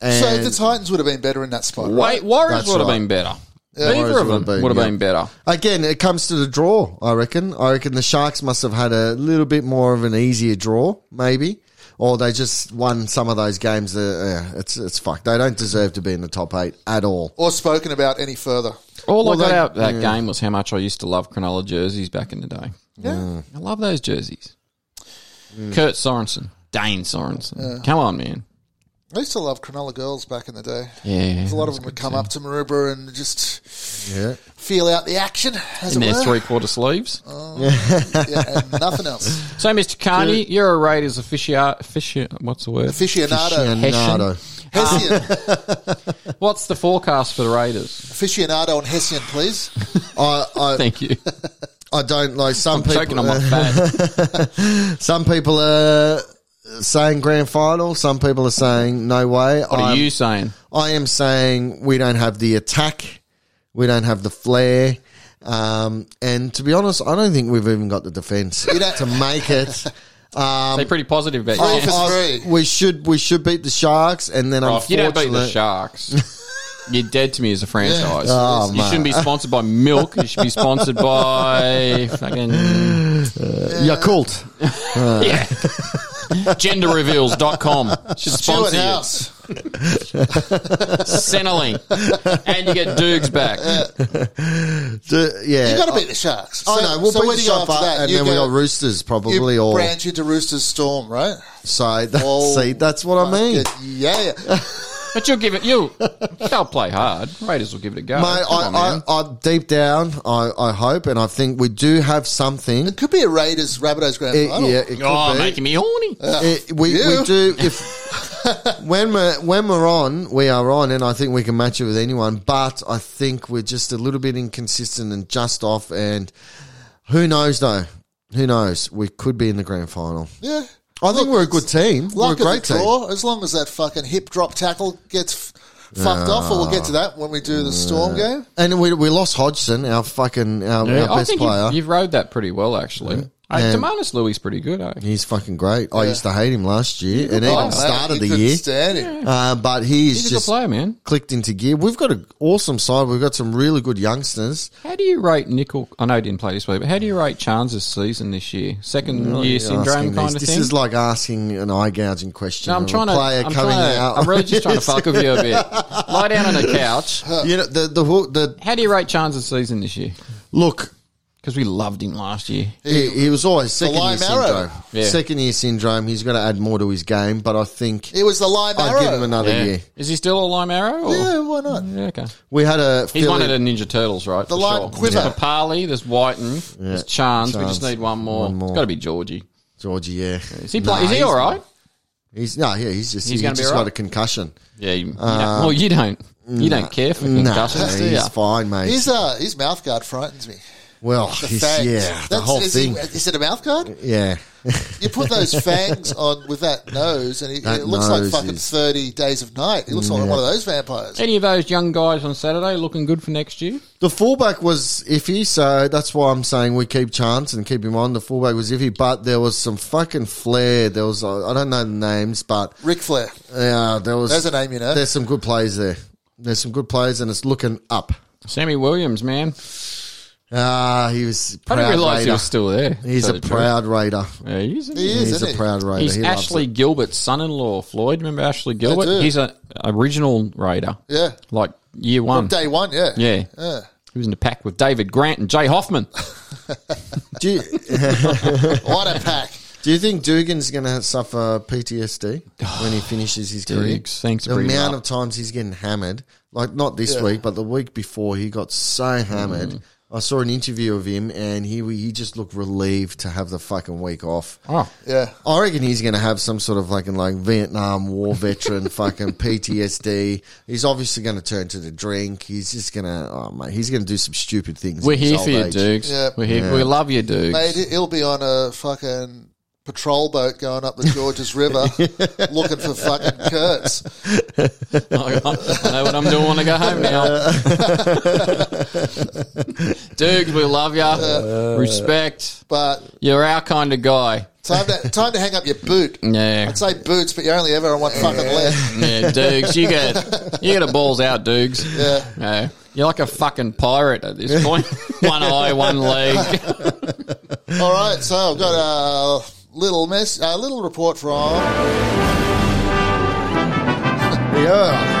[SPEAKER 3] And
[SPEAKER 1] so the Titans would have been better in that spot. right?
[SPEAKER 2] Wait, Warriors
[SPEAKER 3] That's
[SPEAKER 2] would have
[SPEAKER 3] right.
[SPEAKER 2] been better. Neither
[SPEAKER 3] Warriors
[SPEAKER 2] of them
[SPEAKER 3] would've been,
[SPEAKER 2] would have
[SPEAKER 3] yeah.
[SPEAKER 2] been better.
[SPEAKER 3] Again, it comes to the draw, I reckon. I reckon the Sharks must have had a little bit more of an easier draw, maybe. Or they just won some of those games. That, uh, it's it's fucked. They don't deserve to be in the top eight at all.
[SPEAKER 1] Or spoken about any further.
[SPEAKER 2] All
[SPEAKER 3] Well,
[SPEAKER 2] I got
[SPEAKER 3] they-
[SPEAKER 2] out of that game was how much I used to love Cronulla jerseys back in the day.
[SPEAKER 1] Yeah.
[SPEAKER 2] I love those jerseys.
[SPEAKER 3] Mm.
[SPEAKER 2] Kurt Sorensen, Dane Sorensen. Come on, man.
[SPEAKER 1] I used to love Cronulla girls back in the day.
[SPEAKER 2] Yeah.
[SPEAKER 1] There's a lot of them would come up to Maroubra and just
[SPEAKER 3] Yeah,
[SPEAKER 1] feel out the action, as
[SPEAKER 2] in
[SPEAKER 1] it
[SPEAKER 2] their
[SPEAKER 1] were.
[SPEAKER 2] three quarter sleeves.
[SPEAKER 3] Oh.
[SPEAKER 1] Yeah, and nothing else.
[SPEAKER 2] So, Mr. Carney, you're a Raiders official. Offici- what's the word?
[SPEAKER 1] Aficionado.
[SPEAKER 3] Leonardo.
[SPEAKER 1] Hessian.
[SPEAKER 2] What's the forecast for the Raiders?
[SPEAKER 1] Aficionado and Hessian, please.
[SPEAKER 3] I, I
[SPEAKER 2] Thank you.
[SPEAKER 3] I don't like some
[SPEAKER 2] Choking
[SPEAKER 3] people.
[SPEAKER 2] on my
[SPEAKER 3] uh,
[SPEAKER 2] fat.
[SPEAKER 3] some people are saying grand final. Some people are saying no way.
[SPEAKER 2] What are
[SPEAKER 3] I'm-
[SPEAKER 2] you saying?
[SPEAKER 3] I am saying we don't have the attack, we don't have the flair, Um, and to be honest, I don't think we've even got the defence to make it. Um,
[SPEAKER 2] They're pretty positive about
[SPEAKER 1] Three
[SPEAKER 2] you.
[SPEAKER 1] for
[SPEAKER 3] I-
[SPEAKER 1] three.
[SPEAKER 3] we should we should beat the Sharks, and then
[SPEAKER 2] Right, if Um, you
[SPEAKER 3] unfortunately,
[SPEAKER 2] don't beat the Sharks. You're dead to me as a franchise.
[SPEAKER 3] Oh,
[SPEAKER 2] you shouldn't be sponsored by milk. You should be sponsored by fucking
[SPEAKER 3] Yakult.
[SPEAKER 2] yeah. genderreveals.com. Should
[SPEAKER 1] Stuart
[SPEAKER 2] sponsor you.
[SPEAKER 1] House.
[SPEAKER 2] Centrelink. And you get Dukes back.
[SPEAKER 3] Do- yeah,
[SPEAKER 1] You got to beat the Sharks.
[SPEAKER 3] I know. Uh, oh, We'll
[SPEAKER 1] so
[SPEAKER 3] beat
[SPEAKER 1] where
[SPEAKER 3] the
[SPEAKER 1] do you go
[SPEAKER 3] Sharks,
[SPEAKER 1] after that?
[SPEAKER 3] and
[SPEAKER 1] You
[SPEAKER 3] then we
[SPEAKER 1] go-
[SPEAKER 3] got Roosters
[SPEAKER 1] you
[SPEAKER 3] probably, or
[SPEAKER 1] branch into Roosters Storm, right?
[SPEAKER 3] so. That,
[SPEAKER 1] Oh,
[SPEAKER 3] see, that's what I mean.
[SPEAKER 1] Good. Yeah, yeah.
[SPEAKER 2] But you'll give it, you, they'll play hard. Raiders will give it a go.
[SPEAKER 3] Mate,
[SPEAKER 2] Come on,
[SPEAKER 3] I,
[SPEAKER 2] man.
[SPEAKER 3] I, I, deep down, I, I hope and I think we do have something.
[SPEAKER 1] It could be a Raiders Rabbitohs grand
[SPEAKER 3] It-
[SPEAKER 1] final.
[SPEAKER 3] yeah, it could
[SPEAKER 2] oh,
[SPEAKER 3] be.
[SPEAKER 2] making me horny.
[SPEAKER 3] It- we,
[SPEAKER 1] You.
[SPEAKER 3] we do if when we're when we're on, we are on, and I think we can match it with anyone. But I think we're just a little bit inconsistent and just off. And who knows though? Who knows? We could be in the grand final.
[SPEAKER 1] Yeah.
[SPEAKER 3] I think we're a good team. We're a
[SPEAKER 1] Luck
[SPEAKER 3] great
[SPEAKER 1] of the
[SPEAKER 3] team.
[SPEAKER 1] draw, as long as that fucking hip drop tackle gets f- fucked off, or we'll get to that when we do the Storm game.
[SPEAKER 3] And we, we lost Hodgson, our fucking our, our
[SPEAKER 2] I
[SPEAKER 3] best
[SPEAKER 2] think
[SPEAKER 3] player.
[SPEAKER 2] you've, you've rode that pretty well, actually. Hey,
[SPEAKER 3] And-
[SPEAKER 2] Demarcus Louis is pretty good, eh?
[SPEAKER 3] He's fucking great. I used to hate him last year, and
[SPEAKER 1] Oh,
[SPEAKER 3] even
[SPEAKER 1] mate,
[SPEAKER 3] started
[SPEAKER 1] you
[SPEAKER 3] the
[SPEAKER 1] couldn't
[SPEAKER 3] year.
[SPEAKER 1] Stand it.
[SPEAKER 3] Uh, but he is
[SPEAKER 2] He's a good
[SPEAKER 3] just
[SPEAKER 2] player, man.
[SPEAKER 3] clicked into gear. We've got an awesome side. We've got some really good youngsters.
[SPEAKER 2] How do you rate Nickel? I know he didn't play this week, but how do you rate Chance's season this year? Second year syndrome
[SPEAKER 3] Asking
[SPEAKER 2] kind
[SPEAKER 3] these-
[SPEAKER 2] of
[SPEAKER 3] this
[SPEAKER 2] thing.
[SPEAKER 3] is like asking an eye gouging question.
[SPEAKER 2] no, I'm
[SPEAKER 3] of a
[SPEAKER 2] trying to.
[SPEAKER 3] player
[SPEAKER 2] I'm,
[SPEAKER 3] coming
[SPEAKER 2] trying to
[SPEAKER 3] out.
[SPEAKER 2] I'm really just trying to fuck with you a bit. Lie down on the couch.
[SPEAKER 3] you know the the hook- the
[SPEAKER 2] How do you rate Chance's season this year?
[SPEAKER 3] look.
[SPEAKER 2] Because we loved him last year.
[SPEAKER 3] He, he was always second year
[SPEAKER 1] lime arrow.
[SPEAKER 3] syndrome.
[SPEAKER 2] Yeah.
[SPEAKER 3] Second year syndrome. He's going to add more to his game, but I think
[SPEAKER 1] It was the lime
[SPEAKER 3] I'd
[SPEAKER 1] arrow.
[SPEAKER 3] give him another
[SPEAKER 2] Yeah.
[SPEAKER 3] year.
[SPEAKER 2] Is he still a lime arrow? Or?
[SPEAKER 1] yeah, why not?
[SPEAKER 2] Yeah, okay.
[SPEAKER 3] We had a
[SPEAKER 2] He's one of the
[SPEAKER 3] Philly-
[SPEAKER 2] Ninja Turtles, right? The
[SPEAKER 1] lime quiver.
[SPEAKER 2] There's Papali, there's Whiten, there's Chance. We just
[SPEAKER 3] Chance.
[SPEAKER 2] need one more.
[SPEAKER 3] One more.
[SPEAKER 2] It's got to be Georgie.
[SPEAKER 3] Georgie. Yeah,
[SPEAKER 2] Is he, play- is he all right?
[SPEAKER 3] He's no, yeah. He's just
[SPEAKER 2] He's
[SPEAKER 3] he's,
[SPEAKER 2] gonna be
[SPEAKER 3] just
[SPEAKER 2] all
[SPEAKER 3] got
[SPEAKER 2] right?
[SPEAKER 3] a concussion.
[SPEAKER 2] Yeah. You, you don't- well, you don't. You don't care for concussions,
[SPEAKER 3] no,
[SPEAKER 2] do you?
[SPEAKER 3] Uh, he's fine, mate.
[SPEAKER 1] His uh, his mouth guard frightens me.
[SPEAKER 3] well, he's,
[SPEAKER 1] Fangs.
[SPEAKER 3] yeah, the
[SPEAKER 1] That's-
[SPEAKER 3] whole
[SPEAKER 1] is
[SPEAKER 3] thing.
[SPEAKER 1] He, is it a mouth guard?
[SPEAKER 3] yeah,
[SPEAKER 1] You put those fangs on with that nose, and he,
[SPEAKER 3] That
[SPEAKER 1] it looks like
[SPEAKER 3] nose
[SPEAKER 1] fucking
[SPEAKER 3] is-
[SPEAKER 1] thirty days of night. He looks like one of those vampires.
[SPEAKER 2] Any of those young guys on Saturday looking good for next year?
[SPEAKER 3] The fullback was iffy, so that's why I'm saying we keep Chance and keep him on. The fullback was iffy, but there was some fucking flair. There was I don't know the names, but
[SPEAKER 1] Ric Flair.
[SPEAKER 3] uh, there was
[SPEAKER 1] There's a name you know.
[SPEAKER 3] There's some good plays there. There's some good plays, and it's looking up.
[SPEAKER 2] Sammy Williams, man.
[SPEAKER 3] Ah, he was
[SPEAKER 2] I
[SPEAKER 3] proud
[SPEAKER 2] didn't realise he
[SPEAKER 3] raider.
[SPEAKER 2] was still there.
[SPEAKER 3] He's
[SPEAKER 2] So
[SPEAKER 3] a
[SPEAKER 2] the
[SPEAKER 3] proud raider.
[SPEAKER 2] truth- Yeah, he is. isn't
[SPEAKER 1] He
[SPEAKER 2] he?
[SPEAKER 1] is,
[SPEAKER 3] He's
[SPEAKER 1] isn't
[SPEAKER 3] a
[SPEAKER 1] he?
[SPEAKER 3] proud raider.
[SPEAKER 2] He's
[SPEAKER 3] He loves
[SPEAKER 2] Ashley
[SPEAKER 3] it.
[SPEAKER 2] Gilbert's son-in-law, Floyd. Remember Ashley Gilbert?
[SPEAKER 1] do.
[SPEAKER 2] He's an original Raider.
[SPEAKER 1] Yeah.
[SPEAKER 2] Like year one.
[SPEAKER 1] Day one, yeah.
[SPEAKER 2] Yeah.
[SPEAKER 1] Yeah.
[SPEAKER 2] He was in the pack with David Grant and Jay Hoffman.
[SPEAKER 3] Do you,
[SPEAKER 1] What a pack.
[SPEAKER 3] do you think Dugan's going to suffer PTSD when he finishes his career?
[SPEAKER 2] Diggs, thanks
[SPEAKER 3] the
[SPEAKER 2] for bringing it
[SPEAKER 3] amount
[SPEAKER 2] up.
[SPEAKER 3] of times he's getting hammered. Like not this week, but the week before, he got so hammered.
[SPEAKER 2] Mm-hmm.
[SPEAKER 3] I saw an interview of him, and he he just looked relieved to have the fucking week off.
[SPEAKER 2] Oh,
[SPEAKER 1] Yeah.
[SPEAKER 3] I reckon he's going to have some sort of like like Vietnam War veteran fucking PTSD. He's obviously going to turn to the drink. He's just going to oh mate, he's going to do some stupid things. in
[SPEAKER 2] we're
[SPEAKER 3] his
[SPEAKER 2] here for
[SPEAKER 3] old
[SPEAKER 2] you,
[SPEAKER 3] age.
[SPEAKER 2] Dukes.
[SPEAKER 1] Yeah.
[SPEAKER 2] We're here. We love you, Dukes.
[SPEAKER 1] Mate, he- he'll be on a fucking patrol boat going up the Georges River looking for fucking Kurtz.
[SPEAKER 2] I I know what I'm doing. Want to go home now. Dukes, we love you. Respect.
[SPEAKER 1] But
[SPEAKER 2] You're our kind of guy.
[SPEAKER 1] time to time to hang up your boot.
[SPEAKER 2] Yeah.
[SPEAKER 1] I'd say boots, but you're only ever on one fucking leg.
[SPEAKER 2] Yeah, Dukes, you get you get a balls out, Dukes. Yeah. You're like a fucking pirate at this point. one eye, one leg.
[SPEAKER 1] All right, so I've got a little mess, a little report from.
[SPEAKER 3] Yeah,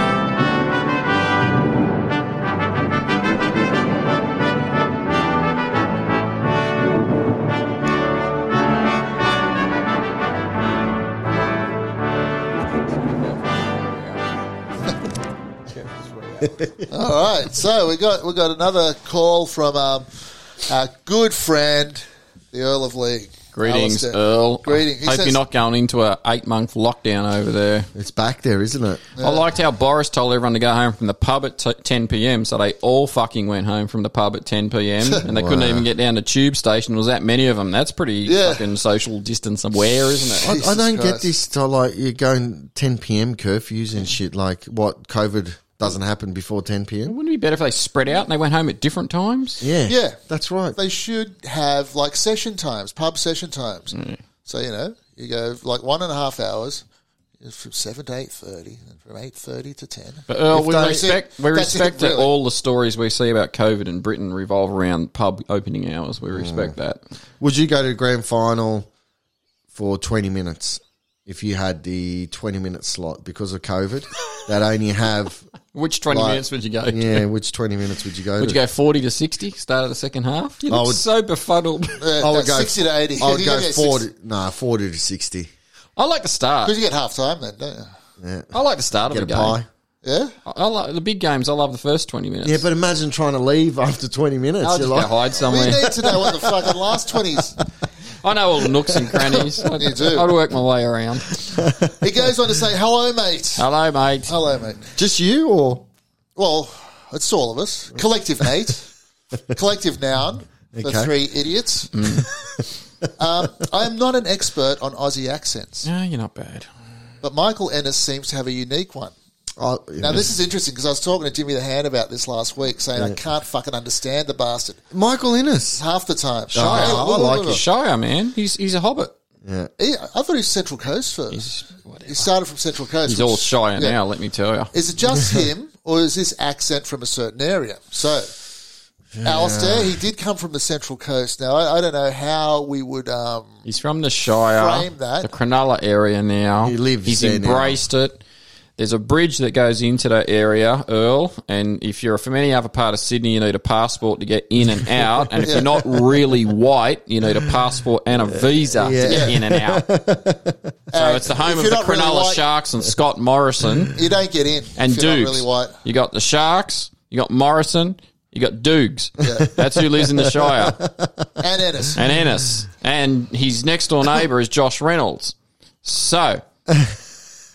[SPEAKER 1] All right, so we got we got another call from um, our good friend, the Earl of League.
[SPEAKER 2] Greetings,
[SPEAKER 1] Alistair.
[SPEAKER 2] Earl.
[SPEAKER 1] Greeting. He
[SPEAKER 2] Hope
[SPEAKER 1] says-
[SPEAKER 2] you're not going into a eight month lockdown over there.
[SPEAKER 3] it's back there, isn't it?
[SPEAKER 2] I liked how Boris told everyone to go home from the pub at t- 10 p.m. So they all fucking went home from the pub at 10 p.m. and they couldn't
[SPEAKER 3] Wow.
[SPEAKER 2] even get down to tube station. There was that many of them? That's pretty
[SPEAKER 1] Yeah.
[SPEAKER 2] fucking social distance aware, isn't it?
[SPEAKER 3] I, I
[SPEAKER 1] Jesus
[SPEAKER 3] don't
[SPEAKER 1] Christ.
[SPEAKER 3] get this. To like you're going 10 p.m. curfews and shit. Like what COVID doesn't happen before 10 p.m.
[SPEAKER 2] Wouldn't it be better if they spread out and they went home at different times?
[SPEAKER 3] Yeah.
[SPEAKER 1] Yeah.
[SPEAKER 3] That's right.
[SPEAKER 1] They should have like session times, pub session times.
[SPEAKER 2] Mm.
[SPEAKER 1] So you know, you go like one and a half hours from seven to eight thirty, and from eight thirty to ten.
[SPEAKER 2] But Earl,
[SPEAKER 1] If
[SPEAKER 2] we
[SPEAKER 1] they-
[SPEAKER 2] respect, we
[SPEAKER 1] that's
[SPEAKER 2] respect
[SPEAKER 1] it,
[SPEAKER 2] that
[SPEAKER 1] really.
[SPEAKER 2] all the stories we see about COVID in Britain revolve around pub opening hours. We respect that.
[SPEAKER 3] Would you go to the grand final for 20 minutes if you had the 20 minute slot because of COVID? that only have,
[SPEAKER 2] Which 20
[SPEAKER 3] Like-
[SPEAKER 2] minutes would you go to?
[SPEAKER 3] yeah, which 20 minutes would you go
[SPEAKER 2] Would
[SPEAKER 3] to?
[SPEAKER 2] you go 40 to 60, start of the second half? You
[SPEAKER 3] I
[SPEAKER 2] look
[SPEAKER 3] would-
[SPEAKER 2] so befuddled.
[SPEAKER 1] Uh,
[SPEAKER 3] I would
[SPEAKER 1] that's
[SPEAKER 3] go
[SPEAKER 1] sixty to eighty.
[SPEAKER 3] I would
[SPEAKER 1] You
[SPEAKER 3] go
[SPEAKER 1] get
[SPEAKER 3] 40, nah, 40 to 60.
[SPEAKER 2] I like the start.
[SPEAKER 1] Because you get half time then, don't you?
[SPEAKER 2] I like the start
[SPEAKER 3] Get a
[SPEAKER 2] of the game.
[SPEAKER 3] pie.
[SPEAKER 1] Yeah.
[SPEAKER 2] I, I like the big games. I love the first 20 minutes.
[SPEAKER 3] Yeah, but imagine trying to leave after 20 minutes.
[SPEAKER 2] I'll
[SPEAKER 3] You're
[SPEAKER 2] just
[SPEAKER 3] like,
[SPEAKER 2] go hide
[SPEAKER 1] We
[SPEAKER 2] somewhere.
[SPEAKER 1] need to know what the fucking last twenties.
[SPEAKER 2] I know all the nooks and crannies. I'd,
[SPEAKER 1] You do.
[SPEAKER 2] I'd work my way around.
[SPEAKER 1] He goes on to say, "Hello, mate.
[SPEAKER 2] Hello, mate.
[SPEAKER 3] Oh.
[SPEAKER 1] Hello, mate.
[SPEAKER 3] just you or?
[SPEAKER 1] Well, it's all of us. Collective mate. Collective noun. The
[SPEAKER 3] Okay.
[SPEAKER 1] three idiots. um, I am not an expert on Aussie accents,
[SPEAKER 2] No, you're not bad.
[SPEAKER 1] but Michael Ennis seems to have a unique one.
[SPEAKER 3] I,
[SPEAKER 1] Now, this is interesting because I was talking to Jimmy the Hand about this last week, saying I can't fucking understand the bastard
[SPEAKER 3] Michael Innes.
[SPEAKER 1] half the time. Shire,
[SPEAKER 3] Oh, I like it.
[SPEAKER 2] Shire, man. He's, he's a hobbit.
[SPEAKER 1] Yeah, I thought he was Central Coast first. he started from Central Coast.
[SPEAKER 2] He's all
[SPEAKER 1] which-
[SPEAKER 2] Shire
[SPEAKER 1] yeah.
[SPEAKER 2] now, let me tell you.
[SPEAKER 1] Is it just him, or is this accent from a certain area? So, Alistair, he did come from the Central Coast. Now, I, I don't know how we would. Um,
[SPEAKER 2] He's from the Shire,
[SPEAKER 1] Frame that.
[SPEAKER 2] the Cronulla area now.
[SPEAKER 3] He lives
[SPEAKER 2] He's
[SPEAKER 3] there now.
[SPEAKER 2] embraced it. There's a bridge that goes into that area, Earl. And if you're from any other part of Sydney, you need a passport to get in and out. And if you're not really white, you need a passport and a visa to get in and out. So it's the home
[SPEAKER 1] if
[SPEAKER 2] of the
[SPEAKER 1] you're not really
[SPEAKER 2] Cronulla
[SPEAKER 1] white-
[SPEAKER 2] Sharks and Scott Morrison
[SPEAKER 1] you don't get in
[SPEAKER 2] and
[SPEAKER 1] if you're not
[SPEAKER 2] Dukes.
[SPEAKER 1] really white.
[SPEAKER 2] You got the Sharks. You got Morrison. You got Dukes. That's who lives in the Shire
[SPEAKER 1] And Ennis.
[SPEAKER 2] and Ennis, and his next door neighbour is Josh Reynolds. So,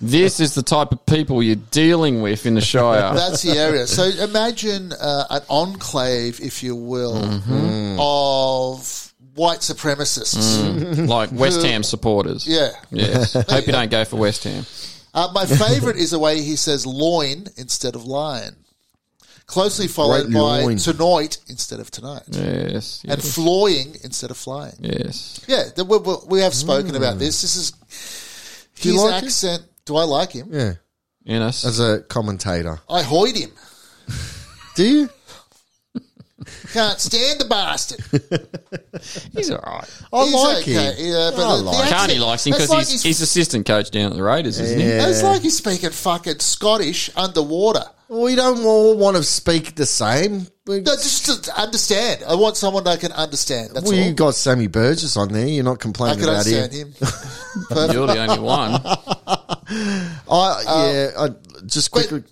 [SPEAKER 2] this is the type of people you're dealing with in the Shire.
[SPEAKER 1] That's the area. So imagine uh, an enclave, if you will,
[SPEAKER 2] Mm-hmm.
[SPEAKER 1] of white supremacists.
[SPEAKER 2] like West Ham supporters.
[SPEAKER 1] Yeah.
[SPEAKER 2] Yes. Hope you don't go for West Ham.
[SPEAKER 1] Uh, my favourite is the way he says loin instead of lion. Closely followed
[SPEAKER 3] Great
[SPEAKER 1] by
[SPEAKER 3] loin.
[SPEAKER 1] tonight instead of tonight.
[SPEAKER 2] Yes.
[SPEAKER 1] And
[SPEAKER 2] Yes.
[SPEAKER 1] flying instead of flying.
[SPEAKER 2] yes.
[SPEAKER 1] Yeah, the, we, we- we have spoken about this. This is
[SPEAKER 3] Mm. you
[SPEAKER 1] his
[SPEAKER 3] like it?
[SPEAKER 1] accent. Do I like him?
[SPEAKER 3] Yeah,
[SPEAKER 2] Ennis.
[SPEAKER 3] as a commentator.
[SPEAKER 1] I hoid him.
[SPEAKER 3] Do you?
[SPEAKER 1] Can't stand the bastard.
[SPEAKER 2] He's all right.
[SPEAKER 3] I
[SPEAKER 1] He's
[SPEAKER 3] like
[SPEAKER 1] okay.
[SPEAKER 3] him.
[SPEAKER 1] Yeah, but the-
[SPEAKER 3] I
[SPEAKER 1] the
[SPEAKER 3] like him.
[SPEAKER 1] accent-
[SPEAKER 2] Carney likes him
[SPEAKER 1] that's
[SPEAKER 2] because
[SPEAKER 1] like
[SPEAKER 2] he's, he's assistant coach down at the Raiders, isn't he?
[SPEAKER 1] It's like he's speaking fucking Scottish underwater.
[SPEAKER 3] We don't all want to speak the same. We,
[SPEAKER 1] No, just to understand. I want someone I can understand. That's
[SPEAKER 3] well, you
[SPEAKER 1] all.
[SPEAKER 3] got Sammy Burgess on there. You're not
[SPEAKER 1] I
[SPEAKER 3] complaining
[SPEAKER 1] can
[SPEAKER 3] about
[SPEAKER 1] understand
[SPEAKER 3] him.
[SPEAKER 1] him.
[SPEAKER 2] You're the only one.
[SPEAKER 1] Um,
[SPEAKER 3] I yeah. I just quickly.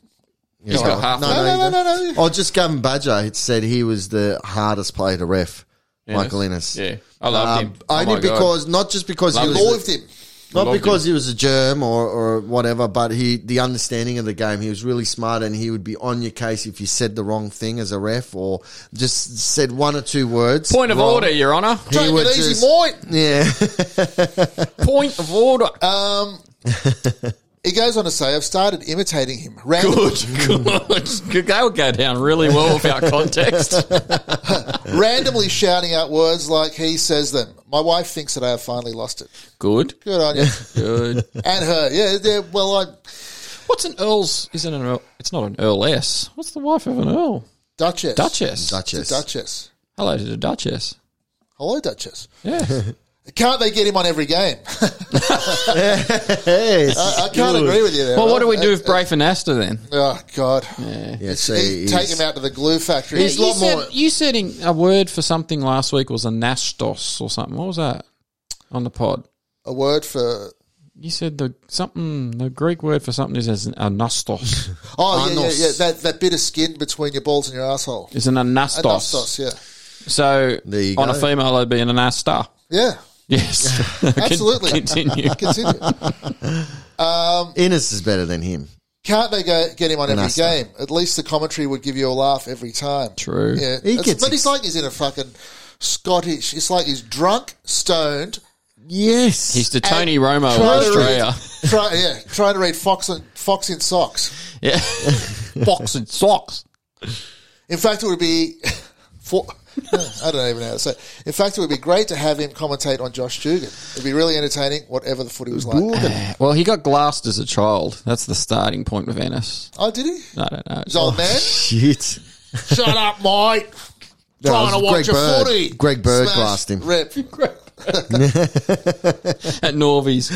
[SPEAKER 3] Yeah,
[SPEAKER 2] He's got
[SPEAKER 3] sorry.
[SPEAKER 2] half
[SPEAKER 3] no,
[SPEAKER 2] that.
[SPEAKER 1] No,
[SPEAKER 3] no,
[SPEAKER 1] no,
[SPEAKER 3] you
[SPEAKER 1] no,
[SPEAKER 3] don't.
[SPEAKER 1] no,
[SPEAKER 3] Oh, just Gavin Badger had said he was the hardest player to ref. Michael Innes. Um,
[SPEAKER 2] Yeah. I
[SPEAKER 1] Um,
[SPEAKER 2] loved him. Oh
[SPEAKER 3] only
[SPEAKER 2] my God.
[SPEAKER 3] because not just because
[SPEAKER 2] Loved
[SPEAKER 3] he was
[SPEAKER 1] Loved him.
[SPEAKER 3] Not
[SPEAKER 2] Loved
[SPEAKER 3] because he was a germ or, or whatever, but he the understanding of the game. He was really smart, and he would be on your case if you said the wrong thing as a ref or just said one or two words.
[SPEAKER 2] Point of
[SPEAKER 3] wrong.
[SPEAKER 2] order, Your Honour.
[SPEAKER 1] Take
[SPEAKER 3] would
[SPEAKER 1] it easy,
[SPEAKER 3] just-
[SPEAKER 1] mate.
[SPEAKER 3] Yeah,
[SPEAKER 2] Point of order.
[SPEAKER 1] Um, He goes on to say, "I've started imitating him." Random,
[SPEAKER 2] Good. Good. That would go down really well without context.
[SPEAKER 1] randomly shouting out words like he says them. My wife thinks that I have finally lost it.
[SPEAKER 2] Good.
[SPEAKER 1] Good on you.
[SPEAKER 2] Good.
[SPEAKER 1] and her. Yeah, yeah, well, I
[SPEAKER 2] Uh, What's an Earl's? Isn't an Earl? It's not an Earless. What's the wife of an Earl?
[SPEAKER 1] Duchess.
[SPEAKER 2] Duchess.
[SPEAKER 1] It's
[SPEAKER 3] Duchess.
[SPEAKER 1] a Duchess.
[SPEAKER 2] Hello to the Duchess.
[SPEAKER 1] Hello, Duchess.
[SPEAKER 2] Yeah.
[SPEAKER 1] Can't they get him on every game?
[SPEAKER 3] Yes.
[SPEAKER 1] I can't agree with you there.
[SPEAKER 2] well, what
[SPEAKER 1] Rob.
[SPEAKER 2] do we do with Brafe and Asta then?
[SPEAKER 1] Oh God,
[SPEAKER 3] yeah, see,
[SPEAKER 1] He's- take him out to the glue factory.
[SPEAKER 2] you, said, you said in- a word for something last week was a nastos or something. What was that on the pod?
[SPEAKER 1] a word for.
[SPEAKER 2] You said the something the Greek word for something is as- a nastos.
[SPEAKER 1] Oh yeah, yeah,
[SPEAKER 3] Anos.
[SPEAKER 1] yeah. That that bit of skin between your balls and your asshole.
[SPEAKER 2] It's an anastos.
[SPEAKER 1] Anastos, yeah,
[SPEAKER 2] So
[SPEAKER 3] There you
[SPEAKER 2] on
[SPEAKER 3] go.
[SPEAKER 2] a female, it'd be an anasta.
[SPEAKER 1] yeah.
[SPEAKER 2] Yes,
[SPEAKER 1] Absolutely.
[SPEAKER 2] Continue.
[SPEAKER 1] Continue.
[SPEAKER 3] Innes is better than him.
[SPEAKER 1] Can't they go, get him on every
[SPEAKER 3] Anastas.
[SPEAKER 1] game? At least the commentary would give you a laugh every time.
[SPEAKER 2] True.
[SPEAKER 1] Yeah,
[SPEAKER 3] He
[SPEAKER 1] It's-
[SPEAKER 3] gets
[SPEAKER 1] but
[SPEAKER 3] ex-
[SPEAKER 1] he's like he's in a fucking Scottish. It's like he's drunk, stoned,
[SPEAKER 3] Yes,
[SPEAKER 2] He's the Tony Romo of
[SPEAKER 1] Try to
[SPEAKER 2] Australia.
[SPEAKER 1] read- try, yeah, trying to read Fox and Fox in socks.
[SPEAKER 2] Yeah. boxing socks.
[SPEAKER 1] In fact, it would be. For, I don't even know how to say. it. In fact, it would be great to have him commentate on Josh Dugan. It'd be really entertaining, whatever the footy was like.
[SPEAKER 2] Well, he got glassed as a child. That's the starting point of Ennis.
[SPEAKER 1] Oh, did he?
[SPEAKER 2] I don't know.
[SPEAKER 1] His
[SPEAKER 3] Oh.
[SPEAKER 1] old man.
[SPEAKER 3] Shit.
[SPEAKER 1] Shut up, mate.
[SPEAKER 3] No,
[SPEAKER 1] Trying
[SPEAKER 3] it
[SPEAKER 1] to
[SPEAKER 3] was
[SPEAKER 1] watch
[SPEAKER 3] Greg
[SPEAKER 1] a
[SPEAKER 3] Bird.
[SPEAKER 1] footy.
[SPEAKER 3] Greg Bird
[SPEAKER 1] Smash,
[SPEAKER 3] glassed him.
[SPEAKER 1] Rip.
[SPEAKER 2] at Norvies.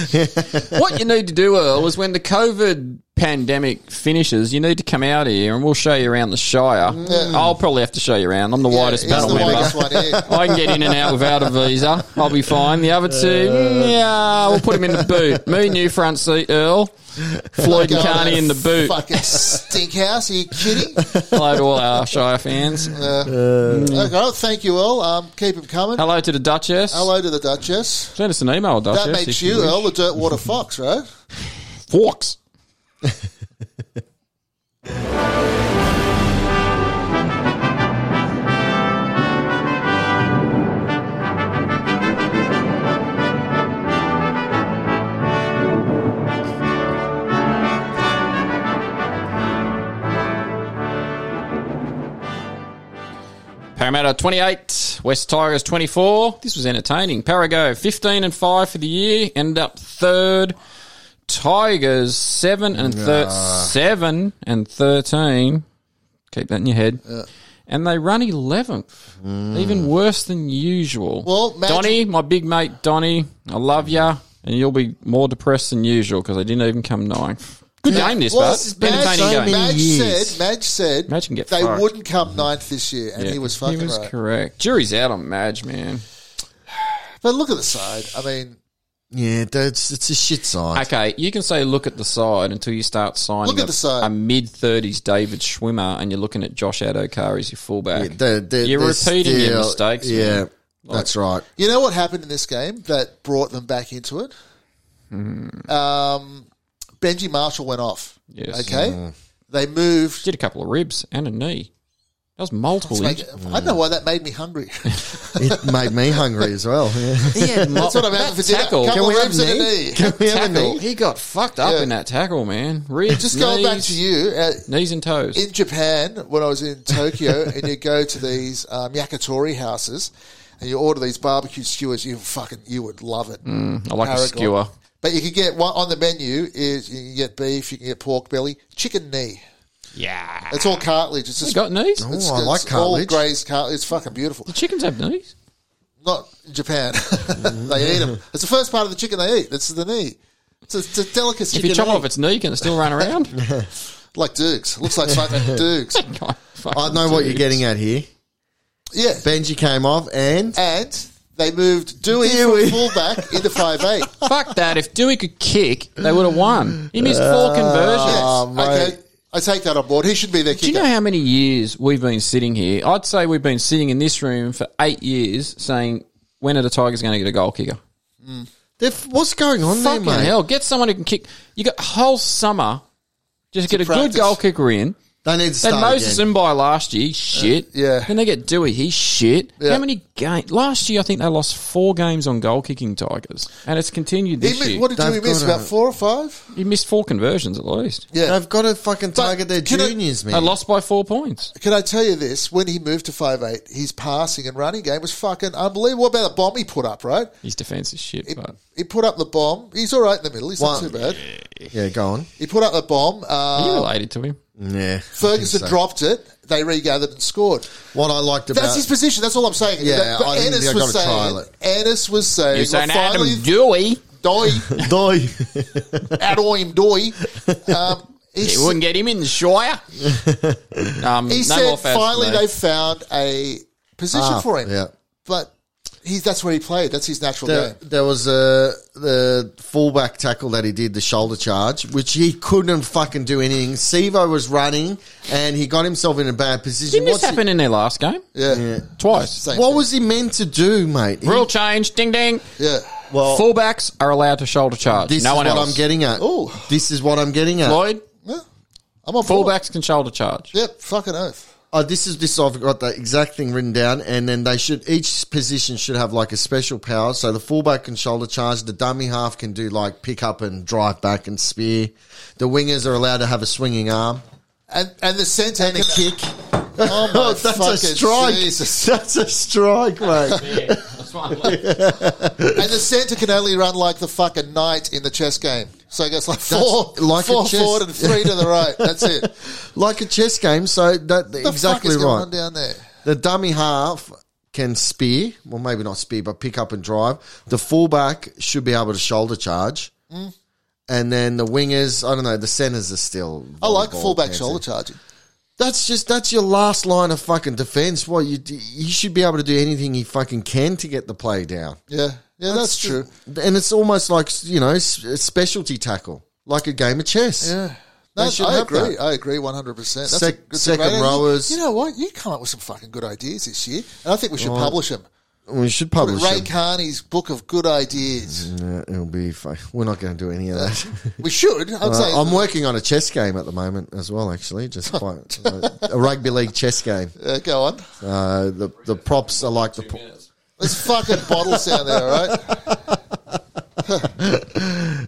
[SPEAKER 2] what you need to do, Earl, is when the COVID pandemic finishes, you need to come out here and we'll show you around the Shire. I'll probably have to show you around. I'm Mm. the widest
[SPEAKER 1] he's
[SPEAKER 2] battle
[SPEAKER 1] the
[SPEAKER 2] member.
[SPEAKER 1] widest one here.
[SPEAKER 2] I can get in and out without a visa. I'll be fine. The other two, mm, yeah, we'll put him in the boot. Me, new front seat, Earl. Floyd and
[SPEAKER 1] Go
[SPEAKER 2] Carney
[SPEAKER 1] to
[SPEAKER 2] in the boot.
[SPEAKER 1] Fucking stink house. Are you kidding?
[SPEAKER 2] Hello to all our Shire fans.
[SPEAKER 1] okay, well, thank you, Earl. Um, keep him coming. Hello.
[SPEAKER 2] Hello to the Duchess.
[SPEAKER 1] to the Duchess.
[SPEAKER 2] Send us an email, Duchess.
[SPEAKER 1] That
[SPEAKER 2] if
[SPEAKER 1] makes you,
[SPEAKER 2] wish.
[SPEAKER 1] Earl, the Dirtwater Fox, right?
[SPEAKER 2] Forks. Parramatta 28, West Tigers 24. This was entertaining. Parago 15 and 5 for the year, ended up third. Tigers 7 and thir- 7 and 13. Keep that in your head. And they run 11th. Even worse than usual.
[SPEAKER 1] Hmm. Well, imagine-
[SPEAKER 2] Donny, my big mate Donny, I love ya. And you'll be more depressed than usual because I didn't even come ninth. Good game this,
[SPEAKER 1] Well,
[SPEAKER 2] but it's been
[SPEAKER 1] Madge,
[SPEAKER 2] entertaining game.
[SPEAKER 1] Madge
[SPEAKER 3] Years.
[SPEAKER 1] said, Madge said
[SPEAKER 2] Madge can get
[SPEAKER 1] they
[SPEAKER 2] fucked.
[SPEAKER 1] wouldn't come ninth this year, and
[SPEAKER 2] Yeah.
[SPEAKER 1] he was fucking
[SPEAKER 2] He was
[SPEAKER 1] right.
[SPEAKER 2] correct. Jury's out on Madge, man.
[SPEAKER 1] But look at the side. I mean,
[SPEAKER 3] Yeah, that's it's a shit sign.
[SPEAKER 2] Okay, you can say look at the side until you start signing
[SPEAKER 1] Look at
[SPEAKER 2] a,
[SPEAKER 1] the side.
[SPEAKER 2] a mid thirties David Schwimmer, and you're looking at Josh Adokar as your fullback.
[SPEAKER 3] Yeah, they're- they're-
[SPEAKER 2] you're
[SPEAKER 3] they're
[SPEAKER 2] repeating your
[SPEAKER 3] still-
[SPEAKER 2] mistakes.
[SPEAKER 3] Yeah,
[SPEAKER 2] man.
[SPEAKER 3] that's right.
[SPEAKER 1] you know what happened in this game that brought them back into it?
[SPEAKER 2] Hmm.
[SPEAKER 1] Um, Benji Marshall went off.
[SPEAKER 2] Yes.
[SPEAKER 1] Okay. They moved.
[SPEAKER 2] did a couple of ribs and a knee. That was multiple.
[SPEAKER 1] Make-
[SPEAKER 2] injuries.
[SPEAKER 1] I don't know why that made me hungry.
[SPEAKER 3] It made me hungry as well. Yeah.
[SPEAKER 1] That's what I'm having for dinner.
[SPEAKER 2] tackle.
[SPEAKER 1] Couple
[SPEAKER 2] Can we
[SPEAKER 1] of
[SPEAKER 2] have
[SPEAKER 1] ribs and a knee.
[SPEAKER 3] Can we have a
[SPEAKER 2] Tackle.
[SPEAKER 3] knee?
[SPEAKER 2] He got fucked up
[SPEAKER 1] Yeah.
[SPEAKER 2] in that tackle, man. Ribs,
[SPEAKER 1] Just going back
[SPEAKER 2] knees-
[SPEAKER 1] to you. Uh,
[SPEAKER 2] knees and toes.
[SPEAKER 1] in Japan, when I was in Tokyo, and you go to these um, yakitori houses and you order these barbecue skewers, you fucking you would love it.
[SPEAKER 2] I like a
[SPEAKER 1] Paragon.
[SPEAKER 2] skewer.
[SPEAKER 1] But you can get one on the menu is you can get beef, you can get pork belly, chicken knee.
[SPEAKER 2] Yeah,
[SPEAKER 1] It's all cartilage. It's
[SPEAKER 2] he
[SPEAKER 1] just
[SPEAKER 2] got knees.
[SPEAKER 1] it's,
[SPEAKER 3] Oh, I like
[SPEAKER 1] it's all
[SPEAKER 3] cartilage.
[SPEAKER 1] grazed cartilage. It's fucking beautiful.
[SPEAKER 2] The chickens have knees.
[SPEAKER 1] Not in Japan. they eat them. It's the first part of the chicken they eat. It's the knee. It's a, it's a delicacy.
[SPEAKER 2] If you chop off its knee, can it still run around?
[SPEAKER 1] like Dukes, looks like fucking Dukes.
[SPEAKER 2] God,
[SPEAKER 3] I
[SPEAKER 2] fucking
[SPEAKER 3] know what you're
[SPEAKER 2] dude.
[SPEAKER 3] getting at here.
[SPEAKER 1] Yeah,
[SPEAKER 3] Benji came off and
[SPEAKER 1] and they moved Dewey,
[SPEAKER 3] Dewey.
[SPEAKER 1] from fullback into five eight.
[SPEAKER 2] Fuck that. If Dewey could kick, they would have won. He missed
[SPEAKER 1] Uh,
[SPEAKER 2] four conversions.
[SPEAKER 1] okay, I take that on board. He should be their
[SPEAKER 2] Do you
[SPEAKER 1] kicker.
[SPEAKER 2] know how many years we've been sitting here? I'd say we've been sitting in this room for eight years saying, when are the Tigers going to get a goal kicker?
[SPEAKER 3] They're- what's going on
[SPEAKER 2] Fucking
[SPEAKER 3] there, mate?
[SPEAKER 2] hell. Get someone who can kick. You got a whole summer. Just get a
[SPEAKER 1] practice.
[SPEAKER 2] good goal kicker in.
[SPEAKER 3] They need to
[SPEAKER 2] They
[SPEAKER 3] start
[SPEAKER 2] had Moses
[SPEAKER 3] again.
[SPEAKER 2] in by last year. He's shit.
[SPEAKER 1] Uh, yeah.
[SPEAKER 2] Then they get Dewey. He's shit.
[SPEAKER 1] Yeah.
[SPEAKER 2] How many games? Last year, I think they lost four games on goal kicking Tigers. And it's continued
[SPEAKER 1] He
[SPEAKER 2] this
[SPEAKER 1] mi-
[SPEAKER 2] year.
[SPEAKER 1] what did
[SPEAKER 3] They've
[SPEAKER 1] Dewey miss?
[SPEAKER 3] got
[SPEAKER 1] About
[SPEAKER 3] a-
[SPEAKER 1] four or five?
[SPEAKER 2] he missed four conversions at least.
[SPEAKER 1] Yeah.
[SPEAKER 3] They've got to fucking target their
[SPEAKER 1] can I-
[SPEAKER 3] juniors,
[SPEAKER 2] They
[SPEAKER 3] man.
[SPEAKER 2] lost by four points.
[SPEAKER 1] Can I tell you this? When he moved to five eight, his passing and running game was fucking unbelievable. What about the bomb he put up? Right,
[SPEAKER 2] His defense is shit, but
[SPEAKER 1] he put up the bomb. He's all right in the middle. He's
[SPEAKER 3] One-
[SPEAKER 1] not too bad.
[SPEAKER 3] yeah, go on.
[SPEAKER 1] He put up the bomb.
[SPEAKER 2] are you
[SPEAKER 1] Uh,
[SPEAKER 2] related to him?
[SPEAKER 3] Yeah, I think
[SPEAKER 1] Ferguson
[SPEAKER 3] so.
[SPEAKER 1] dropped it. They regathered and scored.
[SPEAKER 3] What I liked about
[SPEAKER 1] That's his position. That's all I'm saying.
[SPEAKER 3] Yeah,
[SPEAKER 1] That- but
[SPEAKER 3] I think
[SPEAKER 1] Ennis
[SPEAKER 3] they've
[SPEAKER 1] was
[SPEAKER 3] got to
[SPEAKER 1] saying.
[SPEAKER 3] trial it.
[SPEAKER 1] Ennis was saying.
[SPEAKER 2] You're saying
[SPEAKER 1] well,
[SPEAKER 2] Adam
[SPEAKER 1] finally,
[SPEAKER 2] Dewey.
[SPEAKER 1] Doi,
[SPEAKER 3] Doi.
[SPEAKER 1] Adoim Doi. Um, he
[SPEAKER 2] You wouldn't get him in the Shire. Um,
[SPEAKER 1] He
[SPEAKER 2] no
[SPEAKER 1] said
[SPEAKER 2] more fouls
[SPEAKER 1] finally
[SPEAKER 2] today.
[SPEAKER 1] they found a position
[SPEAKER 3] Ah,
[SPEAKER 1] for him.
[SPEAKER 3] yeah.
[SPEAKER 1] But he's that's where he played. That's his natural
[SPEAKER 3] There,
[SPEAKER 1] game.
[SPEAKER 3] there was a the fullback tackle that he did, the shoulder charge, which he couldn't fucking do anything. Sevo was running, and he got himself in a bad position.
[SPEAKER 2] Didn't this
[SPEAKER 3] What's he-
[SPEAKER 2] happen in their last game?
[SPEAKER 1] Yeah.
[SPEAKER 3] Yeah.
[SPEAKER 2] Twice.
[SPEAKER 1] Same
[SPEAKER 3] What
[SPEAKER 1] thing.
[SPEAKER 3] was he meant to do, mate? He-
[SPEAKER 2] Rule change. Ding ding.
[SPEAKER 1] Yeah.
[SPEAKER 3] well,
[SPEAKER 2] Fullbacks are allowed to shoulder charge.
[SPEAKER 3] Oh. this
[SPEAKER 2] no
[SPEAKER 3] is
[SPEAKER 2] one
[SPEAKER 3] what
[SPEAKER 2] else.
[SPEAKER 3] I'm getting at.
[SPEAKER 1] Ooh.
[SPEAKER 3] This is what I'm getting at.
[SPEAKER 2] Lloyd.
[SPEAKER 1] Yeah. I'm on board.
[SPEAKER 2] Fullbacks can shoulder charge.
[SPEAKER 1] Yep. Fucking oath.
[SPEAKER 3] Oh, this is this. I've got the exact thing written down, and then they should each position should have like a special power. So the fullback can shoulder charge, the dummy half can do like pick up and drive back and spear. The wingers are allowed to have a swinging arm.
[SPEAKER 1] And, and the sense
[SPEAKER 3] and a kick.
[SPEAKER 1] Oh my
[SPEAKER 3] Oh, that's a
[SPEAKER 1] fucking
[SPEAKER 3] strike.
[SPEAKER 1] Jesus.
[SPEAKER 3] That's a strike, mate.
[SPEAKER 2] Yeah, that's one. That's
[SPEAKER 1] And the centre can only run like the fucking knight in the chess game. So it goes like
[SPEAKER 3] That's
[SPEAKER 1] four,
[SPEAKER 3] like a
[SPEAKER 1] four
[SPEAKER 3] chess-
[SPEAKER 1] forward and three to the right. That's it.
[SPEAKER 3] like a chess game, so that
[SPEAKER 1] The
[SPEAKER 3] exactly
[SPEAKER 1] fuck is going
[SPEAKER 3] right.
[SPEAKER 1] on down there?
[SPEAKER 3] The dummy half can spear, well, maybe not spear, but pick up and drive. The fullback should be able to shoulder charge.
[SPEAKER 1] Mm.
[SPEAKER 3] And then the wingers, I don't know, the centers are still.
[SPEAKER 1] I like
[SPEAKER 3] volleyball
[SPEAKER 1] fullback
[SPEAKER 3] fancy.
[SPEAKER 1] shoulder charging.
[SPEAKER 3] That's just, that's your last line of fucking defense. What you, you should be able to do anything you fucking can to get the play down.
[SPEAKER 1] Yeah, yeah, that's, true.
[SPEAKER 3] And it's almost like, you know, s- a specialty tackle, like a game of chess.
[SPEAKER 1] Yeah.
[SPEAKER 3] They
[SPEAKER 1] No,
[SPEAKER 3] should
[SPEAKER 1] I
[SPEAKER 3] have
[SPEAKER 1] agree.
[SPEAKER 3] that.
[SPEAKER 1] I agree 100%. That's
[SPEAKER 3] Sec-
[SPEAKER 1] a, that's a
[SPEAKER 3] second
[SPEAKER 1] great idea.
[SPEAKER 3] rowers.
[SPEAKER 1] You know what? You come up with some fucking good ideas this year. And I think we should publish them.
[SPEAKER 3] We should publish
[SPEAKER 1] Ray
[SPEAKER 3] it.
[SPEAKER 1] Carney's book of good ideas.
[SPEAKER 3] No, it'll be fine. We're not going to do any of that.
[SPEAKER 1] We should. I'm saying.
[SPEAKER 3] Uh, I'm working on a chess game at the moment as well, actually. Just quite, uh, a rugby league chess game.
[SPEAKER 1] uh, go on.
[SPEAKER 3] Uh, the the props are like the. pro-
[SPEAKER 1] There's fucking bottles down there, all right?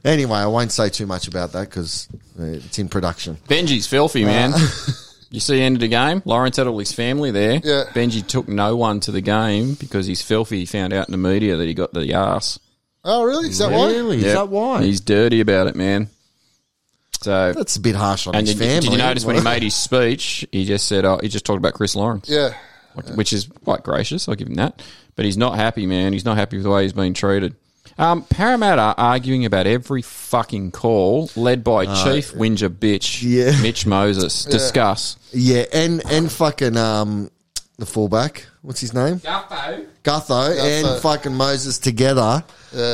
[SPEAKER 3] Anyway, I won't say too much about that because it's in production.
[SPEAKER 2] Benji's filthy, man. you see, end of the game. Lawrence had all his family there.
[SPEAKER 1] Yeah.
[SPEAKER 2] Benji took no one to the game because he's filthy. He found out in the media that he got the ass.
[SPEAKER 1] Oh, really? Is that why?
[SPEAKER 3] Is
[SPEAKER 2] Yep.
[SPEAKER 3] that why?
[SPEAKER 2] He's dirty about it, man. So,
[SPEAKER 3] That's a bit harsh on
[SPEAKER 2] and
[SPEAKER 3] his
[SPEAKER 2] did,
[SPEAKER 3] family.
[SPEAKER 2] did you notice when he made his speech? He just said, "Oh, he just talked about Chris Lawrence."
[SPEAKER 1] Yeah.
[SPEAKER 2] Like, which is quite gracious. I'll give him that. But he's not happy, man. He's not happy with the way he's been treated. Um, Parramatta arguing about every fucking call, led by Chief Whinger bitch
[SPEAKER 3] Yeah.
[SPEAKER 2] Mitch Moses. Discuss.
[SPEAKER 3] Yeah, and and fucking um, the fullback. What's his name? Gutho and fucking Moses together.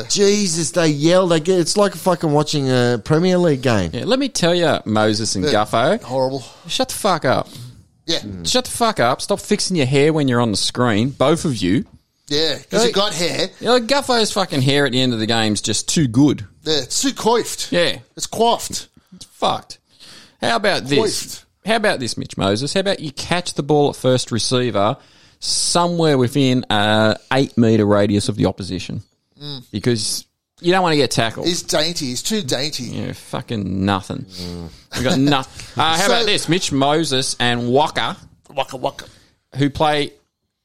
[SPEAKER 3] Jesus, they yell. They get. It's like fucking watching a Premier League game.
[SPEAKER 2] Yeah, let me tell you, Moses and Guffo,
[SPEAKER 1] Horrible.
[SPEAKER 2] shut the fuck up.
[SPEAKER 1] Yeah.
[SPEAKER 2] Shut the fuck up. Stop fixing your hair when you're on the screen, both of you.
[SPEAKER 1] Yeah. Because
[SPEAKER 2] Hey.
[SPEAKER 1] you got hair.
[SPEAKER 2] You know, Guffo's fucking hair at the end of the game's just too good.
[SPEAKER 1] Yeah. It's too coiffed.
[SPEAKER 2] Yeah.
[SPEAKER 1] It's coiffed.
[SPEAKER 2] fucked. How about this?
[SPEAKER 1] Hoist.
[SPEAKER 2] How about this, Mitch Moses? How about you catch the ball at first receiver somewhere within a eight meter radius of the opposition because you don't want to get tackled.
[SPEAKER 1] He's dainty. He's too dainty.
[SPEAKER 2] you know, fucking nothing. We got nothing. Uh, how about this? Mitch Moses and Walker,
[SPEAKER 1] Waka waka.
[SPEAKER 2] who play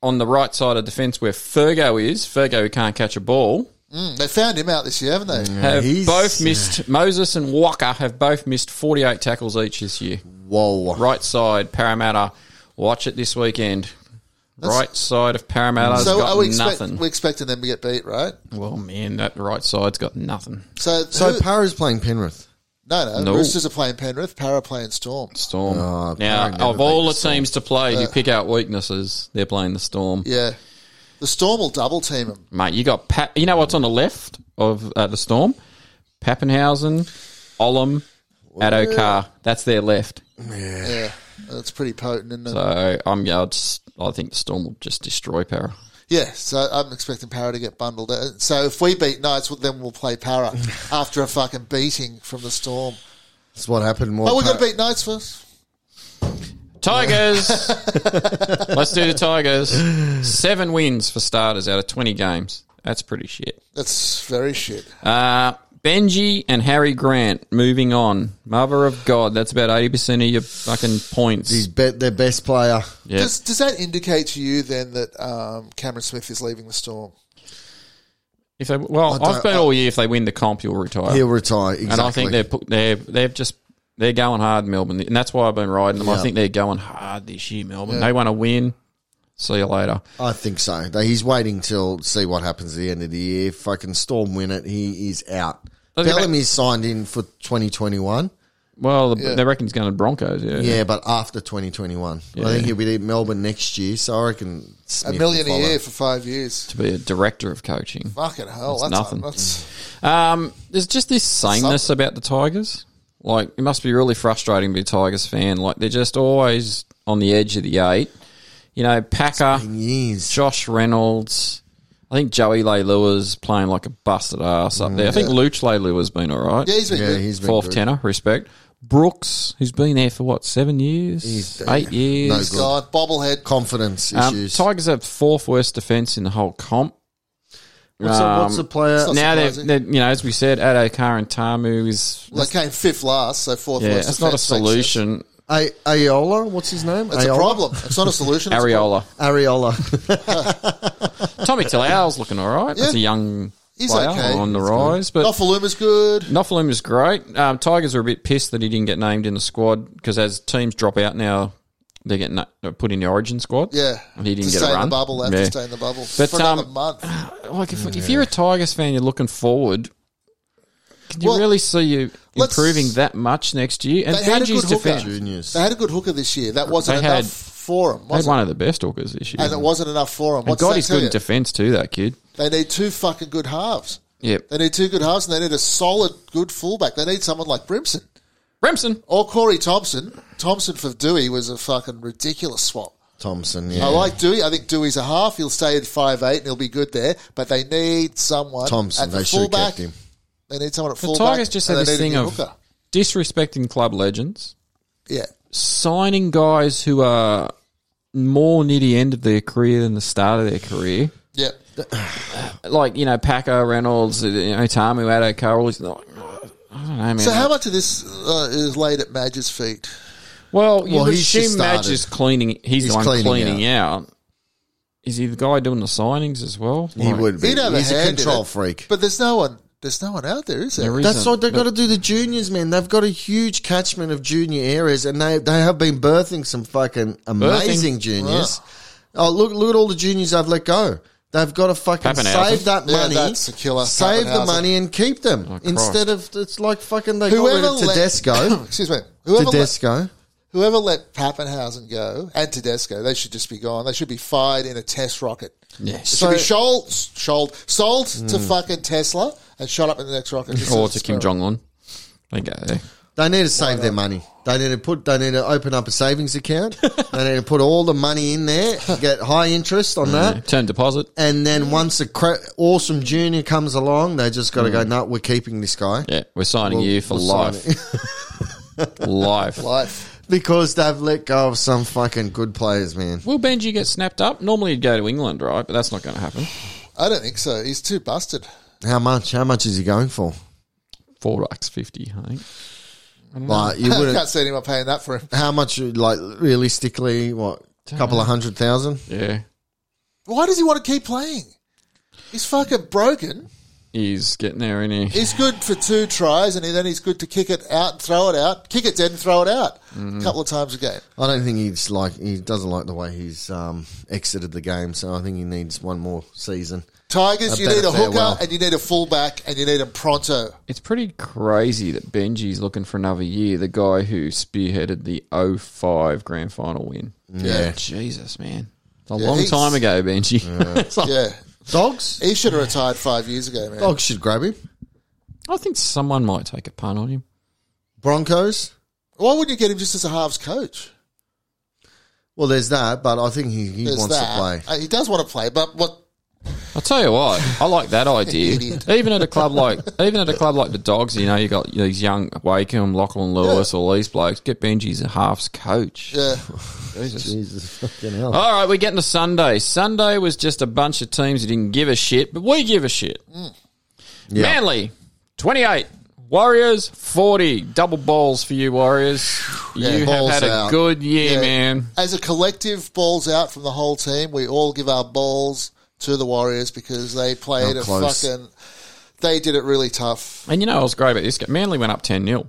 [SPEAKER 2] on the right side of defence where Fergo is, Fergo who can't catch a ball,
[SPEAKER 1] Mm, they found him out this year, haven't they?
[SPEAKER 2] have
[SPEAKER 3] he's-
[SPEAKER 2] both missed. Moses and Walker have both missed forty eight tackles each this year.
[SPEAKER 3] Whoa.
[SPEAKER 2] right side Parramatta. Watch it this weekend. right side of Parramatta's
[SPEAKER 1] So
[SPEAKER 2] got
[SPEAKER 1] are we expect,
[SPEAKER 2] nothing.
[SPEAKER 1] we're expecting them to get beat, right?
[SPEAKER 2] well, man, that right side's got nothing.
[SPEAKER 1] So,
[SPEAKER 3] So
[SPEAKER 1] who-
[SPEAKER 3] Parra's playing Penrith.
[SPEAKER 1] no, no,
[SPEAKER 2] No.
[SPEAKER 1] Roosters are playing Penrith, Para playing Storm.
[SPEAKER 2] Storm.
[SPEAKER 1] Oh,
[SPEAKER 3] Parra
[SPEAKER 2] now,
[SPEAKER 3] never
[SPEAKER 2] of
[SPEAKER 3] beat
[SPEAKER 2] all
[SPEAKER 3] the
[SPEAKER 2] the teams to play, you pick out weaknesses. They're playing the Storm.
[SPEAKER 1] Uh, Yeah, the Storm will double team them.
[SPEAKER 2] Mate, you got Pat. You know what's on the left of uh, the Storm? Pappenhausen, Ollam, Adokar. That's their left.
[SPEAKER 1] Yeah, that's pretty potent, isn't it?
[SPEAKER 2] So I'm. Yeah, I'd s- I think the Storm will just destroy Para.
[SPEAKER 1] yeah, so I'm expecting Para to get bundled. Uh, So if we beat Knights, well, then we'll play Para after a fucking beating from the Storm.
[SPEAKER 3] That's what happened. More
[SPEAKER 1] Oh, we're going
[SPEAKER 3] Parra-
[SPEAKER 1] to beat Knights first.
[SPEAKER 2] Tigers. Let's do the Tigers. Seven wins for starters out of 20 games. That's pretty shit.
[SPEAKER 1] That's very shit.
[SPEAKER 2] Uh, Benji and Harry Grant moving on. Mother of God. That's about 80% of your fucking
[SPEAKER 3] He's
[SPEAKER 2] points.
[SPEAKER 3] bet their best player.
[SPEAKER 2] Yeah.
[SPEAKER 1] Does, does that indicate to you then that um, Cameron Smith is leaving the Storm?
[SPEAKER 2] If they, well,
[SPEAKER 3] don't-
[SPEAKER 2] I've been all year. If they win the comp, you'll retire.
[SPEAKER 3] He'll retire. Exactly.
[SPEAKER 2] And I think they're, put- they're, they've just. They're going hard, Melbourne, and that's why I've been riding them. I
[SPEAKER 3] Yeah.
[SPEAKER 2] think they're going hard this year, Melbourne. They want to win. See you later.
[SPEAKER 3] I think so. They- He's waiting till see what happens at the end of the year. Fucking Storm win it. He is out.
[SPEAKER 2] Look at
[SPEAKER 3] Bellamy's signed in for 2021.
[SPEAKER 2] Well, they reckon he's going to Broncos. Yeah,
[SPEAKER 3] Yeah, but after 2021. I think he'll be at Melbourne next year. So I reckon
[SPEAKER 1] A
[SPEAKER 3] Smith
[SPEAKER 1] million
[SPEAKER 3] will
[SPEAKER 1] a
[SPEAKER 3] follow.
[SPEAKER 1] year for five years.
[SPEAKER 2] to be a director of coaching.
[SPEAKER 1] Fucking hell, that's,
[SPEAKER 2] That's nothing.
[SPEAKER 1] That's,
[SPEAKER 2] Um, there's just this sameness about the Tigers. Like it must be really frustrating to be a Tigers fan. Like they're just always on the edge of the eight. You know, Packer,
[SPEAKER 3] Years.
[SPEAKER 2] Josh Reynolds. I think Joey Leilua's playing like a busted ass up there. I think Luch Leilua's been all right.
[SPEAKER 1] yeah, he's been
[SPEAKER 3] Mm, Yeah,
[SPEAKER 1] good.
[SPEAKER 3] he's been
[SPEAKER 2] Fourth
[SPEAKER 3] good.
[SPEAKER 2] tenor, respect. Brooks, who's been there for what seven years, eight years.
[SPEAKER 3] No
[SPEAKER 1] He's gone. Bobblehead.
[SPEAKER 3] Confidence
[SPEAKER 2] um,
[SPEAKER 3] issues.
[SPEAKER 2] Tigers have fourth worst defense in the whole comp.
[SPEAKER 3] what's, the what's the player?
[SPEAKER 1] Um, not-
[SPEAKER 2] now they're,
[SPEAKER 1] surprising.
[SPEAKER 2] they're- you know, as we said, Adokar and Tamu is
[SPEAKER 1] They came fifth last, so fourth.
[SPEAKER 2] Yeah,
[SPEAKER 1] worst
[SPEAKER 2] it's not a
[SPEAKER 1] defence, makes sense.
[SPEAKER 2] solution.
[SPEAKER 3] A- Ayola, what's his name?
[SPEAKER 1] It's a problem. It's not a solution. It's a problem.
[SPEAKER 2] Areola.
[SPEAKER 3] Ariola.
[SPEAKER 2] Tommy Talau's looking all right. That's a young
[SPEAKER 1] He's
[SPEAKER 2] player
[SPEAKER 1] okay.
[SPEAKER 2] on the
[SPEAKER 1] He's
[SPEAKER 2] rise. But
[SPEAKER 1] Noffaluma's good.
[SPEAKER 2] Nofalum is great. Um, Tigers are a bit pissed that he didn't get named in the squad because as teams drop out now, they're getting na- uh, put in the origin squad.
[SPEAKER 1] Yeah.
[SPEAKER 2] And he didn't
[SPEAKER 1] to
[SPEAKER 2] get
[SPEAKER 1] stay
[SPEAKER 2] a
[SPEAKER 1] in
[SPEAKER 2] run.
[SPEAKER 1] the bubble. They have
[SPEAKER 2] Yeah.
[SPEAKER 1] to stay in the bubble
[SPEAKER 2] But,
[SPEAKER 1] for another
[SPEAKER 2] um,
[SPEAKER 1] month.
[SPEAKER 2] Like if, if you're a Tigers fan, you're looking forward. Can you
[SPEAKER 1] Well,
[SPEAKER 2] really see you
[SPEAKER 1] let's-
[SPEAKER 2] improving that much next year? And
[SPEAKER 1] They had a
[SPEAKER 2] Benji's
[SPEAKER 1] good hooker.
[SPEAKER 2] defense. They
[SPEAKER 3] Juniors.
[SPEAKER 1] They had a good hooker this year. That wasn't
[SPEAKER 2] They
[SPEAKER 1] enough
[SPEAKER 2] had-
[SPEAKER 1] for him.
[SPEAKER 2] had
[SPEAKER 1] Was it?
[SPEAKER 2] one of the best hookers this year.
[SPEAKER 1] And it wasn't enough for him.
[SPEAKER 2] And
[SPEAKER 1] What's
[SPEAKER 2] God,
[SPEAKER 1] that
[SPEAKER 2] he's
[SPEAKER 1] tell
[SPEAKER 2] good in
[SPEAKER 1] you?
[SPEAKER 2] defence too. That kid.
[SPEAKER 1] They need two fucking good halves.
[SPEAKER 2] Yep.
[SPEAKER 1] They need two good halves, and they need a solid, good fullback. They need someone like Brimson
[SPEAKER 2] Remsen.
[SPEAKER 1] or Corey Thompson. Thompson for Dewey was a fucking ridiculous swap.
[SPEAKER 3] Thompson, yeah.
[SPEAKER 1] I like Dewey. I think Dewey's a half. He'll stay at five eight, and he'll be good there. But they need someone.
[SPEAKER 3] Thompson.
[SPEAKER 1] at the
[SPEAKER 3] They should have
[SPEAKER 1] fullback.
[SPEAKER 3] kept him.
[SPEAKER 1] They need someone at
[SPEAKER 2] The
[SPEAKER 1] fullback.
[SPEAKER 2] Tigers just
[SPEAKER 1] and
[SPEAKER 2] had
[SPEAKER 1] they
[SPEAKER 2] this
[SPEAKER 1] need a
[SPEAKER 2] thing
[SPEAKER 1] new
[SPEAKER 2] of disrespecting club legends,
[SPEAKER 1] yeah.
[SPEAKER 2] signing guys who are more near the end of their career than the start of their career.
[SPEAKER 1] Yeah,
[SPEAKER 2] Like, you know, Packer, Reynolds, you know, Tamu, Addo, Carr, all these. I don't know, man.
[SPEAKER 1] So how much of this uh, is laid at Madge's feet?
[SPEAKER 2] well, you
[SPEAKER 3] Well,
[SPEAKER 2] would
[SPEAKER 3] he's just
[SPEAKER 2] assume Madge
[SPEAKER 3] started.
[SPEAKER 2] is cleaning. He's,
[SPEAKER 3] He's
[SPEAKER 2] the one
[SPEAKER 3] cleaning
[SPEAKER 2] cleaning, out. Is he the guy doing the signings as well?
[SPEAKER 3] He
[SPEAKER 2] Like,
[SPEAKER 3] would be.
[SPEAKER 1] He'd have
[SPEAKER 3] He's
[SPEAKER 1] a,
[SPEAKER 3] a
[SPEAKER 1] hand in
[SPEAKER 3] control
[SPEAKER 1] it.
[SPEAKER 3] freak.
[SPEAKER 1] But there's no one. There's no one out there, is there?
[SPEAKER 2] There is-
[SPEAKER 3] That's
[SPEAKER 2] Isn't-
[SPEAKER 3] what they've got to do. The juniors, man, they've got a huge catchment of junior areas, and they they have been birthing some fucking amazing juniors. Oh, look look at all the juniors I've let go. They've got to fucking
[SPEAKER 2] Pappenhausen.
[SPEAKER 3] save that
[SPEAKER 1] Yeah,
[SPEAKER 3] money,
[SPEAKER 1] that's a killer.
[SPEAKER 3] save the
[SPEAKER 1] Pappenhausen.
[SPEAKER 3] money, and keep them
[SPEAKER 2] Christ.
[SPEAKER 3] instead of it's like fucking they
[SPEAKER 1] Whoever
[SPEAKER 3] got rid of
[SPEAKER 1] let-
[SPEAKER 3] Tedesco.
[SPEAKER 1] Excuse me. Whoever let,
[SPEAKER 3] Tedesco.
[SPEAKER 1] whoever let Pappenhausen go and Tedesco, they should just be gone. They should be fired in a test rocket.
[SPEAKER 2] Yeah.
[SPEAKER 1] It should be sold, sold, sold to
[SPEAKER 3] Hmm.
[SPEAKER 1] fucking Tesla and shot up in the next rocket. Just
[SPEAKER 2] Or
[SPEAKER 1] as
[SPEAKER 2] to
[SPEAKER 1] a
[SPEAKER 2] oh, Kim
[SPEAKER 1] experiment.
[SPEAKER 2] Jong un. Okay.
[SPEAKER 3] They need to save their money. They need to put. They need to open up a savings account. they need to put all the money in there. Get high interest on that.
[SPEAKER 2] Term deposit.
[SPEAKER 3] And then once a cra- awesome junior comes along, they just got to go.
[SPEAKER 1] Mm.
[SPEAKER 3] No, we're keeping this guy
[SPEAKER 2] Yeah, we're signing you for
[SPEAKER 3] we'll
[SPEAKER 2] life. life.
[SPEAKER 1] Life.
[SPEAKER 3] because they've let go of some fucking good players, man.
[SPEAKER 2] Will Benji get snapped up? Normally he'd go to England, right? But that's not going to happen.
[SPEAKER 1] I don't think so. He's too busted.
[SPEAKER 3] How much? How much is he going for?
[SPEAKER 2] Four bucks fifty, I think.
[SPEAKER 3] Like you
[SPEAKER 1] I can't
[SPEAKER 3] wouldn't.
[SPEAKER 1] see anyone paying that for him.
[SPEAKER 3] How much? Like realistically, what? A couple of hundred thousand.
[SPEAKER 2] Yeah,
[SPEAKER 1] Why does he want to keep playing? He's fucking broken.
[SPEAKER 2] he's getting there, isn't he?
[SPEAKER 1] He's good for two tries, and then he's good to kick it out and throw it out. Kick it dead and throw it out
[SPEAKER 3] Mm-hmm.
[SPEAKER 1] a couple of times a game.
[SPEAKER 3] I don't think he's like he doesn't like the way he's um, exited the game. So I think he needs one more season.
[SPEAKER 1] Tigers,
[SPEAKER 3] I
[SPEAKER 1] you
[SPEAKER 3] bet
[SPEAKER 1] need a
[SPEAKER 3] if they're
[SPEAKER 1] hooker
[SPEAKER 3] well.
[SPEAKER 1] and you need a fullback and you need him pronto.
[SPEAKER 2] It's pretty crazy that Benji's looking for another year. The guy who spearheaded the 05 grand final win.
[SPEAKER 3] Yeah.
[SPEAKER 2] Jesus, man, it's a
[SPEAKER 1] Yeah,
[SPEAKER 2] long
[SPEAKER 1] he's-
[SPEAKER 2] time ago, Benji. It's like-
[SPEAKER 1] Yeah,
[SPEAKER 3] Dogs.
[SPEAKER 1] he should have retired five years ago, man.
[SPEAKER 3] Dogs should grab him.
[SPEAKER 2] I think someone might take a pun on him.
[SPEAKER 3] Broncos.
[SPEAKER 1] Why wouldn't you get him just as a halves coach?
[SPEAKER 3] Well, there's that, but I think he, he
[SPEAKER 1] There's
[SPEAKER 3] wants
[SPEAKER 1] that.
[SPEAKER 3] to play.
[SPEAKER 1] Uh, He does want to play, but what?
[SPEAKER 2] I'll tell you what, I like that idea.
[SPEAKER 1] Idiot.
[SPEAKER 2] even at a club like even at a club like the Dogs, you know, you got these young Wakeham, Lachlan Lewis, all these blokes. Get Benji's a halves coach.
[SPEAKER 1] Yeah,
[SPEAKER 3] Jesus fucking hell.
[SPEAKER 1] Oh,
[SPEAKER 2] All right, we're getting to Sunday. Sunday was just a bunch of teams that didn't give a shit, but we give a shit.
[SPEAKER 3] Mm.
[SPEAKER 2] Manly, 28. Warriors, 40. Double balls for you, Warriors. you have
[SPEAKER 3] balls
[SPEAKER 2] had a
[SPEAKER 3] out.
[SPEAKER 2] good year,
[SPEAKER 1] Yeah.
[SPEAKER 2] man.
[SPEAKER 1] as a collective, balls out from the whole team. We all give our balls to the Warriors because they played
[SPEAKER 3] How
[SPEAKER 1] a
[SPEAKER 3] close.
[SPEAKER 1] fucking. They did it really tough.
[SPEAKER 2] And you know what was great about this game? Manly went up 10 0.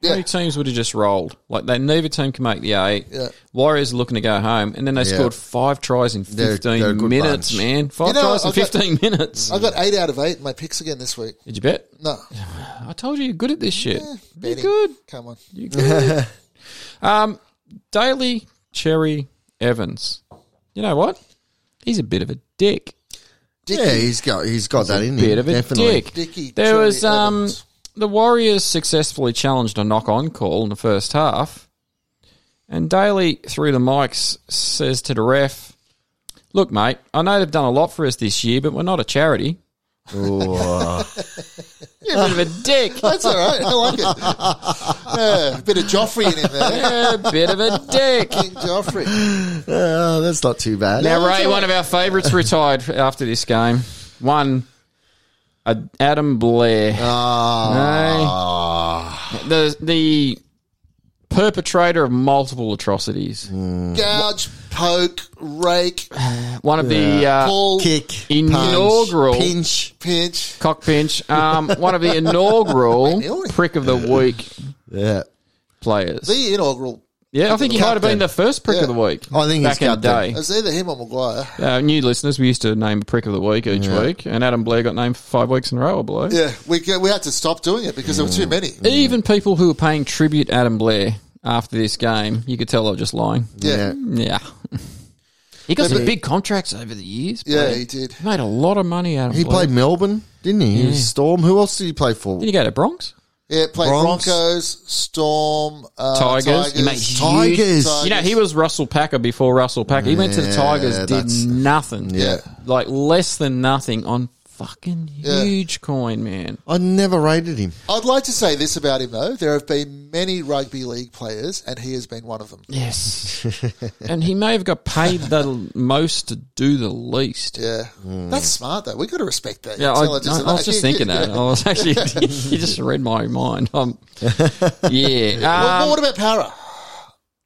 [SPEAKER 1] Yeah.
[SPEAKER 2] Two teams would have just rolled. Like, they neither team can make the eight.
[SPEAKER 1] Yeah.
[SPEAKER 2] Warriors are looking to go home, and then they scored five tries in 15
[SPEAKER 3] They're- they're a good
[SPEAKER 2] minutes,
[SPEAKER 3] bunch.
[SPEAKER 2] man. Five
[SPEAKER 1] You know,
[SPEAKER 2] tries in
[SPEAKER 1] I've got-
[SPEAKER 2] 15 minutes.
[SPEAKER 1] I got eight out of eight in my picks again this week.
[SPEAKER 2] Did you bet?
[SPEAKER 1] No,
[SPEAKER 2] I told you you're good at this shit. you're
[SPEAKER 1] betting.
[SPEAKER 2] good.
[SPEAKER 1] Come on,
[SPEAKER 2] You good. um, Daly Cherry Evans. You know what? He's a bit of a dick.
[SPEAKER 3] Yeah, he's got he's got that in
[SPEAKER 2] Bit
[SPEAKER 3] him.
[SPEAKER 2] of a
[SPEAKER 3] Definitely.
[SPEAKER 2] dick.
[SPEAKER 1] Dicky
[SPEAKER 2] there
[SPEAKER 1] Cherry
[SPEAKER 2] was um
[SPEAKER 1] Evans.
[SPEAKER 2] the Warriors successfully challenged a knock on call in the first half, and Daly through the mics says to the ref, "Look, mate, I know they've done a lot for us this year, but we're not a charity." You're a bit of a dick.
[SPEAKER 1] that's all right. I like it. Yeah, a bit of Joffrey in him there.
[SPEAKER 2] You're a bit of a dick.
[SPEAKER 1] King Joffrey.
[SPEAKER 3] Oh, that's not too bad.
[SPEAKER 2] Now, Ray, one of our favourites retired after this game. One, uh, Adam Blair.
[SPEAKER 3] Ah,
[SPEAKER 2] No. The the perpetrator of multiple atrocities.
[SPEAKER 1] Gouge, poke, rake,
[SPEAKER 2] One of the uh,
[SPEAKER 1] pull,
[SPEAKER 3] Kick,
[SPEAKER 2] Inaugural.
[SPEAKER 3] punch,
[SPEAKER 1] pinch.
[SPEAKER 3] pinch.
[SPEAKER 2] cock pinch. Um, one of the inaugural
[SPEAKER 1] Really?
[SPEAKER 2] prick of the week
[SPEAKER 3] Yeah,
[SPEAKER 2] players.
[SPEAKER 1] The inaugural.
[SPEAKER 2] Yeah, I think he might have been
[SPEAKER 3] Captain.
[SPEAKER 2] the first prick of the
[SPEAKER 1] Yeah.
[SPEAKER 2] week.
[SPEAKER 3] I think he's
[SPEAKER 2] back in the
[SPEAKER 3] captain.
[SPEAKER 2] day.
[SPEAKER 1] It was either him or Maguire.
[SPEAKER 2] Uh, new listeners, we used to name prick of the week each week, and Adam Blair got named for five weeks in a row, I believe.
[SPEAKER 1] Yeah, we we had to stop doing it because there were too many.
[SPEAKER 2] Even people who were paying tribute to Adam Blair after this game, you could tell they were just lying.
[SPEAKER 1] Yeah,
[SPEAKER 2] Yeah. He got some big contracts over the years.
[SPEAKER 1] yeah,
[SPEAKER 2] but
[SPEAKER 1] he did.
[SPEAKER 2] He made a lot of money out of
[SPEAKER 3] He played Melbourne, didn't he? He was Storm. Who else did he play for?
[SPEAKER 2] Did he go to Bronx?
[SPEAKER 1] Yeah, played
[SPEAKER 3] Bronx.
[SPEAKER 1] Broncos, Storm, uh,
[SPEAKER 2] Tigers.
[SPEAKER 1] Tigers.
[SPEAKER 2] He made huge-
[SPEAKER 3] Tigers.
[SPEAKER 2] You know, he was Russell Packer before Russell Packer. He went to the
[SPEAKER 3] Yeah,
[SPEAKER 2] Tigers, did
[SPEAKER 3] that's-
[SPEAKER 2] nothing.
[SPEAKER 1] Yeah.
[SPEAKER 2] Like less than nothing on fucking
[SPEAKER 1] Yeah.
[SPEAKER 2] huge coin, man.
[SPEAKER 3] I never rated him.
[SPEAKER 1] I'd like to say this about him though: there have been many rugby league players, and he has been one of them.
[SPEAKER 2] Yes. and he may have got paid the most to do the least.
[SPEAKER 1] Yeah, that's smart though. We got to respect that.
[SPEAKER 2] Hmm. Yeah, I, I,
[SPEAKER 1] intelligence of
[SPEAKER 2] I was just thinking that. I was actually, you just read my mind. Um, yeah.
[SPEAKER 1] Well,
[SPEAKER 2] Um,
[SPEAKER 1] what about Para?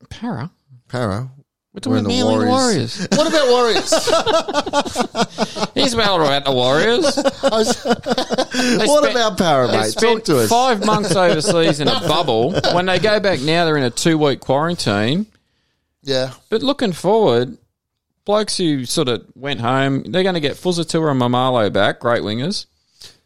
[SPEAKER 2] para.
[SPEAKER 3] Para.
[SPEAKER 2] We're
[SPEAKER 3] We're
[SPEAKER 2] talking
[SPEAKER 3] in the
[SPEAKER 2] about the
[SPEAKER 3] Warriors.
[SPEAKER 2] Warriors.
[SPEAKER 1] What about Warriors?
[SPEAKER 2] Here's about all right, the Warriors.
[SPEAKER 1] I was-
[SPEAKER 2] They
[SPEAKER 3] What
[SPEAKER 2] spent-
[SPEAKER 3] about Para,
[SPEAKER 2] They
[SPEAKER 3] mate? Talk
[SPEAKER 2] spent
[SPEAKER 3] to us.
[SPEAKER 2] five months overseas in a bubble. When they go back now, they're in a two-week quarantine.
[SPEAKER 1] yeah,
[SPEAKER 2] But looking forward, blokes who sort of went home, they're going to get Fuzatua and Mamalo back, great wingers.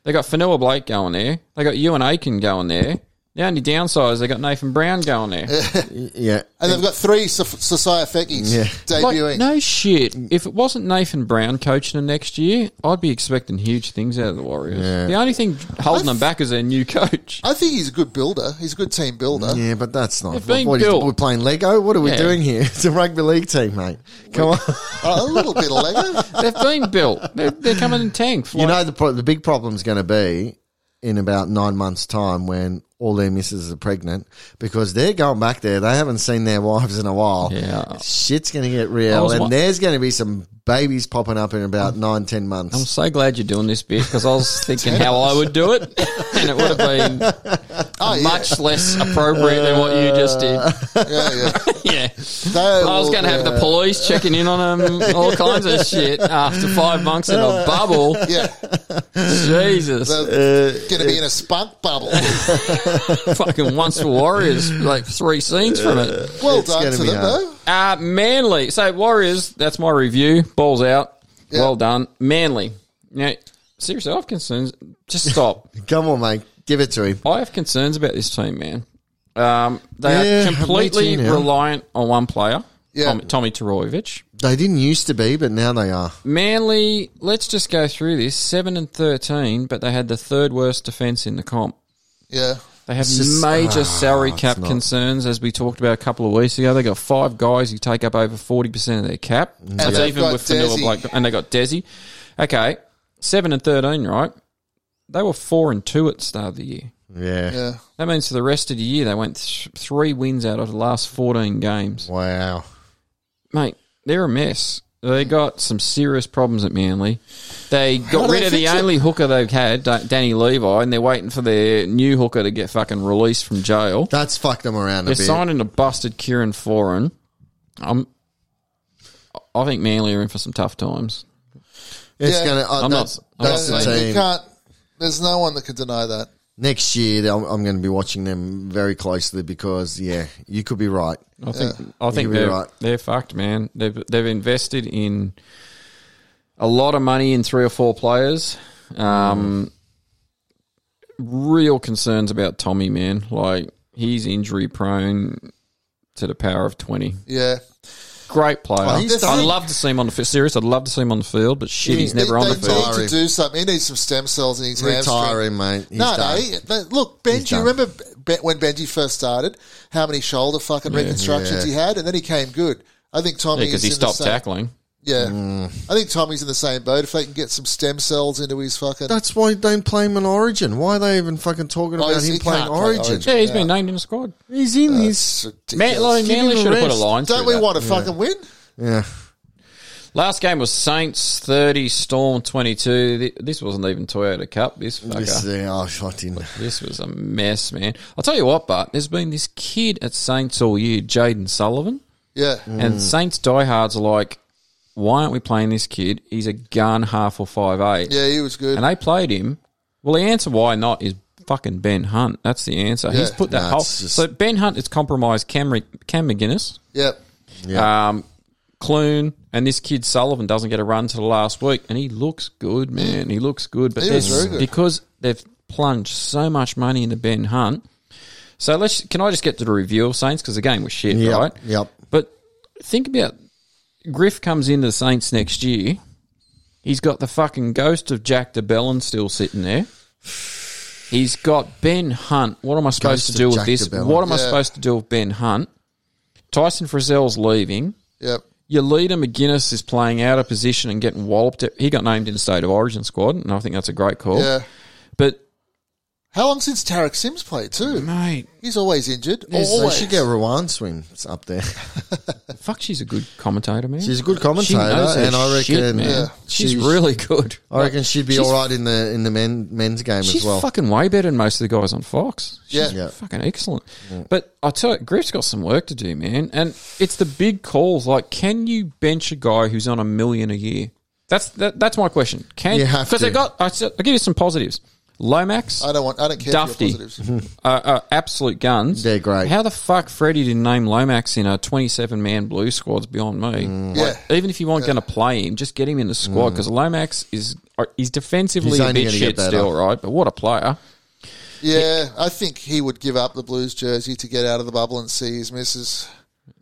[SPEAKER 2] They got Fanua Blake going there. They got Ewan Aiken going there. The only downside is they got Nathan Brown going there.
[SPEAKER 3] Yeah.
[SPEAKER 1] and they've got three Sasaya Fekis
[SPEAKER 3] Yeah.
[SPEAKER 2] Like,
[SPEAKER 1] debuting.
[SPEAKER 2] no shit. If it wasn't Nathan Brown coaching them next year, I'd be expecting huge things out of the Warriors.
[SPEAKER 3] Yeah.
[SPEAKER 2] The only thing holding them back is their new coach.
[SPEAKER 1] I think he's a good builder. He's a good team builder.
[SPEAKER 3] Yeah, but that's not.
[SPEAKER 2] They've been
[SPEAKER 3] what is-
[SPEAKER 2] built.
[SPEAKER 3] We're playing Lego. What are we
[SPEAKER 2] Yeah.
[SPEAKER 3] doing here? It's a rugby league team, mate. Come on.
[SPEAKER 1] Uh, A little bit of Lego.
[SPEAKER 2] They've been built. They're, they're coming in tank.
[SPEAKER 3] you know the pro- the big problem's going to be in about nine months' time when all their misses are pregnant because they're going back there. They haven't seen their wives in a while.
[SPEAKER 2] Yeah.
[SPEAKER 3] shit's going to get
[SPEAKER 2] I
[SPEAKER 3] real,
[SPEAKER 2] was
[SPEAKER 3] and
[SPEAKER 2] wa-
[SPEAKER 3] there's going to be some babies popping up in about nine ten months.
[SPEAKER 2] I'm so glad you're doing this bit because I was thinking how I would do it, and it would have been
[SPEAKER 1] Oh, yeah.
[SPEAKER 2] much less appropriate than what you just did.
[SPEAKER 1] Yeah, yeah.
[SPEAKER 2] Yeah,
[SPEAKER 1] They
[SPEAKER 2] I was
[SPEAKER 1] will
[SPEAKER 2] going to have
[SPEAKER 1] be-
[SPEAKER 2] the police checking in on them, all kinds of shit after five months in a bubble.
[SPEAKER 1] Yeah,
[SPEAKER 2] Jesus,
[SPEAKER 1] they're
[SPEAKER 2] Uh,
[SPEAKER 1] going to be in a spunk bubble.
[SPEAKER 2] fucking once for Warriors, like three scenes from it.
[SPEAKER 1] Well
[SPEAKER 3] It's
[SPEAKER 1] done
[SPEAKER 3] gonna
[SPEAKER 1] to
[SPEAKER 3] be
[SPEAKER 1] them,
[SPEAKER 3] hard.
[SPEAKER 1] though.
[SPEAKER 2] Uh, Manly. So Warriors, that's my review. Balls out.
[SPEAKER 1] Yeah.
[SPEAKER 2] Well done, Manly. Now, seriously, I have concerns. Just stop.
[SPEAKER 3] Come on, mate, give it to him.
[SPEAKER 2] I have concerns about this team, man. Um, they
[SPEAKER 3] Yeah,
[SPEAKER 2] are
[SPEAKER 3] me
[SPEAKER 2] completely
[SPEAKER 3] too, yeah.
[SPEAKER 2] reliant on one player,
[SPEAKER 1] Yeah.
[SPEAKER 2] Tommy, Tommy Torovic.
[SPEAKER 3] They didn't used to be, but now they are.
[SPEAKER 2] Manly, let's just go through this: seven and thirteen, but they had the third worst defense in the comp.
[SPEAKER 1] Yeah,
[SPEAKER 2] They have
[SPEAKER 3] just-
[SPEAKER 1] Ah,
[SPEAKER 2] major salary
[SPEAKER 3] it's
[SPEAKER 2] cap
[SPEAKER 3] not-
[SPEAKER 2] concerns, as we talked about a couple of weeks ago. They got five guys who take up over forty percent of their cap. That's
[SPEAKER 1] Mm. they've
[SPEAKER 2] even
[SPEAKER 1] got
[SPEAKER 2] with Vanilla
[SPEAKER 1] Desi.
[SPEAKER 2] Blake, and they got Desi. Okay, seven and thirteen, right? They were four and two at the start of the year.
[SPEAKER 3] Yeah.
[SPEAKER 1] yeah.
[SPEAKER 2] That means for the rest of the year, they went th- three wins out of the last 14 games.
[SPEAKER 3] Wow.
[SPEAKER 2] Mate, they're a mess. They got some serious problems at Manly. They got
[SPEAKER 1] do
[SPEAKER 2] rid
[SPEAKER 1] they
[SPEAKER 2] of the
[SPEAKER 1] fix it?
[SPEAKER 2] only hooker they've had, Da- Danny Levi, and they're waiting for their new hooker to get fucking released from jail.
[SPEAKER 3] That's fucked them around a
[SPEAKER 2] They're
[SPEAKER 3] bit.
[SPEAKER 2] signing a busted Kieran Foran. I'm, I think Manly are in for some tough times.
[SPEAKER 3] it's
[SPEAKER 1] Yeah.
[SPEAKER 3] gonna. Uh,
[SPEAKER 2] I'm
[SPEAKER 3] that's
[SPEAKER 2] not- I'm
[SPEAKER 3] that's
[SPEAKER 2] not
[SPEAKER 3] the
[SPEAKER 1] You
[SPEAKER 3] team.
[SPEAKER 1] can't. There's no one that can deny that.
[SPEAKER 3] next year they'll- I'm going to be watching them very closely because yeah, you could be right.
[SPEAKER 2] I think I think
[SPEAKER 3] could be
[SPEAKER 2] they're
[SPEAKER 3] right.
[SPEAKER 2] they're fucked, man. They've they've invested in a lot of money in three or four players. Um, Real concerns about Tommy, man. Like he's injury prone to the power of twenty.
[SPEAKER 1] Yeah,
[SPEAKER 2] Great player.
[SPEAKER 3] Oh, he's
[SPEAKER 2] I'd
[SPEAKER 3] done-
[SPEAKER 2] love to see him on the field. Serious, I'd love to see him on the field, but shit, he's
[SPEAKER 1] They-
[SPEAKER 2] never on
[SPEAKER 1] they
[SPEAKER 2] the field.
[SPEAKER 1] need to do something. He needs some stem cells in his
[SPEAKER 3] Retire
[SPEAKER 1] hamstring.
[SPEAKER 3] him, mate. He's
[SPEAKER 1] No, no.
[SPEAKER 3] done.
[SPEAKER 1] he- no, look, Benji.
[SPEAKER 3] done.
[SPEAKER 1] Remember Be- when Benji first started? How many shoulder fucking reconstructions
[SPEAKER 3] Yeah.
[SPEAKER 1] he had, and then he came good. I think Tommy is
[SPEAKER 2] Because he
[SPEAKER 1] in the
[SPEAKER 2] stopped
[SPEAKER 1] same-
[SPEAKER 2] tackling.
[SPEAKER 1] Yeah,
[SPEAKER 3] Mm.
[SPEAKER 1] I think Tommy's in the same boat. If they can get some stem cells into his fucking,
[SPEAKER 3] That's why they don't play him in Origin. Why are they even fucking talking
[SPEAKER 1] Oh,
[SPEAKER 3] about
[SPEAKER 1] he
[SPEAKER 3] him
[SPEAKER 1] can't
[SPEAKER 3] playing
[SPEAKER 1] play
[SPEAKER 3] Origin?
[SPEAKER 1] Origin.
[SPEAKER 2] Yeah, he's been named in the squad.
[SPEAKER 3] He's in.
[SPEAKER 1] It's
[SPEAKER 3] He's
[SPEAKER 1] ridiculous.
[SPEAKER 2] Man, like,
[SPEAKER 3] Give him
[SPEAKER 2] Manly
[SPEAKER 3] a
[SPEAKER 2] should have put a
[SPEAKER 3] rest.
[SPEAKER 2] line.
[SPEAKER 1] Don't
[SPEAKER 2] through
[SPEAKER 1] we
[SPEAKER 2] that.
[SPEAKER 1] want to fucking win?
[SPEAKER 3] yeah.
[SPEAKER 2] Last game was Saints 30, Storm 22. Th- This wasn't even Toyota Cup. This fucker.
[SPEAKER 3] This thing, oh, I didn't.
[SPEAKER 2] This was a mess, man. I'll tell you what, but there's been this kid at Saints all year, Jaden Sullivan,
[SPEAKER 1] Yeah.
[SPEAKER 2] and Saints diehards are like, why aren't we playing this kid? He's a gun half or five eight,
[SPEAKER 1] Yeah, he was good.
[SPEAKER 2] and they played him. Well, the answer why not is fucking Ben Hunt. That's the answer. He's
[SPEAKER 1] Yeah.
[SPEAKER 2] put that
[SPEAKER 3] No,
[SPEAKER 2] whole
[SPEAKER 3] it's just-
[SPEAKER 2] so Ben Hunt has compromised Cam, Re- Cam McGuinness,
[SPEAKER 1] Yep.
[SPEAKER 2] um, Clune, and this kid Sullivan doesn't get a run to the last week, and he looks good, man. He looks good, but
[SPEAKER 1] He was
[SPEAKER 2] there's-
[SPEAKER 1] very good.
[SPEAKER 2] because they've plunged so much money into Ben Hunt. So let's can I just get to the review of Saints because the game was shit,
[SPEAKER 3] Yep,
[SPEAKER 2] right?
[SPEAKER 3] yep.
[SPEAKER 2] But think about Griff comes into the Saints next year. He's got the fucking ghost of Jack DeBellin still sitting there. He's got Ben Hunt. What am I supposed
[SPEAKER 3] Ghost
[SPEAKER 2] to
[SPEAKER 3] of
[SPEAKER 2] do with
[SPEAKER 3] Jack
[SPEAKER 2] this?
[SPEAKER 3] DeBellin.
[SPEAKER 2] What am I
[SPEAKER 1] Yeah.
[SPEAKER 2] supposed to do with Ben Hunt? Tyson Frizzell's leaving.
[SPEAKER 1] Yep.
[SPEAKER 2] Your leader McGuinness is playing out of position and getting walloped. He got named in the state of origin squad, and I think that's a great call.
[SPEAKER 1] Yeah.
[SPEAKER 2] But
[SPEAKER 1] How long since Tarek Sims played too?
[SPEAKER 3] Mm-hmm.
[SPEAKER 2] mate,
[SPEAKER 1] He's always injured.
[SPEAKER 3] They
[SPEAKER 1] Always.
[SPEAKER 3] should get Rowan Swim up there.
[SPEAKER 2] fuck, she's a good commentator, man.
[SPEAKER 3] She's a good
[SPEAKER 2] She
[SPEAKER 3] commentator,
[SPEAKER 2] knows her
[SPEAKER 3] and I reckon
[SPEAKER 2] shit, man.
[SPEAKER 1] yeah,
[SPEAKER 2] she's,
[SPEAKER 3] she's-
[SPEAKER 2] really good.
[SPEAKER 3] I reckon she'd be
[SPEAKER 2] She's-
[SPEAKER 3] all right in the in the men men's game
[SPEAKER 2] She's
[SPEAKER 3] as well.
[SPEAKER 2] fucking way better than most of the guys on Fox. She's
[SPEAKER 1] Yeah.
[SPEAKER 3] Yeah.
[SPEAKER 2] fucking excellent. But I tell you, Griff's got some work to do, man. And it's the big calls. Like, can you bench a guy who's on a million a year? That's that, that's my question. Can
[SPEAKER 3] You have
[SPEAKER 2] because
[SPEAKER 3] to.
[SPEAKER 2] they got. I, will give you some positives. Lomax,
[SPEAKER 1] I don't want. I don't care.
[SPEAKER 2] Dufty.
[SPEAKER 1] For your
[SPEAKER 3] Mm-hmm.
[SPEAKER 1] positives.
[SPEAKER 2] are, are absolute guns.
[SPEAKER 3] They're great.
[SPEAKER 2] How the fuck Freddie didn't name Lomax in a 27 man blue squad's beyond me. Like,
[SPEAKER 3] Mm.
[SPEAKER 1] Yeah.
[SPEAKER 2] even if you weren't going to play him, just get him in the squad because Lomax is are- he's defensively
[SPEAKER 3] He's
[SPEAKER 2] a
[SPEAKER 3] only
[SPEAKER 2] bit
[SPEAKER 3] gonna get
[SPEAKER 2] shit
[SPEAKER 3] better.
[SPEAKER 2] still, right? But what a player.
[SPEAKER 1] Yeah, I think he would give up the Blues jersey to get out of the bubble and see his missus.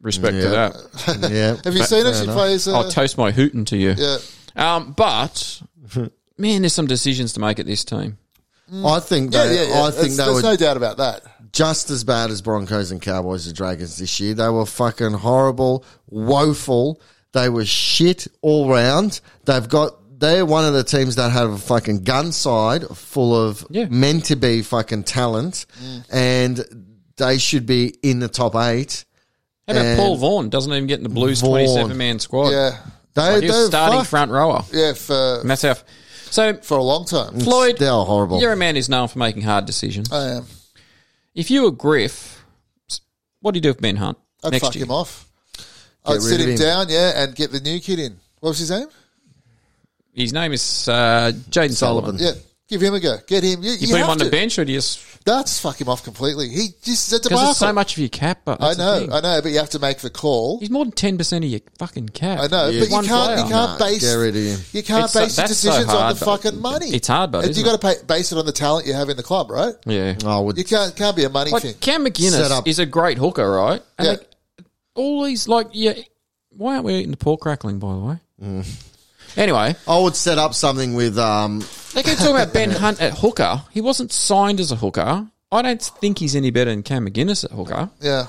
[SPEAKER 2] Respect to
[SPEAKER 3] Yeah.
[SPEAKER 2] that.
[SPEAKER 3] yeah,
[SPEAKER 1] Have you seen her? She plays.
[SPEAKER 3] Oh,
[SPEAKER 1] Uh,
[SPEAKER 2] I'll toast my hooting to you.
[SPEAKER 1] yeah.
[SPEAKER 2] Um, but man, there's some decisions to make at this team.
[SPEAKER 3] I think
[SPEAKER 1] Yeah,
[SPEAKER 3] they,
[SPEAKER 1] yeah, yeah.
[SPEAKER 3] I
[SPEAKER 1] There's-
[SPEAKER 3] think they
[SPEAKER 1] there's
[SPEAKER 3] were
[SPEAKER 1] no doubt about that.
[SPEAKER 3] just as bad as Broncos and Cowboys and Dragons this year. They were fucking horrible, woeful. They were shit all round. They've got they're one of the teams that have a fucking gun side full of
[SPEAKER 2] Yeah. Mm.
[SPEAKER 3] meant to be fucking talent, and they should be in the top eight.
[SPEAKER 2] How about
[SPEAKER 3] And-
[SPEAKER 2] Paul Vaughan? Doesn't even get in the Blues
[SPEAKER 3] Vaughan.
[SPEAKER 2] 27 man squad.
[SPEAKER 1] Yeah,
[SPEAKER 3] They,
[SPEAKER 2] Like, he was
[SPEAKER 3] they're
[SPEAKER 2] starting
[SPEAKER 3] fucked.
[SPEAKER 2] front rower.
[SPEAKER 1] yeah. For
[SPEAKER 2] And that's how. So
[SPEAKER 1] for a long
[SPEAKER 3] Mm.
[SPEAKER 1] time.
[SPEAKER 2] Floyd,
[SPEAKER 3] They're horrible.
[SPEAKER 2] you're a man who's known for making hard decisions.
[SPEAKER 1] I am.
[SPEAKER 2] If you were Griff, what do you do with Ben Hunt
[SPEAKER 1] I'd
[SPEAKER 2] next
[SPEAKER 1] fuck
[SPEAKER 2] year?
[SPEAKER 1] him off.
[SPEAKER 3] Get
[SPEAKER 1] I'd
[SPEAKER 3] rid
[SPEAKER 1] sit
[SPEAKER 3] of
[SPEAKER 1] him,
[SPEAKER 3] him.
[SPEAKER 1] down, yeah, and get the new kid in. What was his name?
[SPEAKER 2] His name is uh, Jaden Sullivan.
[SPEAKER 3] Sullivan.
[SPEAKER 1] Yeah, give him a go. Get him. You,
[SPEAKER 2] You,
[SPEAKER 1] you
[SPEAKER 2] put him
[SPEAKER 1] have
[SPEAKER 2] on the
[SPEAKER 1] to.
[SPEAKER 2] bench, or do you just
[SPEAKER 1] That's fuck him off completely. He just it's a
[SPEAKER 2] because
[SPEAKER 1] debacle.
[SPEAKER 2] it's so much of your cap? But
[SPEAKER 1] I
[SPEAKER 2] that's the
[SPEAKER 1] know,
[SPEAKER 2] thing.
[SPEAKER 1] I know, but you have to make the call.
[SPEAKER 2] He's more than ten percent of your fucking cap.
[SPEAKER 1] I know,
[SPEAKER 2] He's
[SPEAKER 1] but you
[SPEAKER 2] one
[SPEAKER 1] can't,
[SPEAKER 2] player.
[SPEAKER 1] you can't
[SPEAKER 3] Nah,
[SPEAKER 1] base
[SPEAKER 3] get rid of him.
[SPEAKER 1] you can't
[SPEAKER 2] It's so-
[SPEAKER 1] base your
[SPEAKER 2] that's so
[SPEAKER 1] decisions on
[SPEAKER 2] hard,
[SPEAKER 1] the
[SPEAKER 2] though.
[SPEAKER 1] fucking money.
[SPEAKER 2] It's hard, though,
[SPEAKER 1] And you
[SPEAKER 2] isn't
[SPEAKER 1] got to base it on the talent you have in the club, right?
[SPEAKER 2] Yeah.
[SPEAKER 3] I would
[SPEAKER 1] You can't can't be a money thing.
[SPEAKER 2] Like Cam McGuinness
[SPEAKER 3] Set up-
[SPEAKER 2] is a great hooker, right? And
[SPEAKER 1] Yeah.
[SPEAKER 2] like, all these like yeah. Why aren't we eating the pork crackling? By the way. Anyway,
[SPEAKER 3] I would set up something with um
[SPEAKER 2] they keep talking about Ben Hunt at hooker. He wasn't signed as a hooker. I don't think he's any better than Cam McGuinness at hooker.
[SPEAKER 1] Yeah,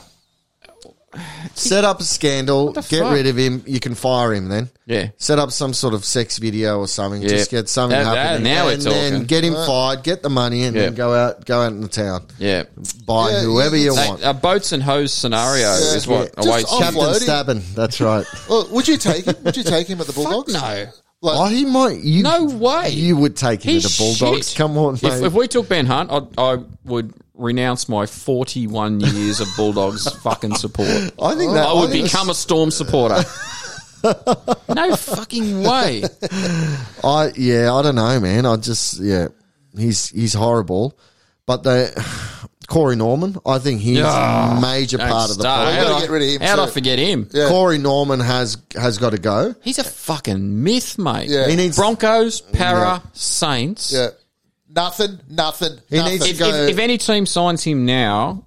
[SPEAKER 3] set up a scandal, get
[SPEAKER 2] the fuck?
[SPEAKER 3] rid of him. You can fire him then.
[SPEAKER 2] Yeah.
[SPEAKER 3] Set up some sort of sex video or something.
[SPEAKER 2] Yeah.
[SPEAKER 3] Just get something
[SPEAKER 2] That- that-
[SPEAKER 3] happening.
[SPEAKER 2] now we're
[SPEAKER 3] and then
[SPEAKER 2] talking.
[SPEAKER 3] get him fired, get the money, and
[SPEAKER 2] Yeah.
[SPEAKER 3] then go out, go out in the town,
[SPEAKER 2] Yeah.
[SPEAKER 3] buy
[SPEAKER 1] Yeah,
[SPEAKER 3] whoever
[SPEAKER 1] you-
[SPEAKER 3] you
[SPEAKER 2] They-
[SPEAKER 3] want.
[SPEAKER 2] a boats and hose scenario is what
[SPEAKER 1] Just
[SPEAKER 2] awaits
[SPEAKER 1] off-
[SPEAKER 2] you.
[SPEAKER 3] Captain
[SPEAKER 1] offloading.
[SPEAKER 3] Stabbin, that's right.
[SPEAKER 1] well, would you take him? Would you take him at the
[SPEAKER 2] Fuck
[SPEAKER 1] Bulldogs?
[SPEAKER 2] no.
[SPEAKER 1] Like,
[SPEAKER 3] oh, he might. You,
[SPEAKER 2] No way.
[SPEAKER 3] You would take him to
[SPEAKER 2] He's
[SPEAKER 3] the Bulldogs.
[SPEAKER 2] shit.
[SPEAKER 3] Come on,
[SPEAKER 2] If,
[SPEAKER 3] mate.
[SPEAKER 2] if we took Ben Hunt, I'd, I would renounce my 41 years of Bulldogs fucking support.
[SPEAKER 3] I think that
[SPEAKER 2] I would
[SPEAKER 3] think
[SPEAKER 2] become a Storm supporter. no fucking way.
[SPEAKER 3] I yeah, I don't know, man. I just yeah, he's he's horrible. But the Corey Norman, I think he's a major part of the
[SPEAKER 2] Start.
[SPEAKER 1] problem.
[SPEAKER 2] How'd
[SPEAKER 1] Gotta
[SPEAKER 2] I-
[SPEAKER 1] get rid of him
[SPEAKER 2] How'd I
[SPEAKER 1] too.
[SPEAKER 2] forget him?
[SPEAKER 1] Yeah.
[SPEAKER 3] Corey Norman has has got to go.
[SPEAKER 2] He's a fucking myth, mate.
[SPEAKER 1] Yeah.
[SPEAKER 3] He needs
[SPEAKER 2] Broncos, Para, Saints.
[SPEAKER 1] yeah, nothing, nothing.
[SPEAKER 3] He
[SPEAKER 1] nothing.
[SPEAKER 3] needs to
[SPEAKER 2] If,
[SPEAKER 3] go.
[SPEAKER 2] if, if any team signs him now,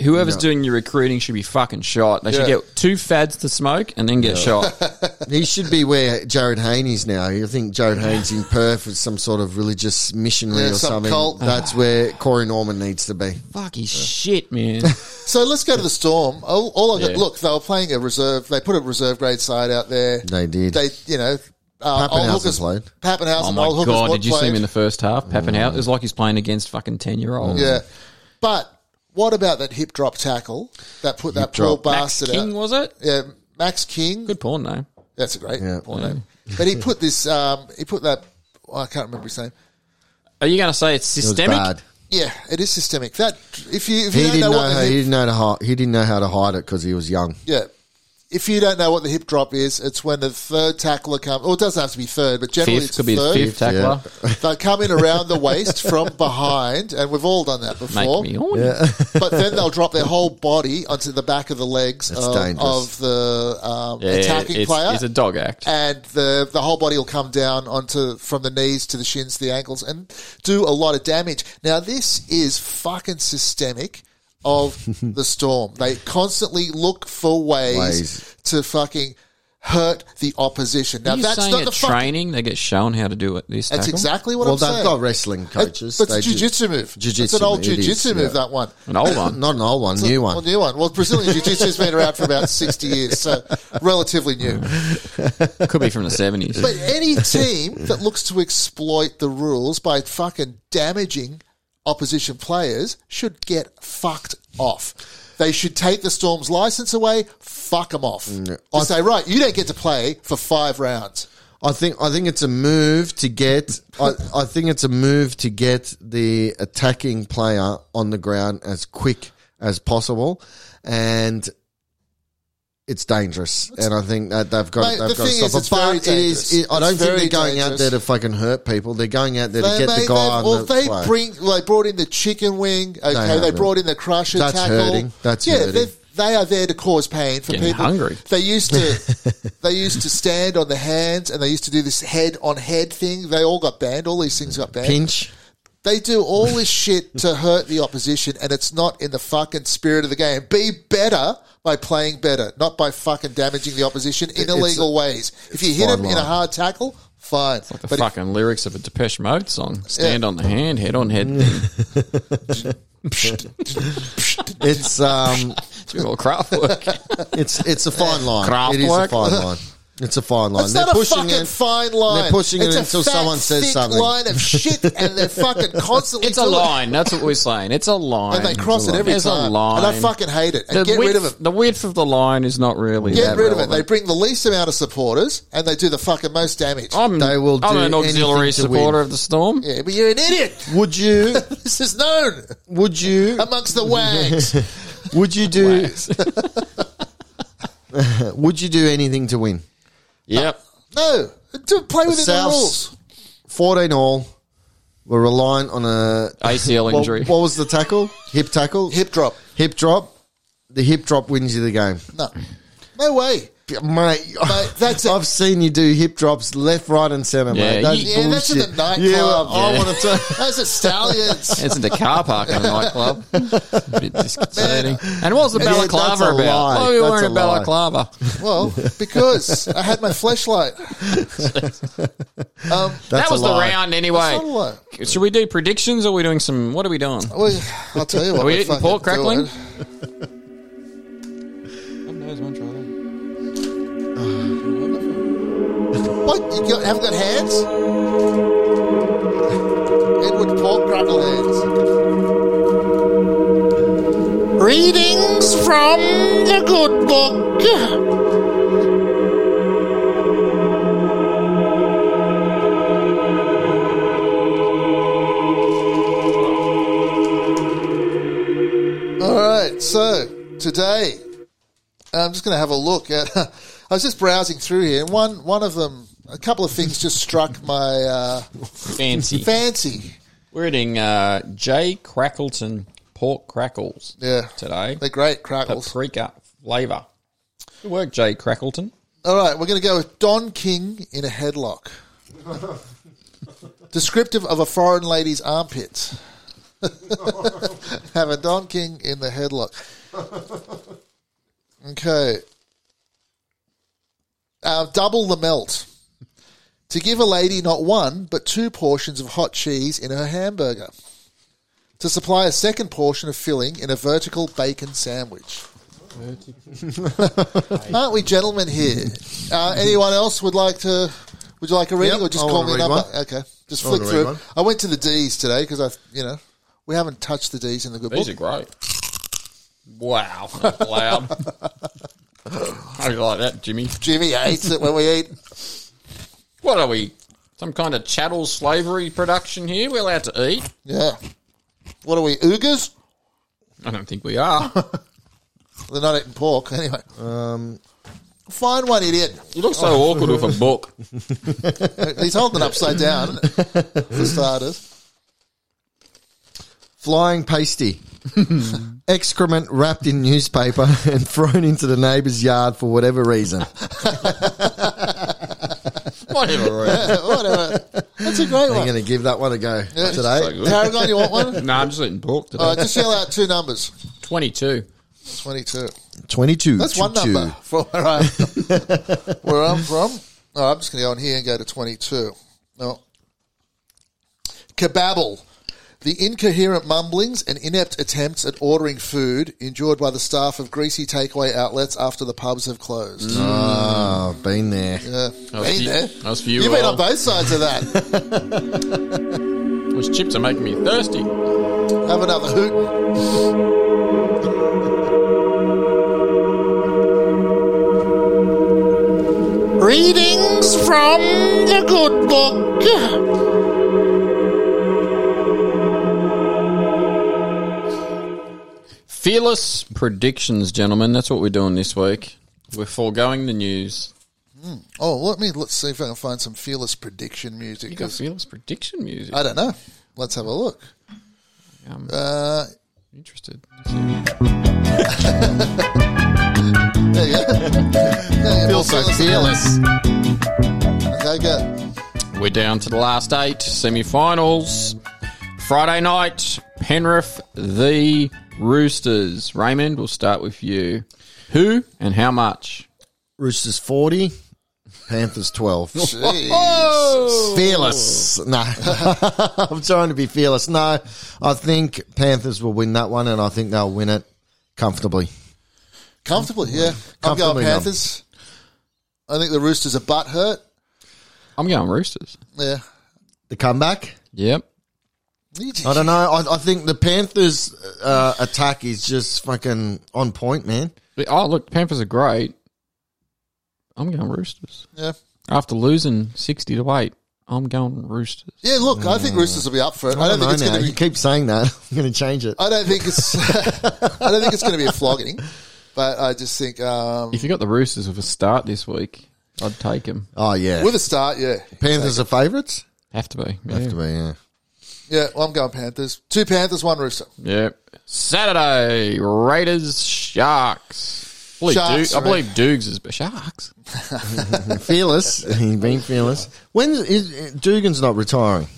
[SPEAKER 2] whoever's doing your recruiting should be fucking shot. They should
[SPEAKER 1] Yeah.
[SPEAKER 2] get two fads to smoke and then get shot.
[SPEAKER 3] he should be where Jared Hayne is now. I think Jared Hayne's in Perth with some sort of religious missionary
[SPEAKER 1] Yeah,
[SPEAKER 3] or
[SPEAKER 1] some
[SPEAKER 3] something.
[SPEAKER 1] cult.
[SPEAKER 3] That's where Corey Norman needs to be.
[SPEAKER 2] Fuck his shit, man.
[SPEAKER 1] So let's go to the Storm. All, all I got,
[SPEAKER 2] Yeah.
[SPEAKER 1] look, they were playing a reserve. They put a reserve grade side out there.
[SPEAKER 3] They did.
[SPEAKER 1] They, you know, uh, old
[SPEAKER 3] Pappenhausen
[SPEAKER 1] hookers
[SPEAKER 3] played.
[SPEAKER 1] Pappenhausen,
[SPEAKER 2] Oh my
[SPEAKER 1] old hookers
[SPEAKER 2] god,
[SPEAKER 1] what
[SPEAKER 2] did you see him
[SPEAKER 1] played. Mm.
[SPEAKER 2] in the first half? Pappenhausen. It was like he's playing against fucking 10 year olds.
[SPEAKER 1] Yeah, but what about that hip drop tackle that put that poor
[SPEAKER 3] drop.
[SPEAKER 2] Max
[SPEAKER 1] bastard
[SPEAKER 2] King,
[SPEAKER 1] out?
[SPEAKER 2] was it?
[SPEAKER 1] Yeah, Max King.
[SPEAKER 2] Good porn, though.
[SPEAKER 1] That's a great
[SPEAKER 3] Yeah.
[SPEAKER 1] point. eh? But he put this. Um, he put that. I can't remember his name.
[SPEAKER 2] Are you going to say it's
[SPEAKER 3] It was
[SPEAKER 2] systemic?
[SPEAKER 3] bad.
[SPEAKER 1] Yeah, it is systemic. That if you if you don't
[SPEAKER 3] He didn't
[SPEAKER 1] know,
[SPEAKER 3] know,
[SPEAKER 1] what
[SPEAKER 3] how,
[SPEAKER 1] the
[SPEAKER 3] he
[SPEAKER 1] hip,
[SPEAKER 3] didn't know to hide, he didn't know how to hide it because he was young.
[SPEAKER 1] yeah, if you don't know what the hip drop is, it's when the third tackler comes. Or it doesn't have to be third, but generally
[SPEAKER 2] Fifth
[SPEAKER 1] it's
[SPEAKER 2] could be his
[SPEAKER 1] third.
[SPEAKER 2] fifth tackler.
[SPEAKER 1] They come in around the waist from behind, and we've all done that before.
[SPEAKER 2] Make me horny.
[SPEAKER 1] but then they'll drop their whole body onto the back of the legs
[SPEAKER 3] That's
[SPEAKER 1] of,
[SPEAKER 3] dangerous.
[SPEAKER 1] of the um,
[SPEAKER 2] Yeah,
[SPEAKER 1] attacking
[SPEAKER 2] it's,
[SPEAKER 1] player, Uh,
[SPEAKER 2] it's a dog act.
[SPEAKER 1] and the the whole body will come down onto from the knees to the shins to the ankles and do a lot of damage. Now this is fucking systemic of the storm. They constantly look for ways,
[SPEAKER 3] Ways.
[SPEAKER 1] to fucking hurt the opposition. Now
[SPEAKER 2] Are you
[SPEAKER 1] that's
[SPEAKER 2] saying
[SPEAKER 1] not
[SPEAKER 2] at
[SPEAKER 1] the fucking.
[SPEAKER 2] training they get shown how to do it? This
[SPEAKER 1] That's
[SPEAKER 2] tackle?
[SPEAKER 1] exactly what
[SPEAKER 3] well,
[SPEAKER 1] I'm saying.
[SPEAKER 3] they've got wrestling
[SPEAKER 1] It's
[SPEAKER 3] coaches.
[SPEAKER 1] a
[SPEAKER 3] They do-
[SPEAKER 1] jiu-jitsu move. it's
[SPEAKER 3] Jiu-jitsu,
[SPEAKER 1] an old
[SPEAKER 3] it is,
[SPEAKER 1] jiu-jitsu move.
[SPEAKER 3] yeah.
[SPEAKER 1] That one.
[SPEAKER 2] an old one.
[SPEAKER 3] Not an old one, new
[SPEAKER 1] Well,
[SPEAKER 3] one.
[SPEAKER 1] new one. Well, Brazilian jiu-jitsu has been around for about sixty years, so relatively new.
[SPEAKER 2] Could be from the seventies.
[SPEAKER 1] But any team that looks to exploit the rules by fucking damaging opposition players should get fucked off. They should take the Storm's license away, fuck them off. I say, right, you don't get to play for five rounds.
[SPEAKER 3] I think I think it's a move to get I, I think it's a move to get the attacking player on the ground as quick as possible and it's dangerous and I think that they've got
[SPEAKER 1] Mate, the
[SPEAKER 3] they've got to
[SPEAKER 1] thing
[SPEAKER 3] stop
[SPEAKER 1] is,
[SPEAKER 3] it.
[SPEAKER 1] it's
[SPEAKER 3] But
[SPEAKER 1] very
[SPEAKER 3] it is it,
[SPEAKER 1] dangerous.
[SPEAKER 3] I don't
[SPEAKER 1] It's
[SPEAKER 3] think they're
[SPEAKER 1] very
[SPEAKER 3] going out
[SPEAKER 1] dangerous.
[SPEAKER 3] there to fucking hurt people. They're going out there to get
[SPEAKER 1] may-
[SPEAKER 3] the guy on
[SPEAKER 1] well,
[SPEAKER 3] the
[SPEAKER 1] they
[SPEAKER 3] play.
[SPEAKER 1] bring like brought in the chicken wing. Okay, they
[SPEAKER 3] haven't.
[SPEAKER 1] brought in the crusher
[SPEAKER 3] That's
[SPEAKER 1] tackle.
[SPEAKER 3] hurting. That's
[SPEAKER 1] yeah,
[SPEAKER 3] hurting.
[SPEAKER 1] they've- They are there to cause pain for
[SPEAKER 2] Getting
[SPEAKER 1] people.
[SPEAKER 2] hungry.
[SPEAKER 1] They used to, they used to stand on the hands, and they used to do this head on head thing. They all got banned. All these things got banned.
[SPEAKER 3] pinch.
[SPEAKER 1] They do all this shit to hurt the opposition, and it's not in the fucking spirit of the game. Be better by playing better, not by fucking damaging the opposition in illegal ways. If you hit
[SPEAKER 3] fine
[SPEAKER 1] them in a
[SPEAKER 3] line.
[SPEAKER 1] hard tackle, fine.
[SPEAKER 2] The
[SPEAKER 1] but if
[SPEAKER 2] fucking lyrics of a Depeche Mode song. Stand on the hand, head on head.
[SPEAKER 1] Mm.
[SPEAKER 3] It's um
[SPEAKER 2] It's all craft work.
[SPEAKER 3] it's it's a fine line. It is a
[SPEAKER 2] Kraftwerk.
[SPEAKER 3] fine line. It's a fine line.
[SPEAKER 1] It's
[SPEAKER 3] They're
[SPEAKER 1] not a
[SPEAKER 3] pushing
[SPEAKER 1] fucking
[SPEAKER 3] it.
[SPEAKER 1] fine line.
[SPEAKER 3] They're pushing
[SPEAKER 1] it's
[SPEAKER 3] it
[SPEAKER 1] a
[SPEAKER 3] until
[SPEAKER 1] fat,
[SPEAKER 3] someone says
[SPEAKER 1] thick
[SPEAKER 3] something.
[SPEAKER 1] line of shit, and they're fucking constantly.
[SPEAKER 2] It's a
[SPEAKER 1] doing it.
[SPEAKER 2] line. That's what we're saying. It's a line.
[SPEAKER 1] and they cross it every
[SPEAKER 2] There's a
[SPEAKER 1] time.
[SPEAKER 2] line.
[SPEAKER 1] And I fucking hate it. And
[SPEAKER 2] the
[SPEAKER 1] Uh, get
[SPEAKER 2] width,
[SPEAKER 1] rid of it.
[SPEAKER 2] The width of the line is not really.
[SPEAKER 1] Get
[SPEAKER 2] that
[SPEAKER 1] rid
[SPEAKER 2] relevant.
[SPEAKER 1] of it. They bring the least amount of supporters, and they do the fucking most damage.
[SPEAKER 2] I'm,
[SPEAKER 3] They will
[SPEAKER 2] I'm
[SPEAKER 3] do
[SPEAKER 2] an auxiliary
[SPEAKER 3] anything to win.
[SPEAKER 2] supporter of the Storm.
[SPEAKER 1] yeah, but you're an idiot.
[SPEAKER 3] Would you
[SPEAKER 1] This is known
[SPEAKER 3] would you
[SPEAKER 1] amongst the wags.
[SPEAKER 3] Would you do? would you do anything to win?
[SPEAKER 2] Yep.
[SPEAKER 1] no, to play within the
[SPEAKER 3] Souths
[SPEAKER 1] rules.
[SPEAKER 3] Fourteen all. We're reliant on a
[SPEAKER 2] ACL
[SPEAKER 3] What,
[SPEAKER 2] injury.
[SPEAKER 3] what was the tackle? Hip tackle.
[SPEAKER 1] Hip drop.
[SPEAKER 3] Hip drop. The hip drop wins you the game,
[SPEAKER 1] No, no way.
[SPEAKER 3] mate.
[SPEAKER 1] Mate, that's it.
[SPEAKER 3] I've seen you do hip drops left, right, and centre,
[SPEAKER 2] Yeah,
[SPEAKER 3] mate. That's
[SPEAKER 2] you-
[SPEAKER 1] Yeah, that's in the
[SPEAKER 3] bullshit.
[SPEAKER 1] nightclub.
[SPEAKER 3] Yeah, well,
[SPEAKER 1] I
[SPEAKER 3] I
[SPEAKER 1] want
[SPEAKER 3] want to.
[SPEAKER 1] to. That's at stallions.
[SPEAKER 2] It's in the car park of the nightclub. A bit disconcerting. And what was the
[SPEAKER 3] Yeah, that's
[SPEAKER 2] balaclava
[SPEAKER 3] a
[SPEAKER 2] about?
[SPEAKER 3] lie.
[SPEAKER 2] Why are you
[SPEAKER 3] That's
[SPEAKER 2] wearing a
[SPEAKER 3] a lie.
[SPEAKER 2] balaclava?
[SPEAKER 1] Well, because I had my flashlight. Um,
[SPEAKER 2] that was the
[SPEAKER 1] it's not
[SPEAKER 2] round
[SPEAKER 1] a
[SPEAKER 2] anyway.
[SPEAKER 1] lot.
[SPEAKER 2] Should we do predictions or are we doing some? What are we doing?
[SPEAKER 1] Well, I'll tell you what.
[SPEAKER 2] Are we
[SPEAKER 1] we're
[SPEAKER 2] eating
[SPEAKER 1] fucking
[SPEAKER 2] pork crackling?
[SPEAKER 1] doing. What? You got, haven't got hands? Edward pork crackle hands. Readings from the good book. All right, so today I'm just going to have a look at. I was just browsing through here, and one one of them, a couple of things just struck my uh,
[SPEAKER 2] Fancy.
[SPEAKER 1] fancy.
[SPEAKER 2] We're eating uh, J. Crackleton pork crackles
[SPEAKER 1] Yeah,
[SPEAKER 2] today.
[SPEAKER 1] they're great crackles.
[SPEAKER 2] Paprika flavour. Good work, J. Crackleton.
[SPEAKER 1] All right, we're going to go with Don King in a headlock. Descriptive of a foreign lady's armpit. Have a Don King in the headlock. Okay. Uh, double the melt. To give a lady not one, but two portions of hot cheese in her hamburger. To supply a second portion of filling in a vertical bacon sandwich. Aren't we gentlemen here? Uh, anyone else would like to? Would you like a reading
[SPEAKER 3] Yep,
[SPEAKER 1] or just
[SPEAKER 3] I
[SPEAKER 1] call
[SPEAKER 3] wanna
[SPEAKER 1] me a
[SPEAKER 3] read
[SPEAKER 1] number?
[SPEAKER 3] one.
[SPEAKER 1] Okay, just
[SPEAKER 3] I
[SPEAKER 1] flick
[SPEAKER 3] wanna read
[SPEAKER 1] through.
[SPEAKER 3] one.
[SPEAKER 1] I went to the D's today because I, you know, we haven't touched the D's in the good
[SPEAKER 2] These are
[SPEAKER 1] book.
[SPEAKER 2] great. Wow. That's loud. I like that, Jimmy.
[SPEAKER 1] Jimmy hates it when we eat.
[SPEAKER 2] What are we? Some kind of chattel slavery production here? We're allowed to eat?
[SPEAKER 1] Yeah. What are we, Oogers?
[SPEAKER 2] I don't think we are.
[SPEAKER 1] They're not eating pork, anyway. Um, Find one idiot.
[SPEAKER 2] You look so awkward with a book.
[SPEAKER 1] He's holding it upside down, for starters.
[SPEAKER 3] Flying pasty. Excrement wrapped in newspaper and thrown into the neighbour's yard for whatever reason.
[SPEAKER 2] Whatever. right?
[SPEAKER 1] Whatever. That's a great
[SPEAKER 3] I'm
[SPEAKER 1] one.
[SPEAKER 3] going to give that one a go
[SPEAKER 2] So
[SPEAKER 3] today.
[SPEAKER 2] good.
[SPEAKER 1] Paragon, you want one?
[SPEAKER 2] No, I'm just eating pork today.
[SPEAKER 1] All right, just yell out two numbers.
[SPEAKER 2] 22.
[SPEAKER 1] 22.
[SPEAKER 3] 22.
[SPEAKER 1] That's one
[SPEAKER 3] Choo-choo.
[SPEAKER 1] number from where I'm, where I'm from. Oh, I'm just going to go in here and go to 22. No. Kebabble. The incoherent mumblings and inept attempts at ordering food endured by the staff of greasy takeaway outlets after the pubs have closed.
[SPEAKER 3] Oh, been there.
[SPEAKER 1] Yeah.
[SPEAKER 2] Mm. That was
[SPEAKER 1] Been
[SPEAKER 2] for you-
[SPEAKER 1] there.
[SPEAKER 2] that was for you,
[SPEAKER 1] You've been
[SPEAKER 2] Al.
[SPEAKER 1] on both sides of that.
[SPEAKER 2] Those chips are making me thirsty.
[SPEAKER 1] Have another hoot. Readings from the good book.
[SPEAKER 2] Fearless predictions, gentlemen. That's what we're doing this week. We're foregoing the news.
[SPEAKER 1] Oh, let me let's see if I can find some fearless prediction music.
[SPEAKER 2] You got
[SPEAKER 1] 'cause
[SPEAKER 2] fearless prediction music.
[SPEAKER 1] I don't know. Let's have a look.
[SPEAKER 2] Um,
[SPEAKER 1] Uh,
[SPEAKER 2] interested.
[SPEAKER 1] there you go. There you go.
[SPEAKER 3] Feel so fearless.
[SPEAKER 1] Okay, go.
[SPEAKER 2] We're down to the last eight semi-finals. Friday night, Penrith the Roosters. Raymond, we'll start with you. Who and how much?
[SPEAKER 3] Roosters 40, Panthers 12.
[SPEAKER 1] Jeez.
[SPEAKER 3] Oh! fearless. No. I'm trying to be fearless. No, I think Panthers will win that one, and I think they'll win it comfortably.
[SPEAKER 1] Comfortably, yeah. I'm going
[SPEAKER 3] Comfortably numb.
[SPEAKER 1] Panthers. I think the Roosters are butt hurt.
[SPEAKER 2] I'm going Roosters.
[SPEAKER 1] Yeah.
[SPEAKER 3] The comeback?
[SPEAKER 2] Yep.
[SPEAKER 3] I don't know. I, I think the Panthers' uh, attack is just fucking on point, man.
[SPEAKER 2] Oh, look, Panthers are great. I'm going Roosters.
[SPEAKER 1] Yeah.
[SPEAKER 2] After losing 60 to 8, I'm going Roosters.
[SPEAKER 1] Yeah, look, I think Roosters will be up for it. I
[SPEAKER 3] I
[SPEAKER 1] don't
[SPEAKER 3] don't
[SPEAKER 1] think it's
[SPEAKER 3] know now.
[SPEAKER 1] going
[SPEAKER 3] You
[SPEAKER 1] to be. Uh,
[SPEAKER 3] keep saying that. I'm going to change it.
[SPEAKER 1] I don't think it's. I don't think it's going to be a flogging, but I just think um,
[SPEAKER 2] If you got the Roosters with a start this week, I'd take them.
[SPEAKER 3] Oh, yeah.
[SPEAKER 1] with a start, yeah,
[SPEAKER 3] Panthers are favourites?
[SPEAKER 2] Have to be. Yeah.
[SPEAKER 3] Have to be, yeah.
[SPEAKER 1] yeah. Well, I'm going Panthers. Two Panthers, one Rooster.
[SPEAKER 2] Yep. Saturday, Raiders, Sharks. I believe,
[SPEAKER 1] Sharks,
[SPEAKER 2] Dug- I
[SPEAKER 1] right.
[SPEAKER 2] believe Dukes is Sharks.
[SPEAKER 3] Fearless. He's been fearless. When is Dugan's not retiring?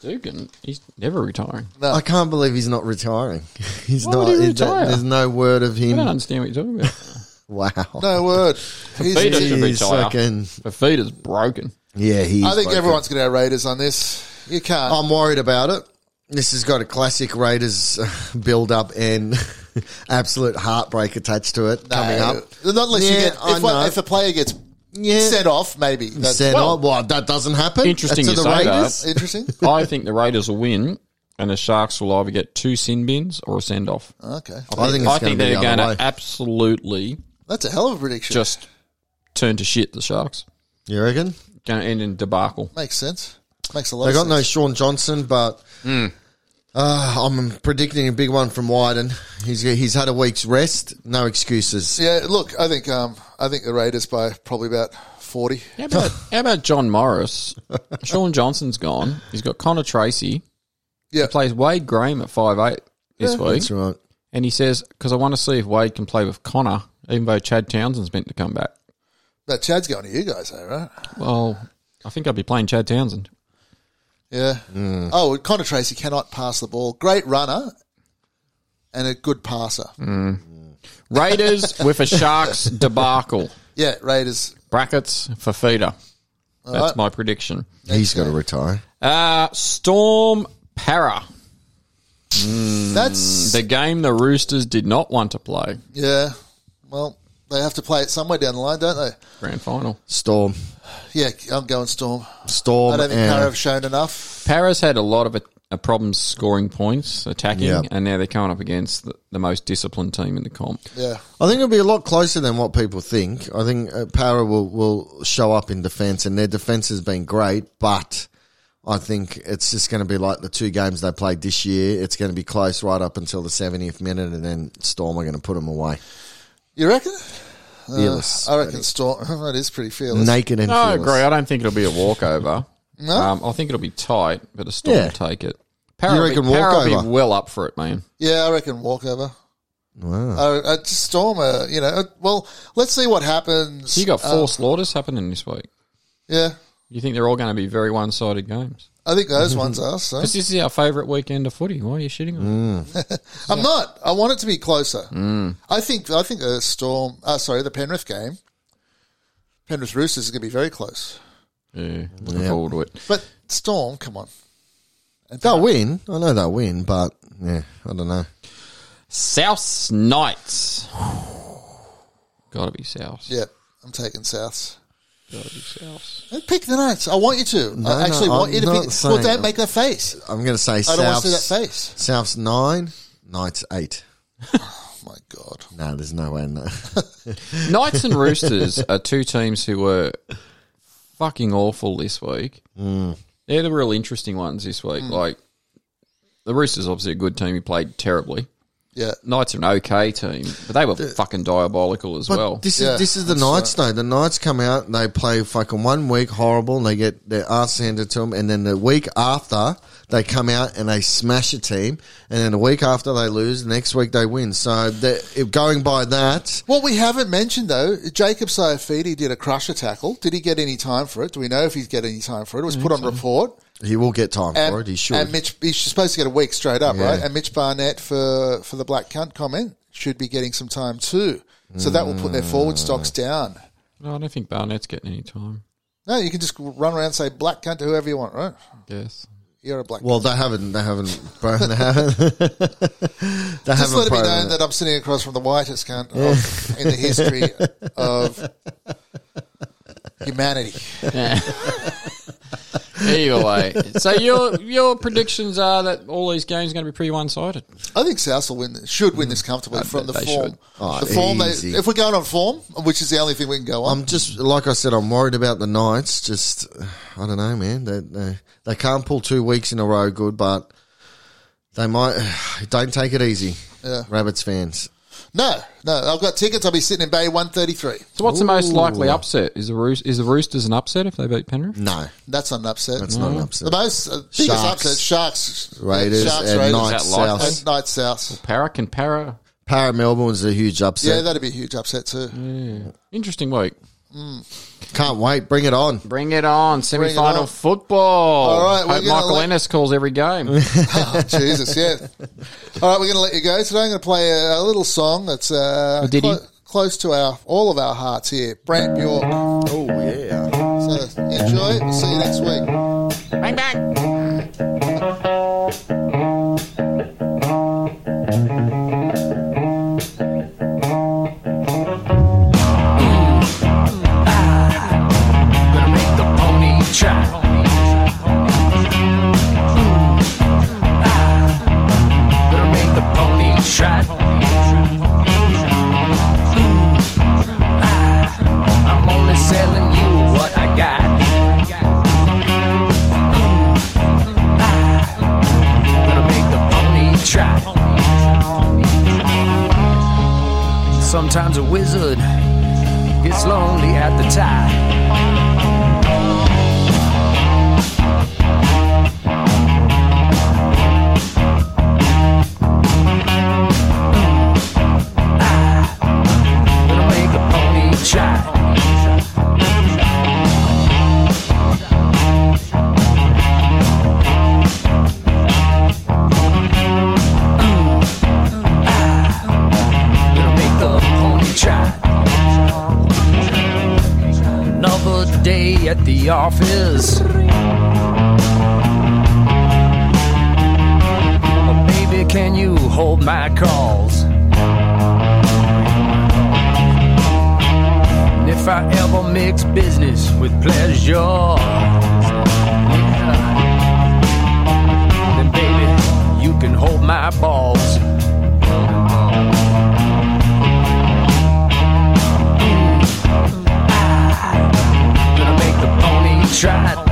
[SPEAKER 2] Dugan, he's never retiring.
[SPEAKER 1] No.
[SPEAKER 3] I can't believe he's not retiring. He's
[SPEAKER 2] Why
[SPEAKER 3] not.
[SPEAKER 2] would he
[SPEAKER 3] is that-
[SPEAKER 2] retire?
[SPEAKER 3] there's no word of
[SPEAKER 2] I don't
[SPEAKER 3] him.
[SPEAKER 2] understand what you're talking about.
[SPEAKER 3] Wow.
[SPEAKER 1] No word. He's-
[SPEAKER 2] Feeder
[SPEAKER 1] he's-
[SPEAKER 2] should
[SPEAKER 3] He's
[SPEAKER 2] retire.
[SPEAKER 3] fucking-
[SPEAKER 2] The feed is broken.
[SPEAKER 3] Yeah, he.
[SPEAKER 1] I think everyone's going to have Raiders on this. You can't.
[SPEAKER 3] I'm worried about it. This has got a classic Raiders uh, build up and absolute heartbreak attached to it coming
[SPEAKER 1] No.
[SPEAKER 3] up.
[SPEAKER 1] uh, Not unless you
[SPEAKER 3] Yeah,
[SPEAKER 1] get
[SPEAKER 3] I
[SPEAKER 1] if, one-
[SPEAKER 3] know.
[SPEAKER 1] if a player gets
[SPEAKER 3] Yeah.
[SPEAKER 1] sent off, maybe. That's
[SPEAKER 3] Said,
[SPEAKER 2] Well-
[SPEAKER 3] oh, well, that doesn't happen.
[SPEAKER 2] Interesting
[SPEAKER 3] to
[SPEAKER 2] you
[SPEAKER 3] the
[SPEAKER 2] say that.
[SPEAKER 3] Raiders.
[SPEAKER 1] interesting.
[SPEAKER 2] I think the Raiders will win, and the Sharks will either get two sin bins or a send off.
[SPEAKER 1] Okay,
[SPEAKER 3] I
[SPEAKER 2] I
[SPEAKER 3] think it's going
[SPEAKER 2] think
[SPEAKER 3] to be
[SPEAKER 2] they're
[SPEAKER 3] the
[SPEAKER 2] going
[SPEAKER 3] other way.
[SPEAKER 2] to absolutely
[SPEAKER 1] that's a hell of a prediction.
[SPEAKER 2] just turn to shit. The Sharks
[SPEAKER 3] you reckon?
[SPEAKER 2] going to end in debacle.
[SPEAKER 1] makes sense. Makes a lot.
[SPEAKER 3] They
[SPEAKER 1] of
[SPEAKER 3] got no
[SPEAKER 1] sense.
[SPEAKER 3] Sean Johnson, but uh, I'm predicting a big one from Wyden. He's he's had a week's rest. No excuses.
[SPEAKER 1] Yeah, look, I think um, I think the Raiders by probably about forty.
[SPEAKER 2] How about, how about John Morris? Sean Johnson's gone. He's got Connor Tracy.
[SPEAKER 1] Yeah.
[SPEAKER 2] He plays Wade Graham at five eight this week.
[SPEAKER 3] That's right.
[SPEAKER 2] And he says, because I want to see if Wade can play with Connor, even though Chad Townsend's meant to come back.
[SPEAKER 1] That Chad's going to you guys, though, right?
[SPEAKER 2] Well, I think I'd be playing Chad Townsend.
[SPEAKER 1] Yeah.
[SPEAKER 3] Hmm.
[SPEAKER 1] Oh, well, Connor Tracy cannot pass the ball. Great runner and a good passer.
[SPEAKER 3] Hmm.
[SPEAKER 2] Raiders with a Sharks debacle.
[SPEAKER 1] Yeah, Raiders.
[SPEAKER 2] Brackets for feeder. That's
[SPEAKER 1] right.
[SPEAKER 2] my prediction.
[SPEAKER 3] He's got to retire.
[SPEAKER 2] Uh, Storm Para.
[SPEAKER 1] That's
[SPEAKER 2] The game the Roosters did not want to play.
[SPEAKER 1] yeah. Well, they have to play it somewhere down the line, don't they?
[SPEAKER 2] Grand final.
[SPEAKER 3] Storm,
[SPEAKER 1] Yeah, I'm going Storm.
[SPEAKER 3] storm.
[SPEAKER 1] I don't think
[SPEAKER 3] and-
[SPEAKER 1] Para have shown enough.
[SPEAKER 2] Para's had a lot of uh, a problem scoring points, attacking,
[SPEAKER 3] Yeah.
[SPEAKER 2] and now they're coming up against the, the most disciplined team in the comp.
[SPEAKER 1] Yeah.
[SPEAKER 3] I think it'll be a lot closer than what people think. I think uh, Para will, will show up in defence, and their defence has been great, but I think it's just going to be like the two games they played this year. It's going to be close right up until the 70th minute, and then Storm are going to put them away.
[SPEAKER 1] You reckon?
[SPEAKER 3] Uh, Fearless.
[SPEAKER 1] I reckon Storm. that is pretty fearless.
[SPEAKER 3] Naked and
[SPEAKER 2] No, I
[SPEAKER 3] fearless.
[SPEAKER 2] agree. Oh, I don't think it'll be a walkover. um, I think it'll be tight, but a storm
[SPEAKER 3] Yeah.
[SPEAKER 2] will take it. Para
[SPEAKER 3] You
[SPEAKER 2] will be-
[SPEAKER 3] reckon
[SPEAKER 2] Para will
[SPEAKER 3] walkover?
[SPEAKER 2] be well up for it, man.
[SPEAKER 1] Yeah, I reckon walkover. Wow. Uh, uh, Storm, uh, you know, uh, well, let's see what happens.
[SPEAKER 2] You got four
[SPEAKER 1] Uh,
[SPEAKER 2] slaughters happening this week.
[SPEAKER 1] yeah,
[SPEAKER 2] You think they're all going to be very one-sided games?
[SPEAKER 1] I think those ones are. So
[SPEAKER 2] Because this is our favourite weekend of footy. Why are you shitting on? it?
[SPEAKER 1] I'm not. I want it to be closer.
[SPEAKER 3] Mm.
[SPEAKER 1] I think. I think the Storm. Uh, sorry, the Penrith game. Penrith Roosters is going to be very close.
[SPEAKER 2] Yeah, looking forward to it.
[SPEAKER 1] But Storm, come on.
[SPEAKER 3] They'll win. I know they'll win, but yeah, I don't know.
[SPEAKER 2] South Knights. Gotta be South.
[SPEAKER 1] Yeah, I'm taking Souths.
[SPEAKER 2] Gotta be South.
[SPEAKER 1] Don't Pick the Knights. I want you to.
[SPEAKER 3] No,
[SPEAKER 1] I actually
[SPEAKER 3] no,
[SPEAKER 1] want
[SPEAKER 3] I'm
[SPEAKER 1] you to
[SPEAKER 3] not
[SPEAKER 1] pick.
[SPEAKER 3] saying-
[SPEAKER 1] Well, don't make that face.
[SPEAKER 3] I'm going to say
[SPEAKER 1] I
[SPEAKER 3] Souths.
[SPEAKER 1] don't want to see that face.
[SPEAKER 3] Souths nine, Knights eight.
[SPEAKER 1] Oh my god.
[SPEAKER 3] No, there's no way. No.
[SPEAKER 2] Knights and Roosters are two teams who were fucking awful this week. They're the real interesting ones this week. Like the Roosters, obviously a good team. who played terribly.
[SPEAKER 1] Yeah.
[SPEAKER 2] Knights are an okay team, but they were fucking diabolical as
[SPEAKER 3] But
[SPEAKER 2] well.
[SPEAKER 3] this
[SPEAKER 1] Yeah, uh,
[SPEAKER 3] is this is the Knights though. The Knights come out, they play fucking one week horrible, and they get their ass handed to them, and then the week after they come out and they smash a team, and then the week after they lose, the next week they win. So they're- if going by that,
[SPEAKER 1] What we haven't mentioned though, Jacob Saifidi did a crusher tackle. Did he get any time for it? Do we know if he's get any time for it? It was put on report.
[SPEAKER 3] he will get time
[SPEAKER 1] And,
[SPEAKER 3] for it. Mm-hmm. He should.
[SPEAKER 1] and Mitch he's supposed to get a week straight up,
[SPEAKER 3] Yeah.
[SPEAKER 1] right? And Mitch Barnett for for the black cunt comment should be getting some time too. So that will put their forward
[SPEAKER 3] Mm.
[SPEAKER 1] stocks down.
[SPEAKER 2] no, I don't think Barnett's getting any time.
[SPEAKER 1] No, you can just run around and say black cunt to whoever you want, right?
[SPEAKER 2] Yes.
[SPEAKER 1] You're a black
[SPEAKER 3] well, they haven't. They haven't. Bro, they haven't. they
[SPEAKER 1] Just
[SPEAKER 3] haven't
[SPEAKER 1] let it be
[SPEAKER 3] proven
[SPEAKER 1] known
[SPEAKER 3] it.
[SPEAKER 1] that I'm sitting across from the whitest cunt of, in the history of humanity.
[SPEAKER 2] Either way, so your your predictions are that all these games are going to be pretty one sided.
[SPEAKER 1] I think South will win. Should
[SPEAKER 3] Mm.
[SPEAKER 1] win this comfortably from the
[SPEAKER 2] they
[SPEAKER 1] form.
[SPEAKER 2] should.
[SPEAKER 3] Oh,
[SPEAKER 1] the form. They,
[SPEAKER 3] easy. Um,
[SPEAKER 1] if we're going on form, which is the only thing we can go on.
[SPEAKER 3] I'm just like I said. I'm worried about the Knights. Just I don't know, man. They they, they can't pull two weeks in a row good, but they might. Don't take it easy,
[SPEAKER 1] Yeah.
[SPEAKER 3] Rabbits fans.
[SPEAKER 1] no, no. I've got tickets. I'll be sitting in Bay 133.
[SPEAKER 2] So what's the most
[SPEAKER 3] Ooh.
[SPEAKER 2] likely upset? Is the Roos- is the Roosters an upset if they beat Penrith?
[SPEAKER 3] No,
[SPEAKER 1] That's not an upset.
[SPEAKER 3] that's not an
[SPEAKER 1] the
[SPEAKER 3] upset.
[SPEAKER 1] most uh, biggest
[SPEAKER 3] Sharks.
[SPEAKER 1] upset. Sharks,
[SPEAKER 3] Raiders
[SPEAKER 2] Knights.
[SPEAKER 3] and Knights
[SPEAKER 2] Is that likely?
[SPEAKER 3] South.
[SPEAKER 1] and Knights South.
[SPEAKER 2] Para can Para.
[SPEAKER 3] Para Melbourne's a huge
[SPEAKER 1] Yeah,
[SPEAKER 3] upset.
[SPEAKER 1] that'd be a huge upset too.
[SPEAKER 2] Interesting week.
[SPEAKER 3] Can't wait. Bring it on.
[SPEAKER 2] Bring it on. Semi
[SPEAKER 1] it on.
[SPEAKER 2] final football.
[SPEAKER 1] All right, we're
[SPEAKER 2] Hope
[SPEAKER 1] gonna
[SPEAKER 2] Michael
[SPEAKER 1] let-
[SPEAKER 2] Ennis calls every game.
[SPEAKER 1] Oh, Jesus, yeah. All right, we're going to let you go. Today I'm going to play a, a little song that's uh,
[SPEAKER 3] Oh,
[SPEAKER 2] A ditty?
[SPEAKER 1] close to our all of our hearts here. Brant York.
[SPEAKER 3] Oh yeah.
[SPEAKER 1] So enjoy it. See you next week.
[SPEAKER 2] bang, bang.
[SPEAKER 5] gonna make the pony trap. Hmm. Ah. Gonna make the pony trap. Hmm. Ah. I'm only selling you what I got. Hmm. Ah. Gonna make the pony trap. Sometimes a wizard gets lonely at the top. gonna make the pony try. Gonna make the pony try. Another day at the office. Or maybe can you hold my calls? And if I ever mix business with pleasure, yeah, then baby, Mm. tried. Mm. Ah,